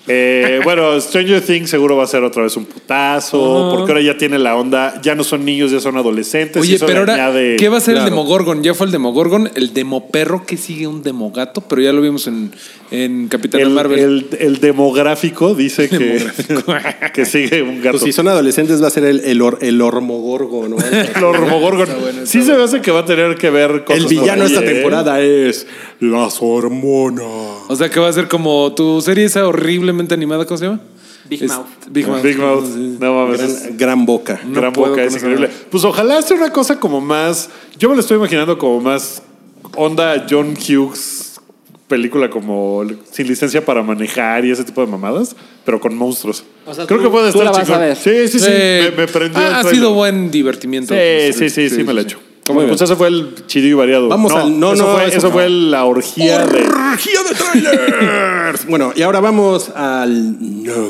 S2: Eh, bueno, Stranger Things seguro va a ser otra vez un putazo, porque ahora ya tiene la onda, ya no son niños, ya son adolescentes. y
S4: Oye,
S2: eso
S4: pero
S2: le
S4: ahora,
S2: añade-
S4: ¿qué va a ser el
S5: Claro.
S4: Demogorgon? Ya fue el Demogorgon, el Demoperro que sigue un Demogato, pero ya lo vimos en, en Capitana
S2: el,
S4: Marvel.
S2: el- el demográfico dice que, que sigue un gato.
S5: Pues si son adolescentes va a ser el, el, or- el hormogorgo, ¿no?
S2: El hormogorgon. sí se me hace que va a tener que ver con
S5: el villano esta
S2: ¿eh?
S5: temporada es las hormonas.
S4: O sea, que va a ser como tu serie esa horriblemente animada, ¿cómo se llama?
S3: Big
S4: Es-
S3: Mouth.
S4: Big Mouth. Ah,
S2: Big Mouth. No mames. es-
S5: Gran, gran boca.
S4: No
S2: gran
S4: puedo
S2: boca,
S4: con
S2: es
S4: esa
S2: increíble.
S4: madre.
S2: Pues ojalá sea una cosa como más. Yo me lo estoy imaginando como más onda John Hughes, película como sin licencia para manejar y ese tipo de mamadas, pero con monstruos.
S3: O sea,
S2: Creo
S3: tú-
S2: que puede
S3: tú
S2: estar
S3: la vas a
S2: chingón.
S3: ver.
S2: Sí, sí, sí.
S4: Eh,
S2: me, me prendió. el
S4: ha, ha
S2: trailer.
S4: sido buen divertimiento.
S2: Sí, sí, sí, sí, me la he hecho.
S5: Muy bien.
S2: Pues ese fue el chido y variado.
S5: Vamos al- no,
S2: eso
S5: no,
S2: fue,
S5: eso
S2: eso
S5: no.
S2: fue la orgía de.
S5: ¡Orgía de trailers! bueno, y ahora vamos al. No,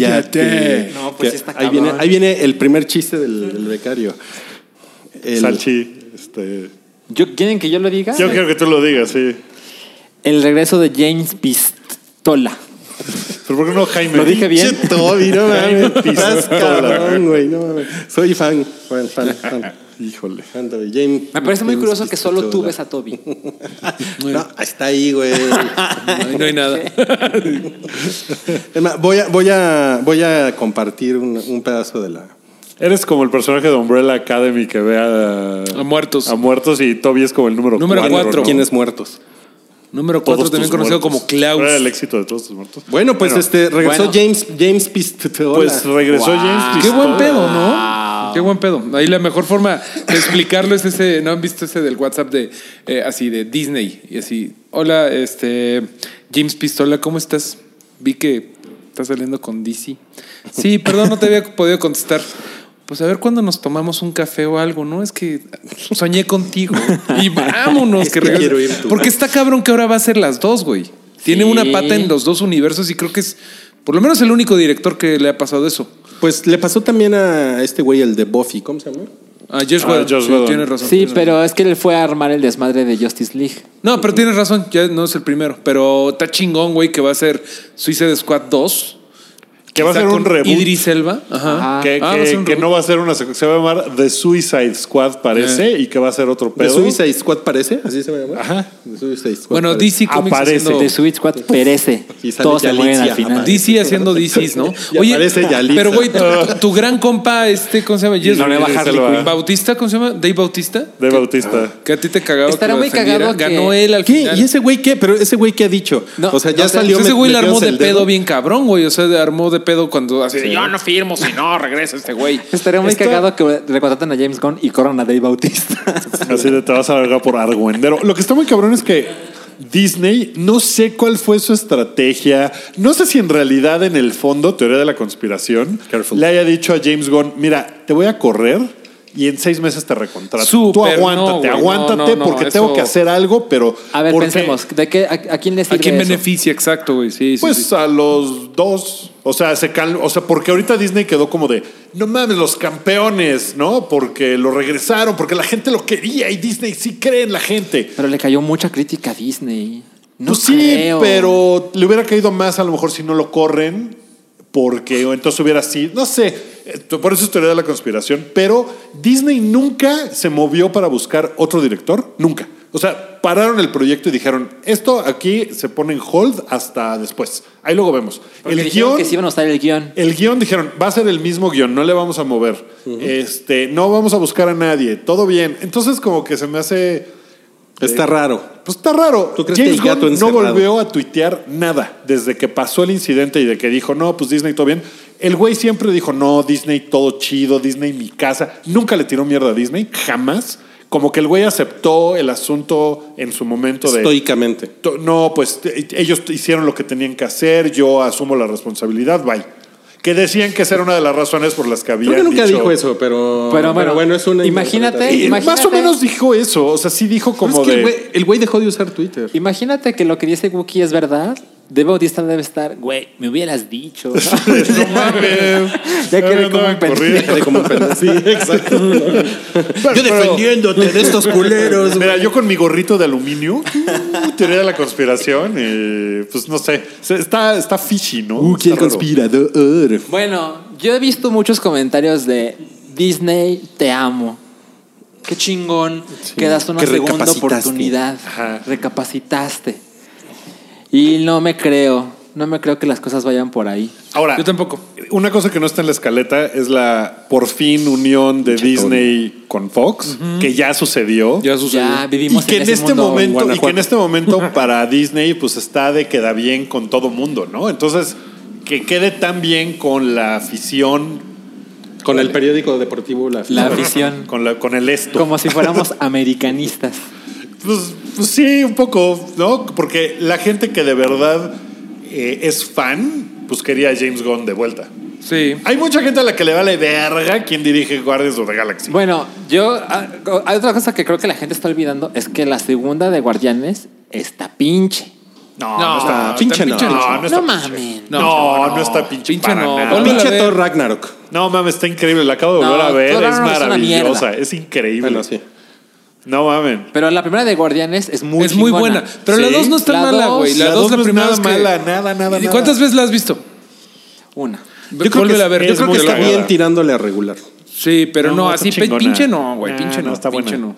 S5: cállate.
S3: No, pues sí
S5: Que
S3: está
S5: ahí, viene,
S3: cabrón.
S5: ahí viene el primer chiste del, del becario. El-
S2: Salchi. Este,
S3: Yo, ¿Quieren que yo lo diga?
S2: yo quiero que tú lo digas, sí.
S3: El regreso de James Pistola.
S2: Pero ¿por qué no Jaime?
S3: ¿Lo dije bien?
S5: Che, Toby, no mames.
S2: Pistola.
S5: Estás cabrón, güey, no mames. Soy fan, fan, fan, fan.
S2: Híjole.
S5: fan de James,
S3: Me parece muy
S5: James
S3: curioso que solo tú
S5: Pistola.
S3: ves a Toby.
S5: No, está ahí, güey.
S4: Ay, no hay nada.
S5: Es más, voy a, voy a, voy a compartir un, un pedazo de la.
S2: Eres como el personaje de Umbrella Academy que ve a,
S4: A muertos.
S2: A muertos y Toby es como el número
S4: Número
S2: cuatro.
S4: cuatro.
S2: ¿no?
S4: ¿Quién
S5: Quienes muertos.
S4: Número
S2: Todos
S4: 4, también
S2: tus
S4: conocido
S2: muertos.
S4: como Klaus.
S2: ¿Cuál era el éxito de todos tus muertos.
S5: Bueno, pues este regresó
S3: bueno.
S5: James, James Pistola.
S2: Pues regresó James
S4: Qué
S2: Pistola.
S4: buen pedo, ¿no? Qué buen pedo. Ahí la mejor forma de explicarlo es ese, ¿no han visto ese del WhatsApp de eh, así de Disney? Y así, hola, este James Pistola, ¿cómo estás? Vi que estás saliendo con DC. Sí, perdón, no te había podido contestar. Pues a ver cuándo nos tomamos un café o algo, ¿no? Es que soñé contigo. Y vámonos,
S5: Es
S4: que
S5: que
S4: regrese.
S5: quiero ir tú.
S4: Porque está cabrón que ahora va a ser las dos, güey. Tiene
S3: Sí.
S4: una pata en los dos universos y creo que es por lo menos el único director que le ha pasado eso.
S5: Pues le pasó también a este güey, el de Buffy, ¿cómo se llama?
S4: Ah, Josh
S2: Ah,
S4: Whedon.
S2: Josh
S4: Sí,
S2: Whedon.
S4: tienes razón.
S3: Sí,
S4: tienes razón.
S3: pero es que él fue a armar el desmadre de Justice League.
S4: No, pero tienes razón. Ya no es el primero. Pero está chingón, güey, que va a ser Suicide Squad 2.
S2: Que va a
S4: Quizá
S2: ser un
S4: con
S2: reboot.
S4: Idris Elba. Ajá.
S3: Ajá.
S2: Que,
S4: Ah,
S2: que-
S4: va a ser un
S2: que
S4: reboot.
S2: no va a ser una secu- se va a llamar The Suicide Squad parece
S4: Eh.
S2: y que va a ser otro
S5: ¿De
S2: pedo.
S5: Suicide Squad parece? ¿Así se va a llamar?
S2: Ajá.
S5: De Suicide Squad.
S4: Bueno,
S5: parece.
S4: DC Comics
S2: Aparece.
S4: haciendo-
S3: De Suicide Squad perece.
S5: Oh. Y sale
S3: Todos se
S5: Yalitza,
S3: mueren al final.
S5: aparece.
S4: DC haciendo DCs, ¿no?
S5: Y aparece Yalitza.
S4: pero güey, tu, tu- tu gran compa, este, ¿cómo se llama? Yes,
S2: No le va a Harley Quinn.
S4: Bautista, ¿cómo se llama? Dave Bautista.
S2: De Bautista.
S4: Que a ti te cagaba. que
S3: Estará
S4: lo
S3: muy
S4: defendiera.
S3: cagado que-
S4: Ganó él al
S5: ¿Qué?
S4: final.
S5: ¿Y ese güey qué? Pero ese güey qué ha dicho.
S3: No,
S5: o sea, ya
S3: no sé.
S5: salió.
S4: Pues ese
S5: me-
S4: güey le armó
S5: metiéndose
S4: de
S5: el
S4: pedo
S5: dedo.
S4: bien cabrón, güey. O sea, le armó de pedo cuando así de, yo no firmo si no regresa este güey.
S3: Estaría muy
S2: Esto-
S3: cagado que recontratan a James Gunn y corran a Dave Bautista.
S2: Así de te vas a verga por argüendero. Lo que está muy cabrón es que Disney, no sé cuál fue su estrategia, no sé si en realidad en el fondo, teoría de la conspiración,
S5: Careful.
S2: le haya dicho a James Gunn, mira, te voy a correr y en seis meses te recontrato. Tú
S4: Súper, no,
S2: aguántate,
S4: güey, no,
S2: aguántate
S4: no, no,
S2: porque
S4: eso-
S2: tengo que hacer algo, pero...
S3: A ver,
S2: porque-
S3: pensemos, ¿de qué, a, a quién le
S4: ¿A
S3: sirve
S4: quién
S3: eso?
S4: beneficia? Exacto, güey. Sí, sí,
S2: Pues
S4: sí.
S2: a los dos. O sea, se calma. O sea, porque ahorita Disney quedó como de no mames, los campeones, ¿no? Porque lo regresaron, porque la gente lo quería y Disney sí cree en la gente.
S3: Pero le cayó mucha crítica a Disney. No
S2: Pues sí,
S3: creo.
S2: pero le hubiera caído más a lo mejor si no lo corren, porque o entonces hubiera sido, no sé, eh, por eso es teoría de la conspiración, pero Disney nunca se movió para buscar otro director, nunca. O sea, pararon el proyecto y dijeron, esto aquí se pone en hold hasta después. Ahí luego vemos.
S3: Porque dijeron que sí iban a usar el guión.
S2: El guión dijeron, va a ser el mismo guión, no le vamos a mover. Este, no vamos a buscar a nadie, todo bien. Entonces, como que se me hace.
S5: Está raro.
S2: Pues está raro.
S5: ¿Tú crees que
S2: James
S5: el gato
S2: Gunn no
S5: encerrado?
S2: volvió a tuitear nada desde que pasó el incidente y de que dijo, no, pues Disney todo bien. El güey siempre dijo, no, Disney todo chido, Disney mi casa. Nunca le tiró mierda a Disney, jamás. Como que el güey aceptó el asunto en su momento de.
S5: Estoicamente.
S2: To- No, pues te- ellos t- hicieron lo que tenían que hacer, yo asumo la responsabilidad, bye. Que decían que esa era una de las razones por las que había.
S5: Creo que nunca dijo eso, pero.
S3: Pero bueno,
S5: es una.
S3: imagínate-
S5: interpretación.
S2: Más
S3: Imagínate.
S2: o menos dijo eso, o sea, sí dijo
S5: Pero es
S2: como
S5: que el
S2: de.
S5: güey- el güey dejó de usar Twitter.
S3: Imagínate que lo que dice Wookiee es verdad. De Bautista debe estar, güey, me hubieras dicho. no
S2: mames. Ya
S3: Ya
S2: me
S3: quedé como
S2: andaban
S3: un pendejo.
S2: corriendo.
S5: Quedé como un pendejo. Sí, exacto.
S2: Pero-
S5: de estos culeros. güey.
S2: Mira, yo con mi gorrito de aluminio, uh, teoría de la conspiración, eh, pues no sé. Se- Está, está fishy, ¿no?
S3: Uh,
S5: Wookiee el
S2: Está raro.
S5: conspirador.
S3: Bueno, yo he visto muchos comentarios de Disney, te amo. Qué chingón que das una
S5: que
S3: segunda
S5: recapacitaste.
S3: oportunidad.
S2: Ajá.
S3: Recapacitaste. Y no me creo, no me creo que las cosas vayan por ahí.
S2: Ahora,
S4: Yo tampoco.
S2: Una cosa que no está en la escaleta es la por fin unión de Disney con Fox, que ya sucedió.
S4: Ya sucedió.
S3: Ya
S2: y
S3: vivimos
S2: que en,
S3: en, ese
S2: este
S3: mundo en
S2: momento y que en
S3: Guanajuato.
S2: este momento para Disney pues está de queda bien con todo mundo, ¿no? Entonces, que quede tan bien con la afición,
S5: Con el periódico deportivo
S2: este
S5: La,
S3: La afición.
S2: con la con el esto.
S3: Como si fuéramos americanistas.
S2: Pues, pues sí, un poco, ¿no? Porque la gente que de verdad eh, es fan, pues quería a James Gunn de vuelta.
S4: Sí.
S2: Hay mucha gente a la que le vale verga quien dirige Guardians of the Galaxy.
S3: Bueno, yo. ah, Hay otra cosa que creo que la gente está olvidando: es que la segunda de Guardianes está pinche.
S2: No, no, está.
S5: pinche
S2: No,
S5: no.
S2: no está
S3: No
S2: pinche.
S3: mamen.
S2: No, no,
S4: No, no.
S2: está pinche.
S4: Pinche
S2: para
S4: no.
S2: nada.
S4: Ponlo a la
S5: Pinche
S4: ver.
S5: Thor Ragnarok.
S2: No mames, está increíble. La acabo de volver
S3: No,
S2: a ver.
S3: Thor
S2: Es
S3: Ragnarok es una
S2: maravillosa.
S3: mierda.
S2: Es increíble.
S5: Bueno, sí.
S2: No mamen.
S3: Pero la primera de Guardianes es muy
S4: es muy
S3: chingona.
S4: buena. Pero la
S2: Sí.
S4: 2 no está
S3: La
S4: mala,
S3: dos-
S4: güey. La
S2: la
S4: 2
S2: dos
S4: la,
S2: no es
S4: primera
S2: nada
S4: vez
S2: mala, nada, nada,
S4: ¿Y
S2: nada.
S4: cuántas veces la has visto?
S3: Una.
S5: Yo creo que,
S4: Vuélvela a ver.
S5: yo
S4: yo
S5: creo
S2: muy
S5: que está
S2: larga.
S5: bien tirándole a regular.
S4: Sí, pero no,
S2: No, está
S4: así pe-
S2: chingona.
S4: pinche no, güey,
S2: Nah,
S4: pinche no,
S2: no, está
S4: pinche
S2: buena.
S4: no.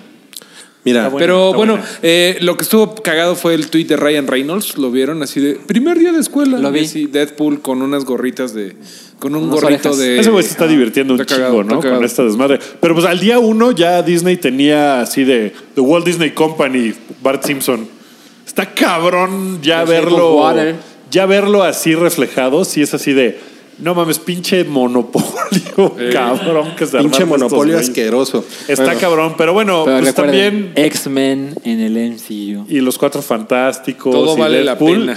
S5: Mira,
S2: buena.
S4: Pero
S2: está
S4: bueno,
S2: buena.
S4: eh, lo que estuvo cagado fue el tweet de Ryan Reynolds, lo vieron así de primer día de escuela,
S3: Lo
S4: Y
S3: vi.
S4: así, Deadpool con unas gorritas de con un
S3: Unas
S4: gorrito
S3: orejas.
S4: de
S2: Ese güey se está
S4: Ah,
S2: divirtiendo un
S4: está
S2: chingo,
S4: cagado,
S2: ¿no?
S4: está cagado.
S2: Con esta desmadre. Pero pues al día uno ya Disney tenía así de The Walt Disney Company, Bart Simpson. Está cabrón ya
S3: The Shape
S2: verlo.
S3: of
S4: eh.
S3: Water.
S2: Ya verlo así reflejado, si es así de. No mames, pinche monopolio, cabrón, que se armaron
S5: pinche
S2: estos
S5: monopolio
S2: güeyes.
S5: asqueroso.
S2: Está
S5: Bueno,
S2: cabrón, pero bueno,
S3: Pero
S2: pues
S3: recuerden,
S2: también.
S3: X-Men en el MCU.
S2: Y los cuatro fantásticos.
S4: Todo
S2: y
S4: vale la
S2: Deadpool.
S4: pena.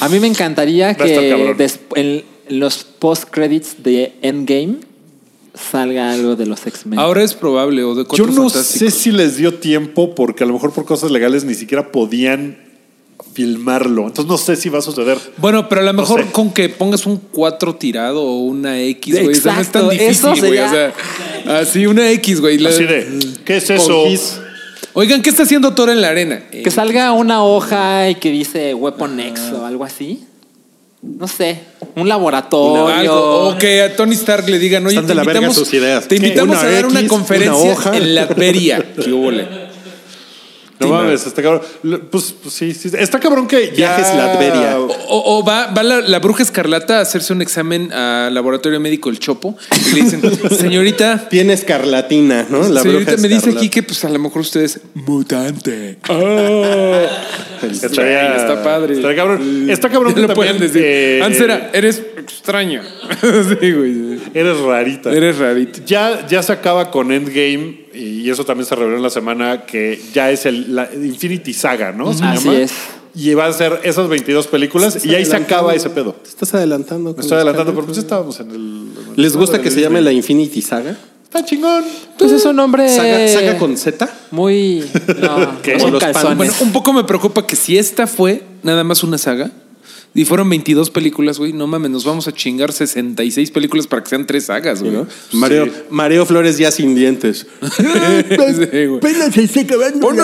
S3: A mí me encantaría
S2: Va a estar
S3: que
S2: cabrón.
S3: des- en los post-credits de Endgame salga algo de los X-Men.
S4: Ahora es probable o de
S2: Yo
S4: cuatro
S2: no sé
S4: fantásticos.
S2: si les dio tiempo porque a lo mejor por cosas legales ni siquiera podían filmarlo. Entonces no sé si va a suceder.
S4: Bueno, pero a lo mejor
S2: sé.
S4: con que pongas un 4 tirado o una X, güey, o sea, no es
S3: Exacto,
S4: tan
S3: eso
S4: difícil, güey, o
S3: sería-
S4: sea, así una X, güey, la-
S2: Así de, ¿qué es eso?
S5: Conquist.
S4: Oigan, ¿qué está haciendo Thor en la arena?
S3: Que salga una hoja y que dice Weapon X o algo así. No sé, un laboratorio.
S4: Algo, o que a Tony Stark le digan, oye,
S5: Están de
S4: te
S5: la verga
S4: invitamos,
S5: sus ideas.
S4: Te
S5: ¿Qué?
S4: invitamos
S5: Una
S4: a dar una
S5: X,
S4: conferencia
S5: una hoja.
S4: en la feria. ¿Qué hubole?
S2: No mames, está cabrón. Lo- Pues, pues sí, sí, está cabrón que ya...
S5: Viajes Latveria.
S4: O, o- o va, va la, la bruja escarlata a hacerse un examen al laboratorio médico El Chopo y le dicen, señorita,
S5: Tiene escarlatina, ¿no? La
S4: señorita
S5: bruja
S4: me dice
S5: escarlata.
S4: aquí que pues a lo mejor ustedes mutante.
S2: Ah. Estaría-
S4: Ay, está padre.
S2: Está cabrón. Está cabrón que
S4: lo
S2: también,
S4: pueden decir.
S2: eh,
S4: Antes era, eres extraño. Sí, güey.
S2: Eres rarita.
S4: Eres rarito.
S2: Ya, ya se acaba con Endgame y eso también se reveló en la semana que ya es el, la Infinity Saga, ¿no? Se
S3: Así es.
S2: Y van a ser esas 22 películas y ahí se acaba ese pedo.
S5: Te estás adelantando.
S2: Me estoy adelantando, pues pero pues ya estábamos en el.
S5: ¿Les gusta que se llame la Infinity Saga?
S2: Está chingón.
S3: Pues es un nombre
S5: ¿Saga,
S2: Eh.
S5: saga con Z?
S3: muy... No,
S2: ¿Qué?
S3: no son
S5: Como los pan-
S3: calzones.
S4: Bueno, un poco me preocupa que si esta fue nada más una saga, Y fueron 22 películas, güey. No mames, nos vamos a chingar 66 películas para que sean tres sagas, güey.
S5: Mareo, Mareo Flores ya sin dientes.
S4: Sí, güey.
S2: ¿Dónde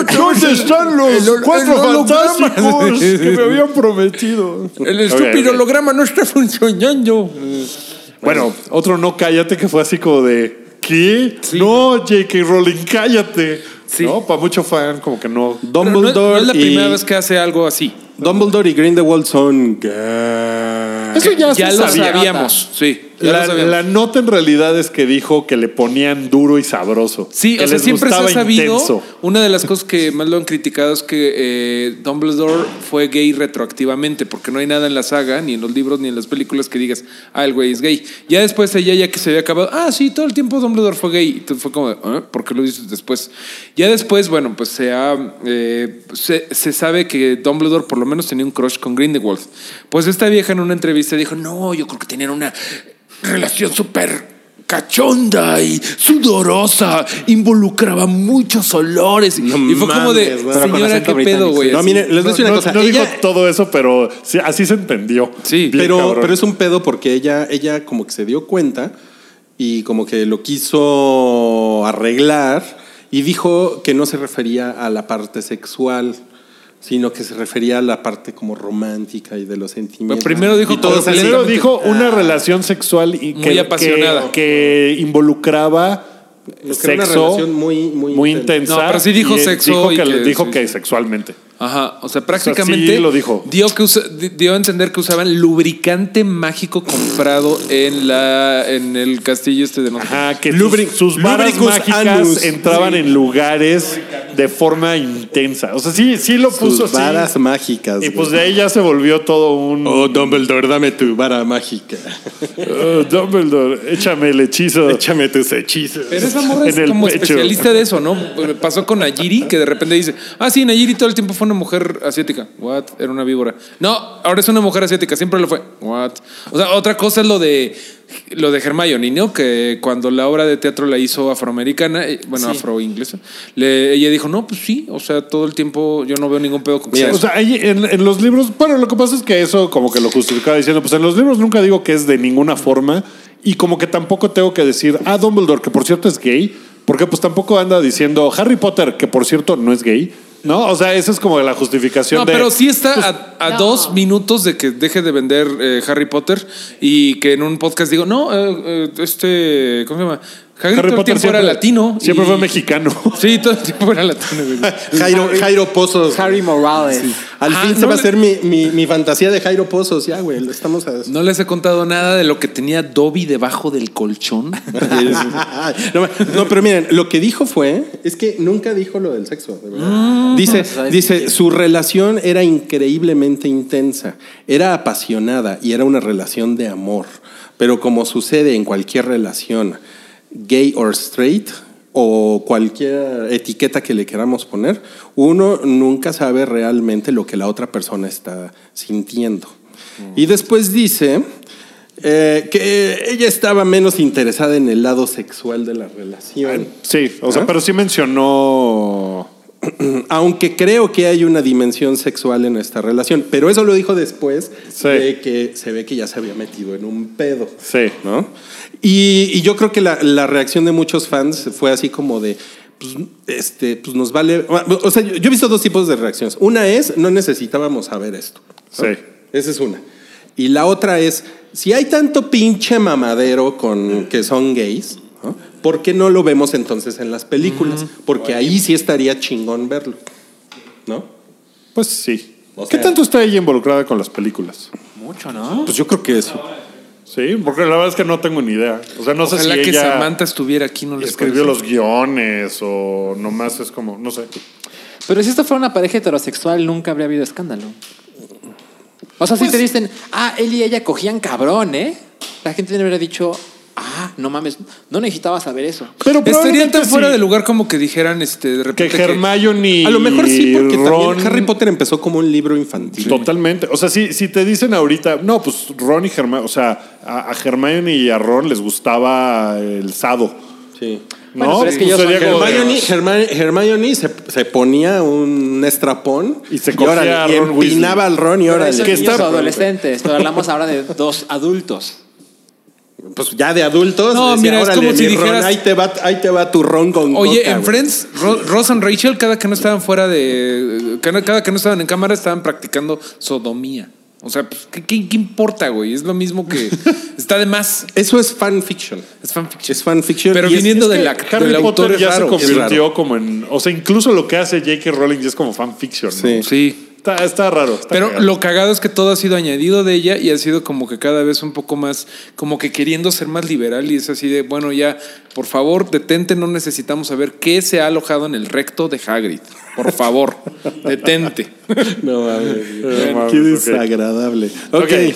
S2: están los cuatro fantásticos que me habían prometido?
S4: El estúpido holograma no está funcionando.
S2: Bueno, otro no cállate que fue así como de. ¿Qué? No, J.K. Rowling, cállate.
S4: Sí.
S2: No, para mucho fan, como que no.
S4: Pero no-
S5: Dumbledore
S4: no es la
S5: y
S4: primera vez que hace algo así.
S5: Dumbledore y Grindelwald son gays.
S2: Eso ya,
S4: Ya
S2: se
S4: lo
S2: sabía.
S4: sabíamos, sí. ya lo
S2: La,
S4: sabíamos.
S2: la nota en realidad es que dijo que le ponían duro y sabroso.
S4: Sí,
S2: que
S4: o sea,
S2: les
S4: siempre se ha
S2: gustaba
S4: sabido.
S2: intenso.
S4: Una de las cosas que más lo han criticado es que eh, Dumbledore fue gay retroactivamente, porque no hay nada en la saga, ni en los libros, ni en las películas que digas, ah, el güey es gay. Ya después ella, ya que se había acabado, ah, sí, todo el tiempo Dumbledore fue gay. Y tú fue como, "¿Ah? ¿por qué lo dices después? Ya después, bueno, pues se ha. eh, se, se sabe que Dumbledore por lo menos tenía un crush con Grindelwald. Pues esta vieja en una entrevista dijo, no, yo creo que tenían una relación súper cachonda y sudorosa, involucraba muchos olores. y fue como de,
S5: mames, güey. Pero con
S4: señora,
S5: acento
S4: qué pedo,
S5: británico,
S4: güey.
S5: sí. No,
S4: Así.
S5: mire, les voy a decir una
S2: no,
S5: cosa.
S2: no
S5: Ella-
S2: dijo todo eso, pero sí, así se entendió.
S4: Sí,
S2: Bien
S5: pero,
S2: cabrón.
S5: pero es un pedo porque ella, ella como que se dio cuenta y como que lo quiso arreglar y dijo que no se refería a la parte sexual, sino que se refería a la parte como romántica y de los sentimientos.
S4: primero dijo
S5: y todo
S4: como-
S2: Primero
S4: Completamente.
S2: dijo una relación sexual y
S4: Ah. Muy apasionada.
S2: que- que involucraba
S5: Lo que era una
S2: sexo
S5: relación muy- muy
S2: intensa.
S5: intensa.
S4: No, pero sí dijo
S2: y, eh,
S4: sexo
S2: Dijo
S4: y
S2: que,
S4: que-
S2: dijo
S4: sí,
S2: que sexualmente.
S4: Ajá, o sea, prácticamente
S2: sí lo dijo.
S4: Dio, que usa- di- dio a entender que usaban lubricante mágico comprado en la en el castillo este de nosotros.
S2: Ajá, que
S5: Lubri-
S2: sus, sus varas
S5: lubricus
S2: mágicas
S5: anus.
S2: entraban en lugares de forma intensa. O sea, sí, sí lo puso
S5: Sus
S2: así.
S5: varas mágicas.
S2: y
S5: güey.
S2: pues de ahí ya se volvió todo un.
S5: Oh, Dumbledore, dame tu vara mágica.
S2: "Oh, Dumbledore, échame el hechizo.
S5: Échame tus hechizos.
S4: Pero esa morra es
S2: en el
S4: como
S2: pecho.
S4: especialista de eso, ¿no? Pasó con Nayiri, que de repente dice, ah, sí, Nayiri todo el tiempo fue una mujer asiática. What? Era una víbora. No, ahora es una mujer asiática, siempre lo fue. What? O sea, otra cosa es lo de lo de Hermione, ¿no? Que cuando la obra de teatro la hizo afroamericana, eh, bueno, afroinglesa, le- ella dijo, no, pues sí, o sea, todo el tiempo yo no veo ningún pedo con que
S5: Mira,
S4: sea
S2: O sea, ahí en, en los libros, bueno, lo que pasa es que eso como que lo justificaba diciendo, pues en los libros nunca digo que es de ninguna forma y como que tampoco tengo que decir, ah, Dumbledore, que por cierto es gay, porque pues tampoco anda diciendo Harry Potter, que por cierto no es gay, ¿no? O sea, esa es como la justificación
S4: No,
S2: de... pues,
S4: pero sí está a, a
S1: no.
S4: dos minutos de que deje de vender eh, Harry Potter y que en un podcast digo, no, eh, eh, este, ¿cómo se llama? Harry, todo el tiempo era latino.
S2: Siempre
S4: y-
S2: fue mexicano.
S4: Sí, todo el tiempo era latino. güey.
S5: Jairo, Jairo Pozos.
S3: Harry Morales.
S5: Al
S4: Ah,
S5: fin se
S4: no
S5: va a
S4: le-
S5: hacer mi, mi, mi fantasía de Jairo Pozos. Ya, güey, lo estamos a...
S4: No les he contado nada de lo que tenía Dobby debajo del colchón.
S5: no, no, pero miren, lo que dijo fue, es que nunca dijo lo del sexo. de verdad. dice, dice, su relación era increíblemente intensa, era apasionada y era una relación de amor. Pero como sucede en cualquier relación, gay or straight, o cualquier etiqueta que le queramos poner, uno nunca sabe realmente lo que la otra persona está sintiendo. Y después dice eh, que ella estaba menos interesada en el lado sexual de la relación.
S2: Sí, o sea,
S5: ¿Ah?
S2: pero sí mencionó...
S5: Aunque creo que hay una dimensión sexual en esta relación, pero eso lo dijo después
S2: Sí.
S5: de que se ve que ya se había metido en un pedo.
S2: Sí.
S5: ¿no? Y, y yo creo que la, la reacción de muchos fans fue así como de, pues, este, pues nos vale. O sea, yo, yo he visto dos tipos de reacciones. Una es, no necesitábamos saber esto. ¿no?
S2: Sí.
S5: Esa es una. Y la otra es, si hay tanto pinche mamadero con que son gays, ¿no? ¿por qué no lo vemos entonces en las películas? Porque ahí sí estaría chingón verlo, ¿no?
S2: Pues sí.
S5: O
S2: ¿Qué
S5: sea-
S2: tanto está ella involucrada con las películas?
S3: Mucho, ¿no?
S5: Pues yo creo que eso.
S2: Sí, porque la verdad es que no tengo ni idea. O sea, no sé
S4: Ojalá
S2: si
S4: que
S2: ella...
S4: Samantha estuviera aquí, no les
S2: escribió
S4: parece?
S2: los guiones o nomás es como, no sé.
S3: Pero si esto fuera una pareja heterosexual, nunca habría habido escándalo. O sea, si
S5: Pues-
S3: te dicen, ah, él y ella cogían cabrón, ¿eh? La gente me hubiera dicho, ah, no mames, no necesitaba saber eso.
S2: Pero
S4: Estaría tan fuera de
S2: del
S4: lugar como que dijeran, este, de
S2: que
S4: repente. que-
S2: Hermione y
S5: A lo mejor sí, porque
S2: Ron,
S5: también Harry Potter empezó como un libro infantil.
S2: Totalmente. O sea, si, si te dicen ahorita, no, pues Ron y Hermione, o sea, a, a Hermione y a Ron les gustaba el sado.
S5: Sí.
S3: Bueno, pero es que yo
S2: Pues
S3: soy-
S2: sería como de-
S5: Hermione, Herma- Hermione se, se ponía un estrapón
S2: Y se
S5: ahora-
S2: cogía a
S5: y
S2: Ron Weasley.
S5: empinaba al Ron y ahora
S3: Eso
S2: que
S3: niños
S2: está-
S3: o adolescentes, pero hablamos ahora de dos adultos.
S5: pues ya de adultos.
S4: No,
S5: decía,
S4: mira, es
S5: "Órale,
S4: como si
S5: mi Ron,
S4: dijeras-
S5: ahí te va, ahí te va tu Ron con
S4: Oye,
S5: coca,
S4: en
S5: güey".
S4: Friends, Ro- Ross and Rachel, cada que no estaban fuera de. Cada, cada que no estaban en cámara, estaban practicando sodomía. O sea, pues, ¿qué, qué- qué importa, güey? Es lo mismo que. Está de más.
S5: Eso es fanfiction.
S4: Es fanfiction.
S5: Es fanfiction.
S4: Pero
S5: y es-
S4: viniendo
S5: es
S4: de
S5: que-
S4: la
S2: Eh, Harry
S4: del autor
S2: Potter
S4: es
S2: ya se
S4: raro.
S5: Es
S2: convirtió como en. O sea, incluso lo que hace J.K. Rowling ya es como fanfiction. ¿no?
S5: Sí.
S4: Sí.
S2: Está, está raro. está
S4: Pero
S2: cagado.
S4: lo cagado es que todo ha sido añadido de ella y ha sido como que cada vez un poco más, como que queriendo ser más liberal y es así de, bueno, ya, por favor, detente, no necesitamos saber qué se ha alojado en el recto de Hagrid. Por favor, detente.
S5: No, a ver.
S2: mames,
S5: Qué
S2: ok.
S5: desagradable. Ok.
S2: Ok. Eh,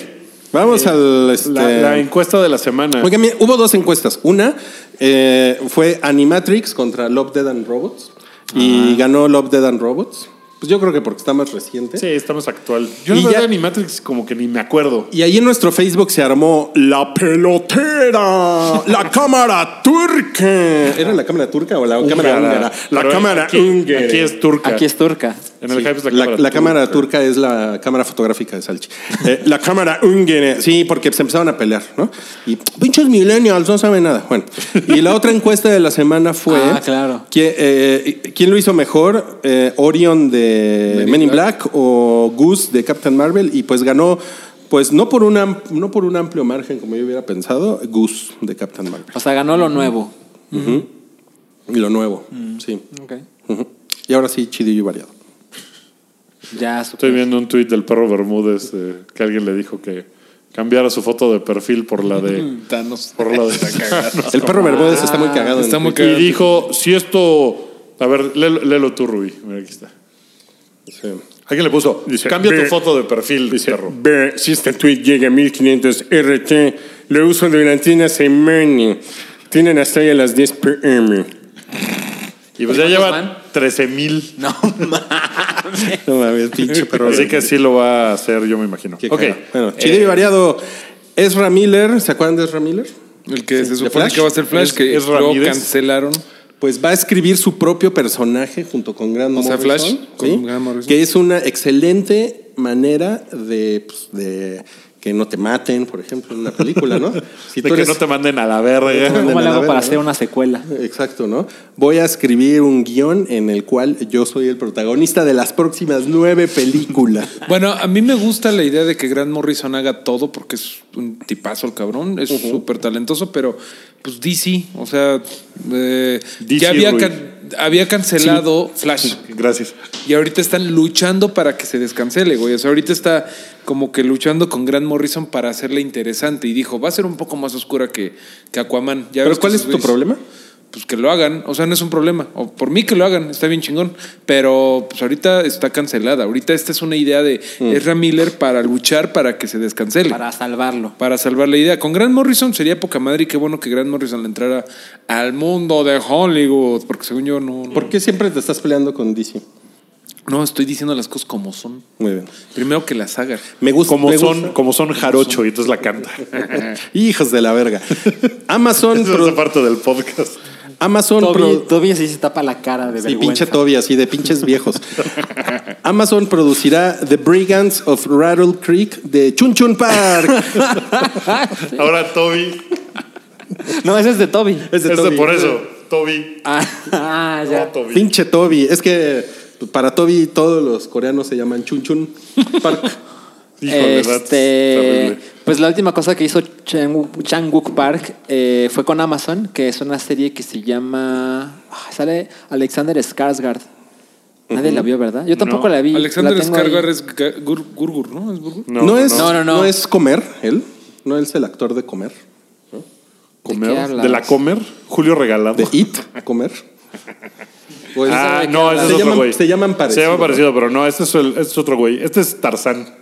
S5: Vamos al. Este...
S2: La, la encuesta de la semana.
S5: Oigan, mira, hubo dos encuestas. Una eh, fue Animatrix contra Love, Dead and Robots. Y ganó Love, Dead and Robots. Pues yo creo que porque está más reciente.
S2: Sí, estamos actual. Yo
S5: Y
S2: la verdad
S5: ya-
S2: de Animatrix como que ni me acuerdo.
S5: Y ahí en nuestro Facebook se armó la pelotera, la cámara turca. ¿Era la cámara turca o la cámara
S2: Húngara.
S5: húngara? La
S2: Pero
S5: cámara
S2: aquí,
S5: húngara.
S2: aquí es turca.
S3: Aquí es turca.
S2: En el
S5: Sí,
S2: hype es la,
S5: la,
S2: cámara.
S5: la cámara turca es la cámara fotográfica de Salchi. Eh, la cámara húngara. Sí, porque se empezaron a pelear, ¿no? Y pinches millennials, no saben nada. Bueno, y la otra encuesta de la semana fue.
S3: Ah, claro.
S5: que, eh, ¿Quién lo hizo mejor? Eh, ¿Orion de Men, in Black. o Goose de Captain Marvel? Y pues ganó. Pues no por, un am- no por un amplio margen, como yo hubiera pensado, Goose de Captain Marvel.
S3: O sea, ganó lo nuevo.
S5: Y lo nuevo, sí.
S3: Ok.
S5: Ujú. Y ahora sí, chidillo y variado.
S3: Ya
S2: Estoy
S3: super.
S2: viendo un tuit del perro Bermúdez eh, que alguien le dijo que cambiara su foto de perfil por la de.
S4: Thanos.
S2: por la de
S5: El perro Bermúdez está muy cagado. en
S4: Está muy
S5: Twitter.
S2: y dijo: si esto. A ver, léelo, léelo tú, Rubí. Mira, aquí está.
S5: Sí.
S2: Alguien le puso:
S6: Dice,
S2: cambia tu
S6: "Ve".
S2: foto de perfil,
S6: Dice,
S2: perro.
S6: ve si este tweet llega a 1500 RT, lo uso durante una semana. Tienen hasta ahí a las 10 pm.
S2: Y pues ya
S3: van?
S2: lleva 13 mil.
S3: No mames.
S5: No mames, pinche perro.
S2: Así que sí lo va a hacer, yo me imagino.
S5: Qué
S2: Ok.
S5: cagado.
S6: Eh,
S2: Eh,
S5: Bueno, chidillo y variado. Ezra Miller, ¿se acuerdan de Ezra Miller?
S4: El que se
S5: ¿De
S4: supone
S5: Flash?
S4: que va a ser Flash,
S2: Es-
S4: que
S2: es
S4: luego
S2: Ramírez.
S4: cancelaron.
S5: Pues va a escribir su propio personaje junto con Grant
S4: O sea,
S5: Morrison.
S4: Flash con
S5: ¿sí?
S4: Grant Morrison.
S5: Que es una excelente manera de, pues, de que no te maten, por ejemplo, en una película, ¿no? Si
S2: de que no te manden a la verga.
S5: Manden
S3: ¿Cómo
S5: a
S3: le
S5: la
S3: hago
S5: verga,
S3: para hacer
S5: ¿no?
S3: una secuela?
S5: Exacto, ¿no? Voy a escribir un guión en el cual yo soy el protagonista de las próximas nueve películas.
S4: Bueno, a mí me gusta la idea de que Grant Morrison haga todo porque es un tipazo el cabrón, es súper talentoso, pero pues DC, o sea, eh,
S2: DC
S4: ya había,
S2: Ruiz.
S4: can- había cancelado Flash
S2: Gracias.
S4: y ahorita están luchando para que se descancele, güey. O sea, ahorita está como que luchando con Grant Morrison para hacerla interesante y dijo, va a ser un poco más oscura que, que Aquaman. Ya ves
S5: ¿Pero
S4: que
S5: cuál
S4: esos
S5: es tu
S4: güeyes-
S5: problema?
S4: pues que lo hagan, o sea, no es un problema. O por mí que lo hagan, está bien chingón. Pero pues ahorita está cancelada. Ahorita esta es una idea de
S5: Mm.
S4: Ezra Miller para luchar para que se descancele. Para,
S3: Para salvarlo.
S4: salvar la idea. Con Grant Morrison sería poca madre y qué bueno que Grant Morrison le entrara al mundo de Hollywood. Porque según yo no. no-
S5: ¿Por qué siempre te estás peleando con DC?
S4: No, estoy diciendo las cosas como son.
S5: Muy bien.
S4: Primero que las hagan.
S5: Me gusta.
S2: Como
S5: me
S2: son,
S5: gusta.
S2: como son jarocho, y entonces la canta.
S5: Hijos de la verga. Amazon,
S2: Esa es la
S5: pro-
S2: parte del podcast.
S5: Amazon,
S3: Toby,
S5: pro-
S3: Toby sí se tapa la cara de
S5: y
S3: vergüenza.
S5: pinche Toby así de pinches viejos. Amazon producirá The Brigands of Rattle Creek de Chun Chun Park.
S2: Ahora Toby.
S3: No, ese es de Toby.
S5: Es de
S2: Es de
S5: Toby.
S2: por eso. Toby.
S3: Ah, ah, ya.
S2: No, Toby.
S5: Pinche Toby. Es que para Toby todos los coreanos se llaman Chun Chun Park.
S2: Híjole, rats,
S3: este,
S2: terrible.
S3: pues la última cosa que hizo Chang- Chang-wook Park eh, fue con Amazon, que es una serie que se llama. ah, Sale Alexander Skarsgård. Nadie la vio, ¿verdad? Yo tampoco la vi.
S4: Alexander
S3: la tengo ahí.
S4: Skarsgård es Ga- Gur- Gurgur, ¿no? ¿Es Gurgur?
S5: No, es,
S3: no, no, no.
S5: es comer él. No es el actor de comer.
S2: Comer,
S3: qué
S2: ¿De,
S3: hablas?
S2: la comer? Julio Regalado.
S5: De It, comer. O es-
S2: ah,
S3: de qué
S2: no,
S3: hablas.
S2: ese es
S5: Se
S2: otro
S5: llaman-
S2: güey. Se
S5: se llaman
S2: llama
S5: parecido.
S2: parecido, pero no, este es, el- este es otro güey. Este es Tarzán.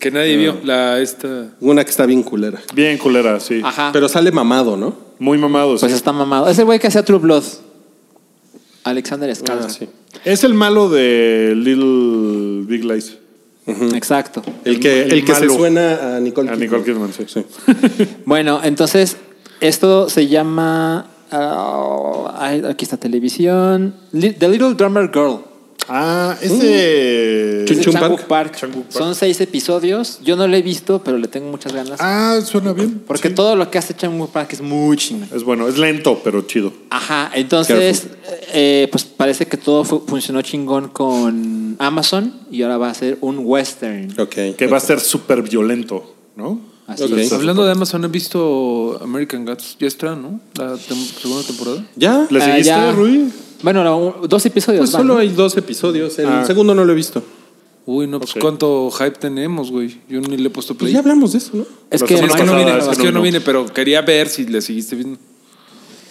S4: Que nadie vio.
S2: Ah.
S4: La esta.
S5: Una que está bien culera.
S2: Bien culera, sí.
S3: Ajá.
S5: Pero sale mamado, ¿no?
S2: Muy mamado.
S3: pues
S2: sí.
S3: está mamado. Es el güey que hacía True Blood.
S2: Ah,
S3: Alexander Skarsgård.
S2: Es el malo de Little Big Lies.
S3: Exacto.
S5: El que, el
S2: El
S5: que se
S2: malo.
S5: suena a Nicole
S2: A Nicole Kidman, sí.
S3: Bueno, entonces esto se llama Ah, ay, aquí está televisión. Li- The Little Drummer Girl.
S2: Ah,
S3: Uh.
S2: ese.
S3: Es de
S5: Chun Park.
S3: Chan-wook Park.
S2: Chan-wook Park.
S3: Son seis episodios. Yo no lo he visto, pero le tengo muchas ganas.
S2: Ah, suena bien.
S3: porque
S2: sí.
S3: todo lo que hace Chan Wook Park es muy chingón.
S2: Es bueno, es lento, pero chido.
S3: Ajá, entonces, eh, pues parece que todo fu- funcionó chingón con Amazon y ahora va a ser un western. Ah,
S5: Ok.
S2: Que va a ser súper violento, ¿no?
S3: Así
S5: Ok.
S3: es.
S4: Hablando de Amazon, ¿han visto American Gods? Ya está, ¿no? La tem- segunda temporada.
S5: ¿Ya?
S2: ¿Le
S3: Ah,
S2: seguiste,
S3: ya.
S2: Rui?
S3: Bueno, no, un- dos episodios
S5: Pues
S3: más,
S5: solo
S3: ¿no?
S5: hay dos episodios. El
S2: Ah.
S5: segundo no lo he visto.
S4: Uy, no, pues
S2: Ok.
S4: cuánto hype tenemos, güey. Yo ni le he puesto
S5: Pues
S4: play.
S5: ya hablamos de eso, ¿no?
S3: Es
S2: la
S3: que,
S4: Sí, es que no
S2: pasada,
S4: vine,
S2: es que
S4: es que yo
S2: no.
S4: no vine, pero quería ver si le seguiste viendo.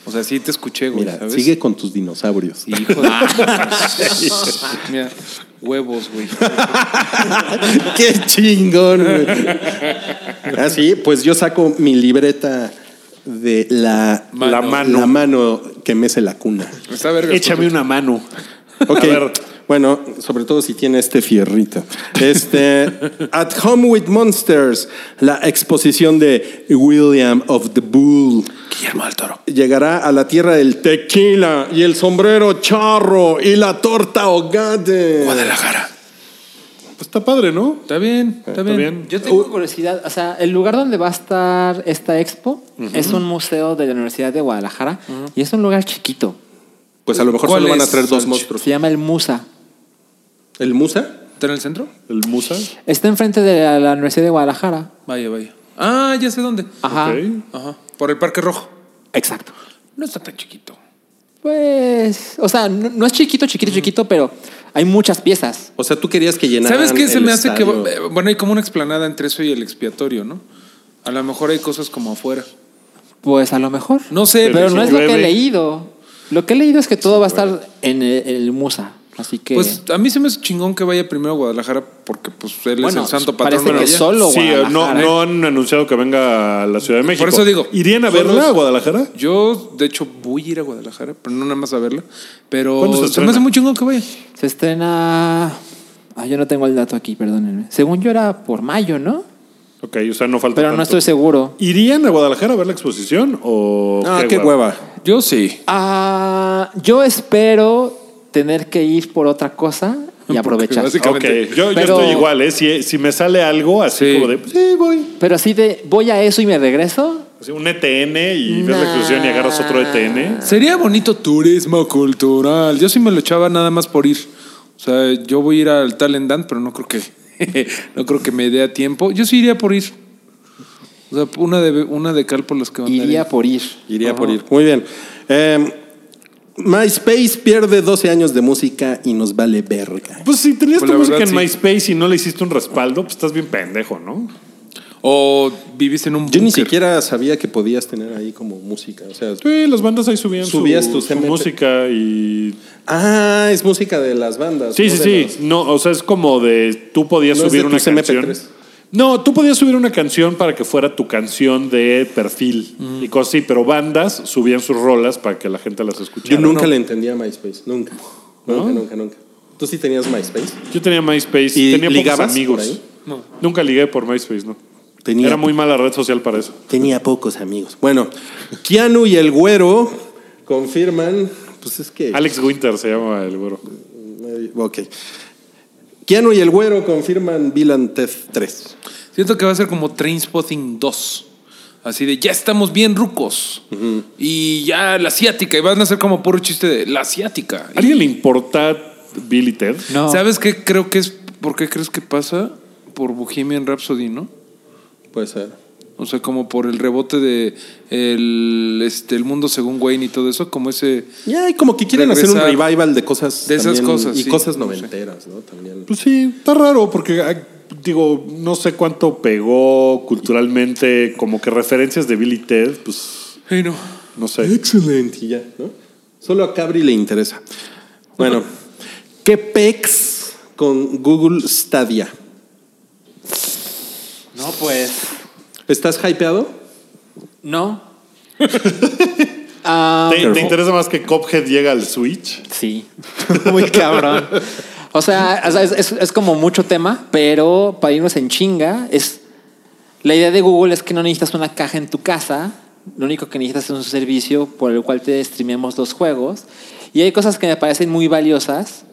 S4: O sea, sí te escuché, güey,
S5: Mira,
S4: ¿sabes?
S5: sigue con tus dinosaurios.
S4: Hijo de... Mira, huevos, güey.
S5: ¡Qué chingón! güey! Ah, sí, pues yo saco mi libreta de la
S4: Mano.
S5: La, mano. la mano que mece la cuna.
S4: Está verga.
S2: Échame una mano.
S5: Ok.
S2: A ver.
S5: Bueno, sobre todo si tiene este fierrito. Este, At Home with Monsters, la exposición de William of the Bull. Guillermo del Toro. Llegará a la tierra del tequila y el sombrero charro y la torta hogade.
S4: Guadalajara.
S2: Pues está padre, ¿no?
S4: Está bien, está bien.
S2: Ah, bien. Uh.
S3: yo tengo curiosidad, o sea, el lugar donde va a estar esta expo es un museo de la Universidad de Guadalajara y es un lugar chiquito.
S5: Pues a lo mejor
S4: ¿Cuál
S5: solo van a
S4: es,
S5: traer dos
S4: Sanchi?
S5: monstruos.
S3: Se llama el Musa.
S5: ¿El Musa?
S4: ¿Está en el centro?
S2: El Musa.
S3: Está enfrente de la, la Universidad de Guadalajara.
S4: Vaya, vaya. Ah, ya sé dónde.
S3: Ajá.
S2: Ok.
S4: Ajá. Por el Parque Rojo.
S3: Exacto.
S4: No está tan chiquito.
S3: Pues, o sea, no, no es chiquito, chiquito, chiquito, pero hay muchas piezas.
S5: O sea, tú querías que llenaran
S4: ¿Sabes qué? Se
S5: el
S4: me hace que.
S5: estadio?
S4: va- eh, Bueno, hay como una explanada entre eso y el expiatorio, ¿no? A lo mejor hay cosas como afuera.
S3: Pues a lo mejor.
S4: No sé, pues,
S3: Pero
S2: si
S3: no es lo que he
S2: llueve.
S3: leído. Lo que he leído es que todo va a estar en el, en el Musa. Así que.
S4: Pues a mí se me hace chingón que vaya primero a Guadalajara porque pues él
S3: Bueno,
S4: es el santo
S3: parece
S4: patrón de
S3: que
S4: allá.
S3: solo
S2: Sí, eh, no,
S3: Guadalajara.
S2: no han anunciado que venga a la Ciudad de México.
S4: eso digo,
S2: ¿Irían a
S4: son
S2: verla
S4: los-
S2: a Guadalajara?
S4: Yo, de hecho, voy a ir a Guadalajara, pero no nada más a verla. Pero
S2: ¿Cuándo se
S4: se,
S2: estrena?
S4: me hace muy chingón que vaya.
S3: Se estrena. Ah, yo no tengo el dato aquí, perdónenme. Según yo era por mayo, ¿no?
S2: Ok, o sea, no falta.
S3: Pero no
S2: tanto.
S3: estoy seguro.
S2: ¿Irían a Guadalajara a ver la exposición? O
S5: Ah, qué hueva.
S4: Yo sí.
S3: Ah, yo espero tener que ir por otra cosa y aprovechar.
S4: básicamente-
S2: Ok, yo, yo
S3: Pero-
S2: estoy igual, ¿eh? Si, si me sale algo así
S4: Sí.
S2: como de, pues, sí, voy.
S3: Pero así de voy a eso y me regreso.
S2: Así un ETN y ves la exposición y agarras otro E ETN.
S4: Sería bonito turismo cultural. Yo sí me lo echaba nada más por ir. O sea, yo voy a ir al Talendant, pero no creo que no creo que me dé a tiempo. Yo sí iría por ir. O sea, una de una de cal por las que van
S3: Iría por ir.
S5: Iría por ir. Muy bien. Eh, MySpace pierde 12 años de música y nos vale verga.
S2: Pues si tenías
S4: Pues
S2: tu
S4: la
S2: música en
S4: verdad, sí.
S2: MySpace y no le hiciste un respaldo, pues estás bien pendejo, ¿no?
S4: O viviste en un
S5: Yo ni
S4: búnker.
S5: siquiera sabía que podías tener ahí como música. O sea,
S2: Sí, las bandas ahí subían su-
S5: Subías
S2: su,
S5: tus MP3.
S2: música y...
S5: ah, es música de las bandas.
S2: Sí,
S5: no
S2: sí,
S5: de
S2: sí.
S5: los-
S2: No, o sea, es como de tú podías
S5: No es
S2: subir
S5: de
S2: una
S5: tus MP3.
S2: canción. No, tú podías subir una canción para que fuera tu canción de perfil
S5: Mm.
S2: y cosas así, pero bandas subían sus rolas para que la gente las escuchara.
S5: Yo nunca le entendía a MySpace. Nunca. Nunca, nunca, nunca. ¿Tú sí tenías MySpace?
S2: Yo tenía MySpace,
S5: ¿Y
S2: tenía pocos
S5: ligabas por
S2: amigos.
S5: ahí?
S2: Nunca ligué por MySpace, no.
S5: Tenía-
S2: Era muy mala red social para eso.
S5: Tenía pocos amigos. Bueno, Keanu y el güero confirman. Pues es que.
S2: Alex Winter se llama el güero.
S5: Ok. Keanu y el güero confirman Bill and Ted 3.
S4: Siento que va a ser como Trainspotting 2. Así de ya estamos bien rucos. Y ya la asiática. Y van a ser como puro chiste de la asiática.
S2: ¿A alguien le importa Bill y Ted?
S3: No.
S4: ¿Sabes qué creo que es? ¿Por qué crees que pasa? Por Bohemian Rhapsody, ¿no?
S5: Puede ser.
S4: O sea, como por el rebote de el, este, el mundo según Wayne y todo eso, como ese.
S5: Ya, y como que quieren hacer un
S4: Regresar.
S5: revival de cosas.
S4: De esas cosas,
S5: Y
S4: sí.
S5: cosas
S4: No sé.
S5: noventeras, ¿no? También.
S2: Pues sí, está raro porque ah, digo, no sé cuánto pegó culturalmente, como que referencias de Bill y Ted, pues
S4: Ay, no.
S2: no sé.
S5: Excelente. Y ya, ¿no? Solo a Cabri le interesa. Bueno, ¿qué pex con Google Stadia?
S3: No, pues.
S5: ¿Estás hypeado?
S3: No. Ah,
S2: ¿Te, te interesa más que Cophead llega al Switch?
S3: sí. Muy cabrón. O sea, o sea, es, es- es como mucho tema, pero para irnos en chinga, es. La idea de Google es que no necesitas una caja en tu casa Lo único que necesitas es un servicio por el cual te streameamos los juegos. Y hay cosas que me parecen muy valiosas,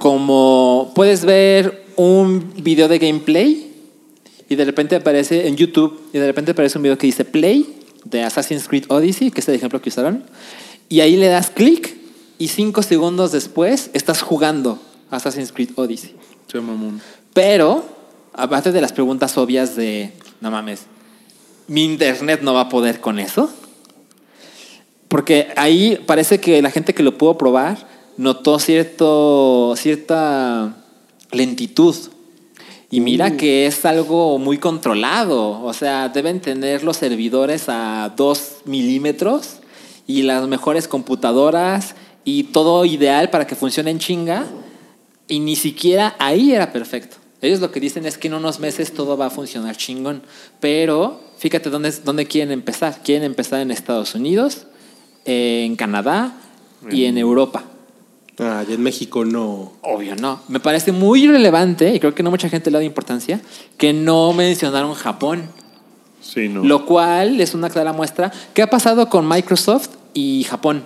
S3: como puedes ver un video de gameplay y de repente aparece en YouTube y de repente aparece un video que dice Play de Assassin's Creed Odyssey, que es el ejemplo que usaron, y ahí le das clic y cinco segundos después estás jugando Assassin's Creed Odyssey.
S4: Che, mamón.
S3: Pero, aparte de las preguntas obvias de, no mames, mi internet no va a poder con eso. Porque ahí parece que la gente que lo pudo probar notó cierto, cierta lentitud. Y mira que es algo muy controlado. O sea, deben tener los servidores a 2 milímetros y las mejores computadoras y todo ideal para que funcione en chinga. Y ni siquiera ahí era perfecto. Ellos lo que dicen es que en unos meses todo va a funcionar chingón. Pero fíjate dónde, es- dónde quieren empezar. Quieren empezar en Estados Unidos, en Canadá y en Europa.
S5: Ah, y en México no.
S3: Obvio no. Me parece muy relevante, y creo que no mucha gente le da importancia, que no mencionaron Japón.
S2: Sí, no.
S3: Lo cual es una clara muestra. ¿Qué ha pasado con Microsoft y Japón?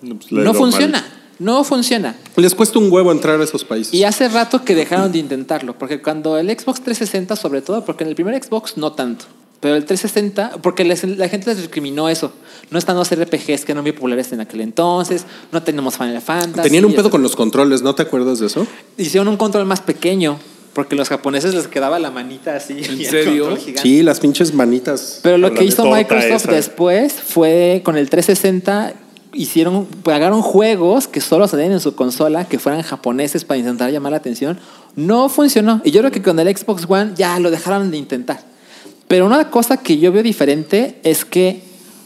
S2: Pues, le ha
S3: no
S2: ido mal.
S3: funciona. No funciona.
S5: Les cuesta un huevo entrar a esos países.
S3: Y hace rato que dejaron de intentarlo, porque cuando el Xbox 360, sobre todo, porque en el primer Xbox no tanto, pero el 360, porque les- la gente les recriminó eso. No están los RPGs que eran muy populares en aquel entonces, no tenemos Final Fantasy.
S5: Tenían un pedo
S3: etcétera.
S5: con los controles, ¿no te acuerdas de eso?
S3: Hicieron un control más pequeño, porque los japoneses les quedaba la manita así. y el
S4: serio?
S3: control gigante.
S5: Sí, las pinches manitas.
S3: Pero lo
S2: La
S3: que hizo
S2: torta
S3: Microsoft
S2: esa.
S3: después fue con el 360 hicieron pagaron juegos que solo salían en su consola que fueran japoneses para intentar llamar la atención. No funcionó y yo creo que con el Xbox One ya lo dejaron de intentar. Pero una cosa que yo veo diferente es que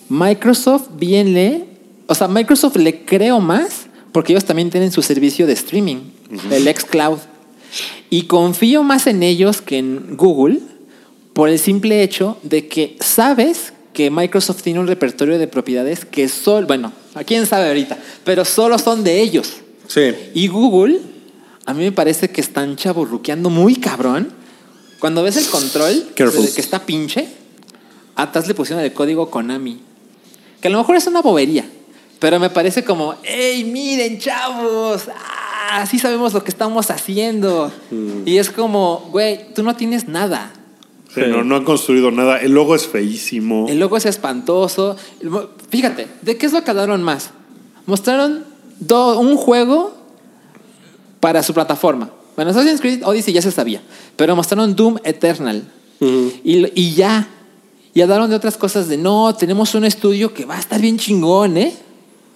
S3: Microsoft bien le, o sea, Microsoft le creo más porque ellos también tienen su servicio de streaming, el xCloud. Y confío más en ellos que en Google por el simple hecho de que sabes que Microsoft tiene un repertorio de propiedades que solo, bueno, a quién sabe ahorita, pero solo son de ellos.
S5: Sí.
S3: Y Google, a mí me parece que están chaburruqueando muy cabrón. Cuando ves el control
S5: Careful.
S3: de que está pinche, atrás le pusieron el código Konami. Que a lo mejor es una bobería, pero me parece como, hey, miren, chavos, ah, así sabemos lo que estamos haciendo. Y es como, güey, tú no tienes nada.
S2: Sí, no, no han construido nada. El logo es feísimo.
S3: El logo es espantoso. El mo- Fíjate, ¿de qué es lo que hablaron más? Mostraron do- un juego para su plataforma. Bueno, Assassin's Creed Odyssey ya se sabía, pero mostraron Doom Eternal. y, lo- y ya. Y hablaron de otras cosas de, no, tenemos un estudio que va a estar bien chingón, ¿eh?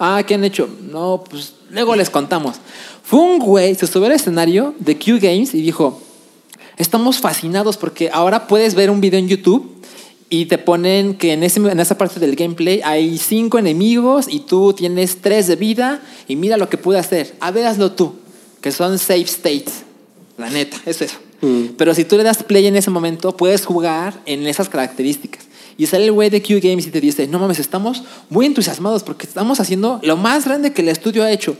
S3: Ah, ¿qué han hecho? No, pues luego les contamos. Fue un güey, se subió al escenario de Q Games y dijo, Estamos fascinados porque ahora puedes ver un video en YouTube y te ponen que en, ese- en esa parte del gameplay hay cinco enemigos y tú tienes tres de vida y mira lo que pude hacer. A ver, hazlo tú, que son save states. La neta, es eso. Pero si tú le das play en ese momento, puedes jugar en esas características. Y sale el güey de Q Games y te dice, no mames, estamos muy entusiasmados porque estamos haciendo lo más grande que el estudio ha hecho.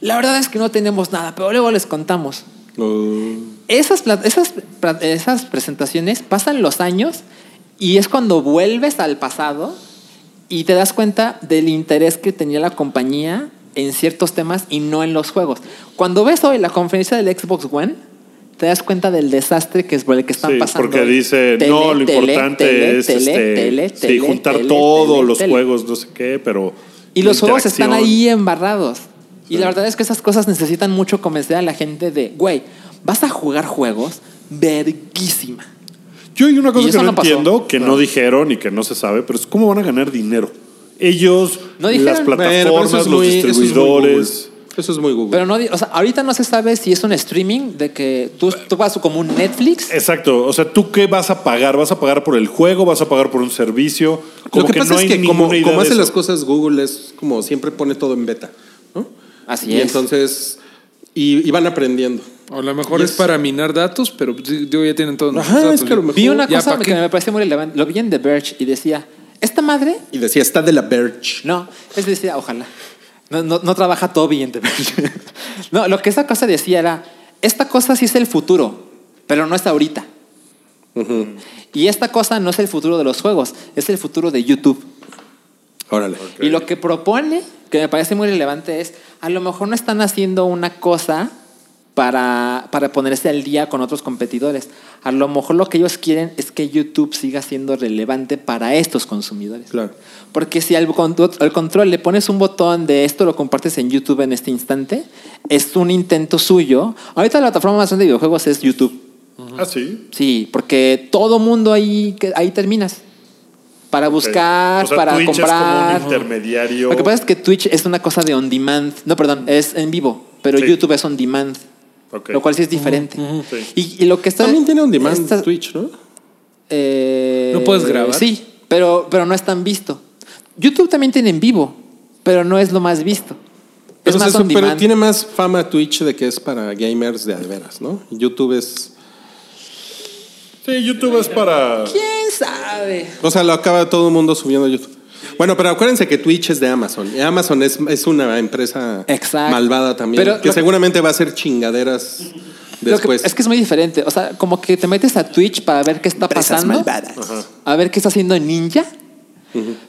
S3: La verdad es que no tenemos nada, pero luego les contamos. Esas, pla- esas, pra- esas presentaciones pasan los años y es cuando vuelves al pasado y te das cuenta del interés que tenía la compañía en ciertos temas y no en los juegos. Cuando ves hoy la conferencia del Xbox One, te das cuenta del desastre que es por el que están
S2: Sí,
S3: pasando.
S2: porque
S3: hoy.
S2: dice,
S3: Tele,
S2: no, lo
S3: tele,
S2: importante
S3: tele,
S2: es
S3: tele,
S2: este,
S3: tele,
S2: sí,
S3: tele,
S2: juntar
S3: tele,
S2: todos
S3: tele,
S2: los
S3: tele.
S2: juegos, no sé qué, pero...
S3: Y
S2: la
S3: los juegos están
S2: interacción-
S3: ahí embarrados. Y la verdad es que esas cosas necesitan mucho convencer a la gente de, güey, vas a jugar juegos verguísima.
S2: Yo hay una
S3: Y
S2: cosa que
S3: eso
S2: no,
S3: no pasó.
S2: entiendo, que no dijeron y que no se sabe, pero es cómo van a ganar dinero. Ellos,
S3: No
S2: las
S3: dijeron.
S2: plataformas,
S5: Bueno, pero eso es
S2: los
S5: muy- eso es muy
S2: distribuidores.
S5: Google. Eso es muy Google.
S3: Pero no, di- o sea, ahorita no se sabe si es un streaming de que tú, tú vas como un Netflix.
S2: Exacto, o sea, ¿tú qué vas a pagar? ¿Vas a pagar por el juego? ¿Vas a pagar por un servicio? Como
S5: lo que, pasa
S2: no
S5: es
S2: hay
S5: que como,
S2: ninguna idea
S5: como
S2: de
S5: hace
S2: eso.
S5: las cosas Google es como siempre pone todo en beta, ¿no?
S3: Así
S5: y
S3: es.
S5: entonces y, y van aprendiendo.
S4: O a lo mejor es para minar datos, pero pues, digo, ya tienen todos
S5: Ajá,
S4: nuestros datos.
S5: es que a lo mejor-
S3: Vi una
S4: Ya,
S3: cosa
S4: ¿pa'
S3: que
S4: qué?
S3: me parece muy relevante. Lo vi en The Verge y decía, esta madre,
S5: Y decía, está de la Verge.
S3: no, es decía, ojalá. No, no, no trabaja Toby en The Verge. no, lo que esa cosa decía era, esta cosa sí es el futuro, pero no es ahorita. Y esta cosa no es el futuro de los juegos, es el futuro de YouTube.
S5: Órale.
S3: Y lo que propone, que me parece muy relevante, es a lo mejor no están haciendo una cosa para, para ponerse al día con otros competidores. A lo mejor lo que ellos quieren es que YouTube siga siendo relevante para estos consumidores.
S5: Claro.
S3: Porque si al, contro- al control le pones un botón de esto lo compartes en YouTube en este instante, es un intento suyo. Ahorita la plataforma más grande de videojuegos es YouTube.
S2: Ah, sí.
S3: Sí, porque todo mundo ahí, que- ahí terminas. Para buscar,
S2: O sea,
S3: para
S2: Twitch es como un
S3: comprar.
S2: intermediario.
S3: Lo que pasa es que Twitch es una cosa de on demand. No, perdón, es en vivo. Pero
S2: Sí.
S3: YouTube es on demand.
S2: Ok.
S3: Lo cual sí es diferente.
S2: Sí.
S3: y, y lo que está.
S5: También tiene un demand
S3: está-
S5: Twitch, ¿no?
S3: eh,
S4: ¿No puedes grabar?
S3: Sí, pero, pero no es tan visto. YouTube también tiene en vivo, pero no es lo más visto. Es
S5: Pero,
S3: más
S5: eso-
S3: on
S5: pero
S3: demand.
S5: tiene más fama Twitch de que es para gamers de alveras, ¿no? YouTube es.
S2: Sí, YouTube es para.
S3: ¿Quién sabe?
S5: O sea, lo acaba todo el mundo subiendo a YouTube. Bueno, pero acuérdense que Twitch es de Amazon. Y Amazon es, es una empresa
S3: Exacto.
S5: malvada también.
S3: Pero
S5: que
S3: lo-
S5: seguramente va a hacer
S3: Lo
S5: chingaderas
S3: que-
S5: después.
S3: es que es muy diferente. O sea, como que te metes a Twitch para ver qué está pasando. A ver qué está haciendo Ninja.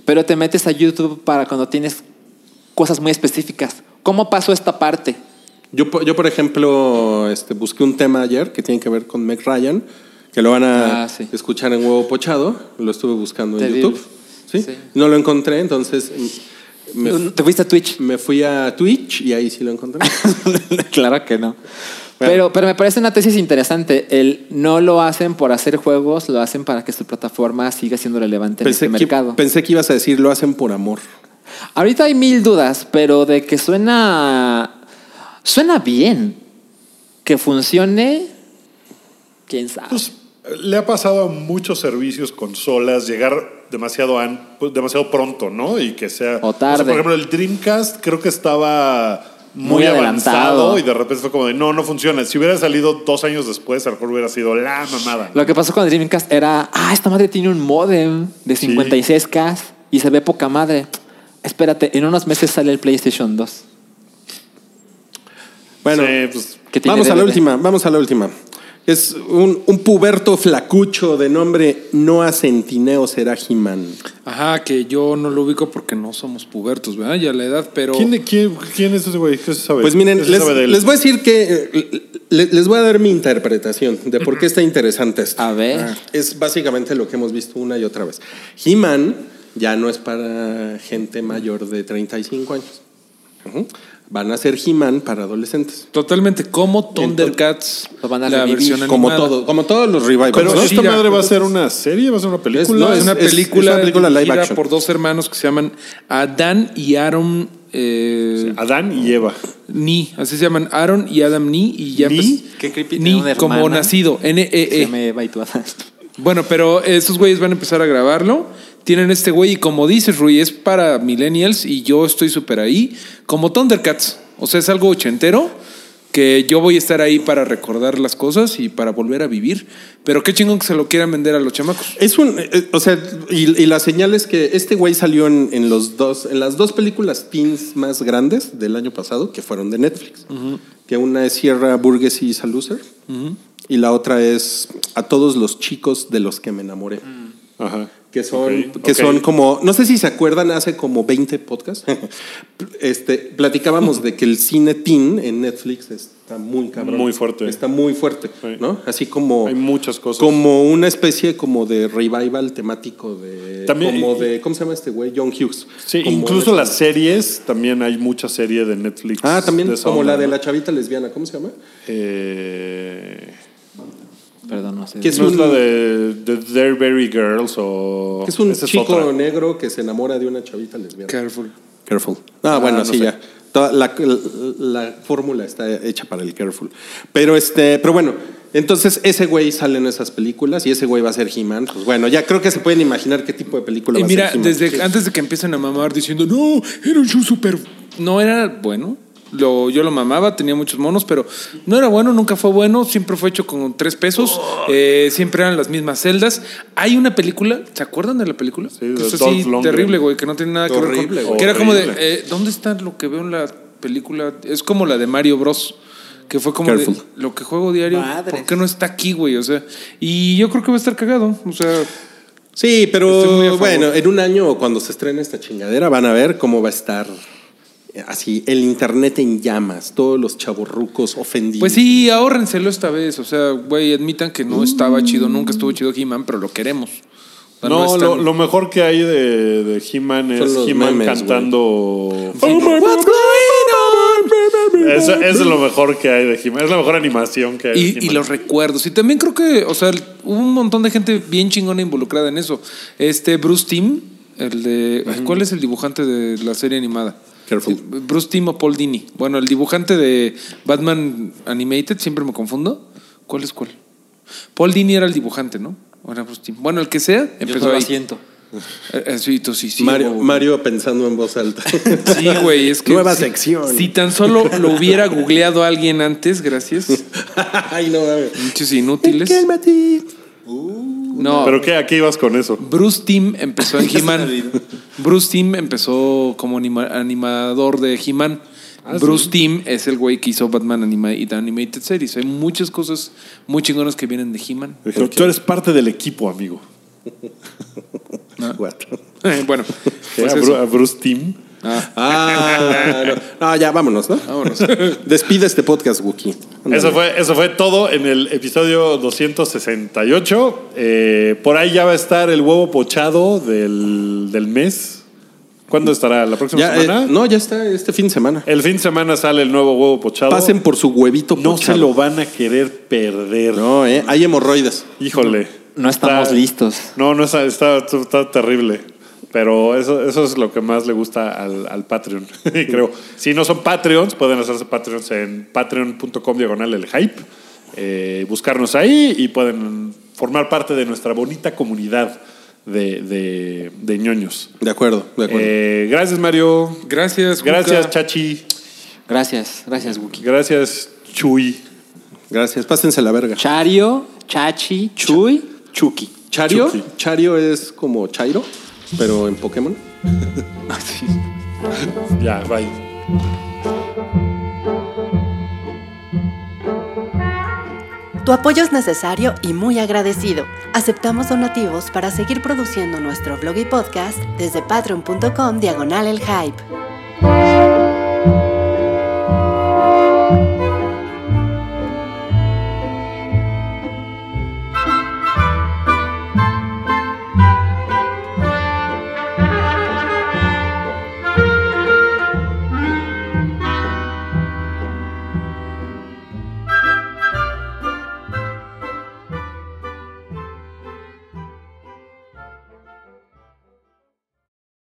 S3: Pero te metes a YouTube para cuando tienes cosas muy específicas. ¿Cómo pasó esta parte?
S5: Yo, po- yo, por ejemplo, este, busqué un tema ayer que tiene que ver con Meg Ryan, que lo van a
S3: Ah, sí.
S5: escuchar en Huevo Pochado. Lo estuve buscando en
S3: Terrible.
S5: YouTube. ¿sí?
S3: Sí.
S5: No lo encontré, entonces me,
S3: ¿Te fuiste a Twitch?
S5: me fui a Twitch y ahí sí lo encontré.
S3: claro que no. Pero, pero me parece una tesis interesante. El no lo hacen por hacer juegos, lo hacen para que su plataforma siga siendo relevante
S5: pensé,
S3: en
S5: que,
S3: este mercado.
S5: pensé que ibas a decir, lo hacen por amor.
S3: Ahorita hay mil dudas, pero de que suena. Suena bien. Que funcione. Quién sabe.
S2: Pues, le ha pasado a muchos servicios, consolas, llegar demasiado, an- pues, demasiado pronto, ¿no? Y que sea.
S3: O tarde.
S2: por ejemplo, el Dreamcast creo que estaba muy,
S3: Muy
S2: avanzado
S3: adelantado.
S2: y de repente fue como de no, no funciona. Si hubiera salido dos años después, a lo mejor hubiera sido la mamada.
S3: Lo que pasó con Dreamcast era. Ah, esta madre tiene un modem de 56K y se ve poca madre. Espérate, en unos meses sale el PlayStation 2.
S5: Bueno,
S2: Sí, pues,
S3: que tiene
S5: vamos a la
S3: DVD.
S5: última, vamos a la última. Es un, un puberto flacucho de nombre Noah Centineo Serajiman.
S4: Ajá, que yo no lo ubico porque no somos pubertos, ¿verdad? Ya la edad, pero.
S2: ¿Quién, quién, quién es ese güey? ¿Qué se sabe?
S5: Pues miren,
S2: ¿Qué se
S5: les,
S2: sabe de él?
S5: les voy a decir que eh, le- les voy a dar mi interpretación de por qué está interesante esto. Ah,
S3: A ver.
S5: Es básicamente lo que hemos visto una y otra vez. He-Man ya no es para gente mayor de 35 años. Ujú. Van a ser He-Man para adolescentes.
S4: Totalmente como Thundercats,
S3: Lo van a
S4: la
S3: revivir.
S4: versión
S5: Como,
S4: animada.
S5: todo, como todos los revivals.
S2: Pero
S5: ¿no?
S4: Sí,
S2: esta
S4: ya.
S2: madre va a ser una serie, va a ser una película.
S5: No,
S4: es,
S5: es-
S4: una
S5: es- es
S4: película,
S5: una película live
S4: dirigida
S5: action.
S4: por dos hermanos que se llaman Adán y Aaron eh,
S2: Adán y Eva.
S4: Ni, así se llaman Aaron y Adam Ni y ya
S3: Ni,
S4: pues-
S3: qué creepy,
S4: Ni
S3: tiene una
S4: como
S3: hermana.
S4: nacido, N E
S3: Se
S4: E.
S3: me va y tú vas.
S4: Bueno, pero esos güeyes van a empezar a grabarlo. Tienen este güey y como dices, Rui, es para millennials y yo estoy súper ahí, como Thundercats. O sea, es algo ochentero que yo voy a estar ahí para recordar las cosas y para volver a vivir. Pero qué chingón que se lo quieran vender a los chamacos.
S5: Es un, eh, o sea, y, y la señal es que este güey salió en, en los dos, en las dos películas teens más grandes del año pasado que fueron de Netflix, que una es Sierra Burgess y Saluser y la otra es a todos los chicos de los que me enamoré,
S2: Ajá.
S5: que son,
S2: Mm. Ok,
S5: que
S2: ok.
S5: son como, no sé si se acuerdan, hace como 20 podcasts, este, platicábamos de que el cine teen en Netflix está muy cabrón,
S2: Muy fuerte.
S5: está muy fuerte,
S2: Sí.
S5: ¿no? Así como
S2: Hay muchas cosas.
S5: Oh. como una especie como de revival temático de
S2: También-
S5: como de ¿cómo se llama este güey? John Hughes.
S2: Sí,
S5: Como
S2: incluso
S5: de-
S2: las series, también hay mucha serie de Netflix.
S5: Ah, también
S2: de esa
S5: como
S2: onda,
S5: la de
S2: ¿no?
S5: la chavita lesbiana, ¿cómo se llama?
S2: Eh,
S3: Perdón, no sé.
S5: ¿Qué Es
S2: no es
S5: un-
S2: la de, de Derberry Girls o.
S5: Que es un
S2: Oh, esa es
S5: chico
S2: otra.
S5: negro que se enamora de una chavita lesbiana.
S4: Careful.
S5: Careful. Ah, bueno,
S2: no
S5: sí,
S2: sé.
S5: ya. Toda la, la- la fórmula está hecha para el careful. Pero este, pero bueno, entonces ese güey sale en esas películas y ese güey va a ser He-Man. Pues bueno, ya creo que se pueden imaginar qué tipo de película
S4: Y
S5: va a
S4: mira,
S5: ser. He-Man.
S4: desde antes de que empiecen a mamar diciendo, no, era un show súper... No era bueno. Lo, yo lo mamaba, tenía muchos monos, pero no era bueno, nunca fue bueno, siempre fue hecho con tres pesos,
S5: Oh.
S4: eh, siempre eran las mismas celdas. Hay una película, ¿se acuerdan de la película?
S2: Sí, de
S4: Que es
S2: Dolph
S4: así
S2: Lundgren.
S4: terrible, güey, que no tiene nada que
S5: Horrible,
S4: ver con...
S2: güey.
S4: Que era como de,
S2: Horrible.
S4: eh, ¿dónde está lo que veo en la película? Es como la de Mario Bros. que fue como de,
S5: Careful.
S4: lo que juego diario,
S3: Madres.
S4: ¿por qué no está aquí, güey? O sea, y yo creo que va a estar cagado, o sea,
S5: Sí,
S4: Estoy muy a
S5: pero
S4: favor.
S5: bueno, en un año o cuando se estrene esta chingadera van a ver cómo va a estar eh, así el internet en llamas, todos los chavorrucos ofendidos.
S4: pues sí, ahórrenselo esta vez, o sea, güey, admitan que no estaba chido, nunca estuvo chido He-Man, pero lo queremos. O sea,
S2: No,
S4: es
S2: lo,
S4: tan-
S2: lo mejor que hay de, de He-Man
S5: Son
S2: es
S5: los
S2: He-Man
S5: memes,
S2: cantando.
S5: What's going on?
S2: Eso, eso es lo mejor que hay de He-Man. Es la mejor animación que hay. de
S4: Y, y
S2: He-Man.
S4: los recuerdos. Y también creo que, o sea, hubo un montón de gente bien chingona involucrada en eso. Este Bruce Timm, el de. ay, ¿Cuál es el dibujante de la serie animada?
S5: Careful.
S4: Sí, Bruce Timm o Paul Dini. Bueno, el dibujante de Batman Animated, siempre me confundo. ¿Cuál es cuál? Paul Dini era el dibujante, ¿no? O era Bruce Timm. Bueno, el que sea,
S3: Yo
S4: empezó
S3: solo
S4: ahí.
S3: siento.
S4: Eh, eh, sí, tú sí, sí,
S5: Mario,
S4: huevo.
S5: Mario pensando en voz alta.
S4: Sí, güey, es que.
S5: Nueva
S4: si-
S5: sección.
S4: Si tan solo lo hubiera googleado alguien antes, gracias.
S5: Ay, no mames.
S4: Muchos inútiles.
S5: Cálmate.
S4: No.
S2: ¿Pero qué? ¿A qué ibas con eso?
S4: Bruce Timm empezó en He-Man. Bruce Timm empezó como anima- animador de He-Man.
S5: Ah,
S4: Bruce Timm es el güey que hizo Batman anima- y The Animated Series. Hay muchas cosas muy chingonas que vienen de He-Man.
S2: Dijeron, tú eres parte del equipo, amigo.
S4: Ah.
S5: What?
S4: bueno, pues
S2: ¿A
S4: eso.
S2: Bru- a Bruce Team.
S5: Ah, no. No, ya vámonos, ¿no?
S4: Vámonos.
S5: Despide este podcast, Wookie. Ándale.
S2: Eso fue, eso fue todo en el episodio 268. Eh, por ahí ya va a estar el huevo pochado del, del mes. ¿Cuándo estará? ¿La próxima
S5: Ya, eh,
S2: semana?
S5: no, ya está este fin de semana.
S4: Eh,
S2: El fin de semana sale el nuevo huevo pochado.
S5: Pasen por su huevito.
S2: no
S5: pochado.
S2: se lo van a querer perder.
S5: No, eh, hay hemorroides.
S2: Híjole.
S3: No estamos listos.
S2: No, no está, está, está terrible. Pero eso, eso es lo que más le gusta al, al Patreon, creo. Si no son Patreons, pueden hacerse Patreons en patreon.com diagonal el hype. Eh, buscarnos ahí y pueden formar parte de nuestra bonita comunidad de, de- de ñoños.
S5: De acuerdo, de acuerdo.
S2: Eh, gracias, Mario.
S4: Gracias, Juca.
S2: Gracias, Chachi.
S3: Gracias, gracias, Wookie.
S2: Gracias, Chuy.
S5: Gracias. Pásense la verga.
S3: Chario, Chachi, Chuy, Chucky.
S5: Chario.
S2: Chucky.
S5: Chario es como Chairo, pero en Pokémon.
S2: Ya, bye.
S7: Tu apoyo es necesario y muy agradecido. Aceptamos donativos para seguir produciendo nuestro blog y podcast desde patreon.com diagonal el hype.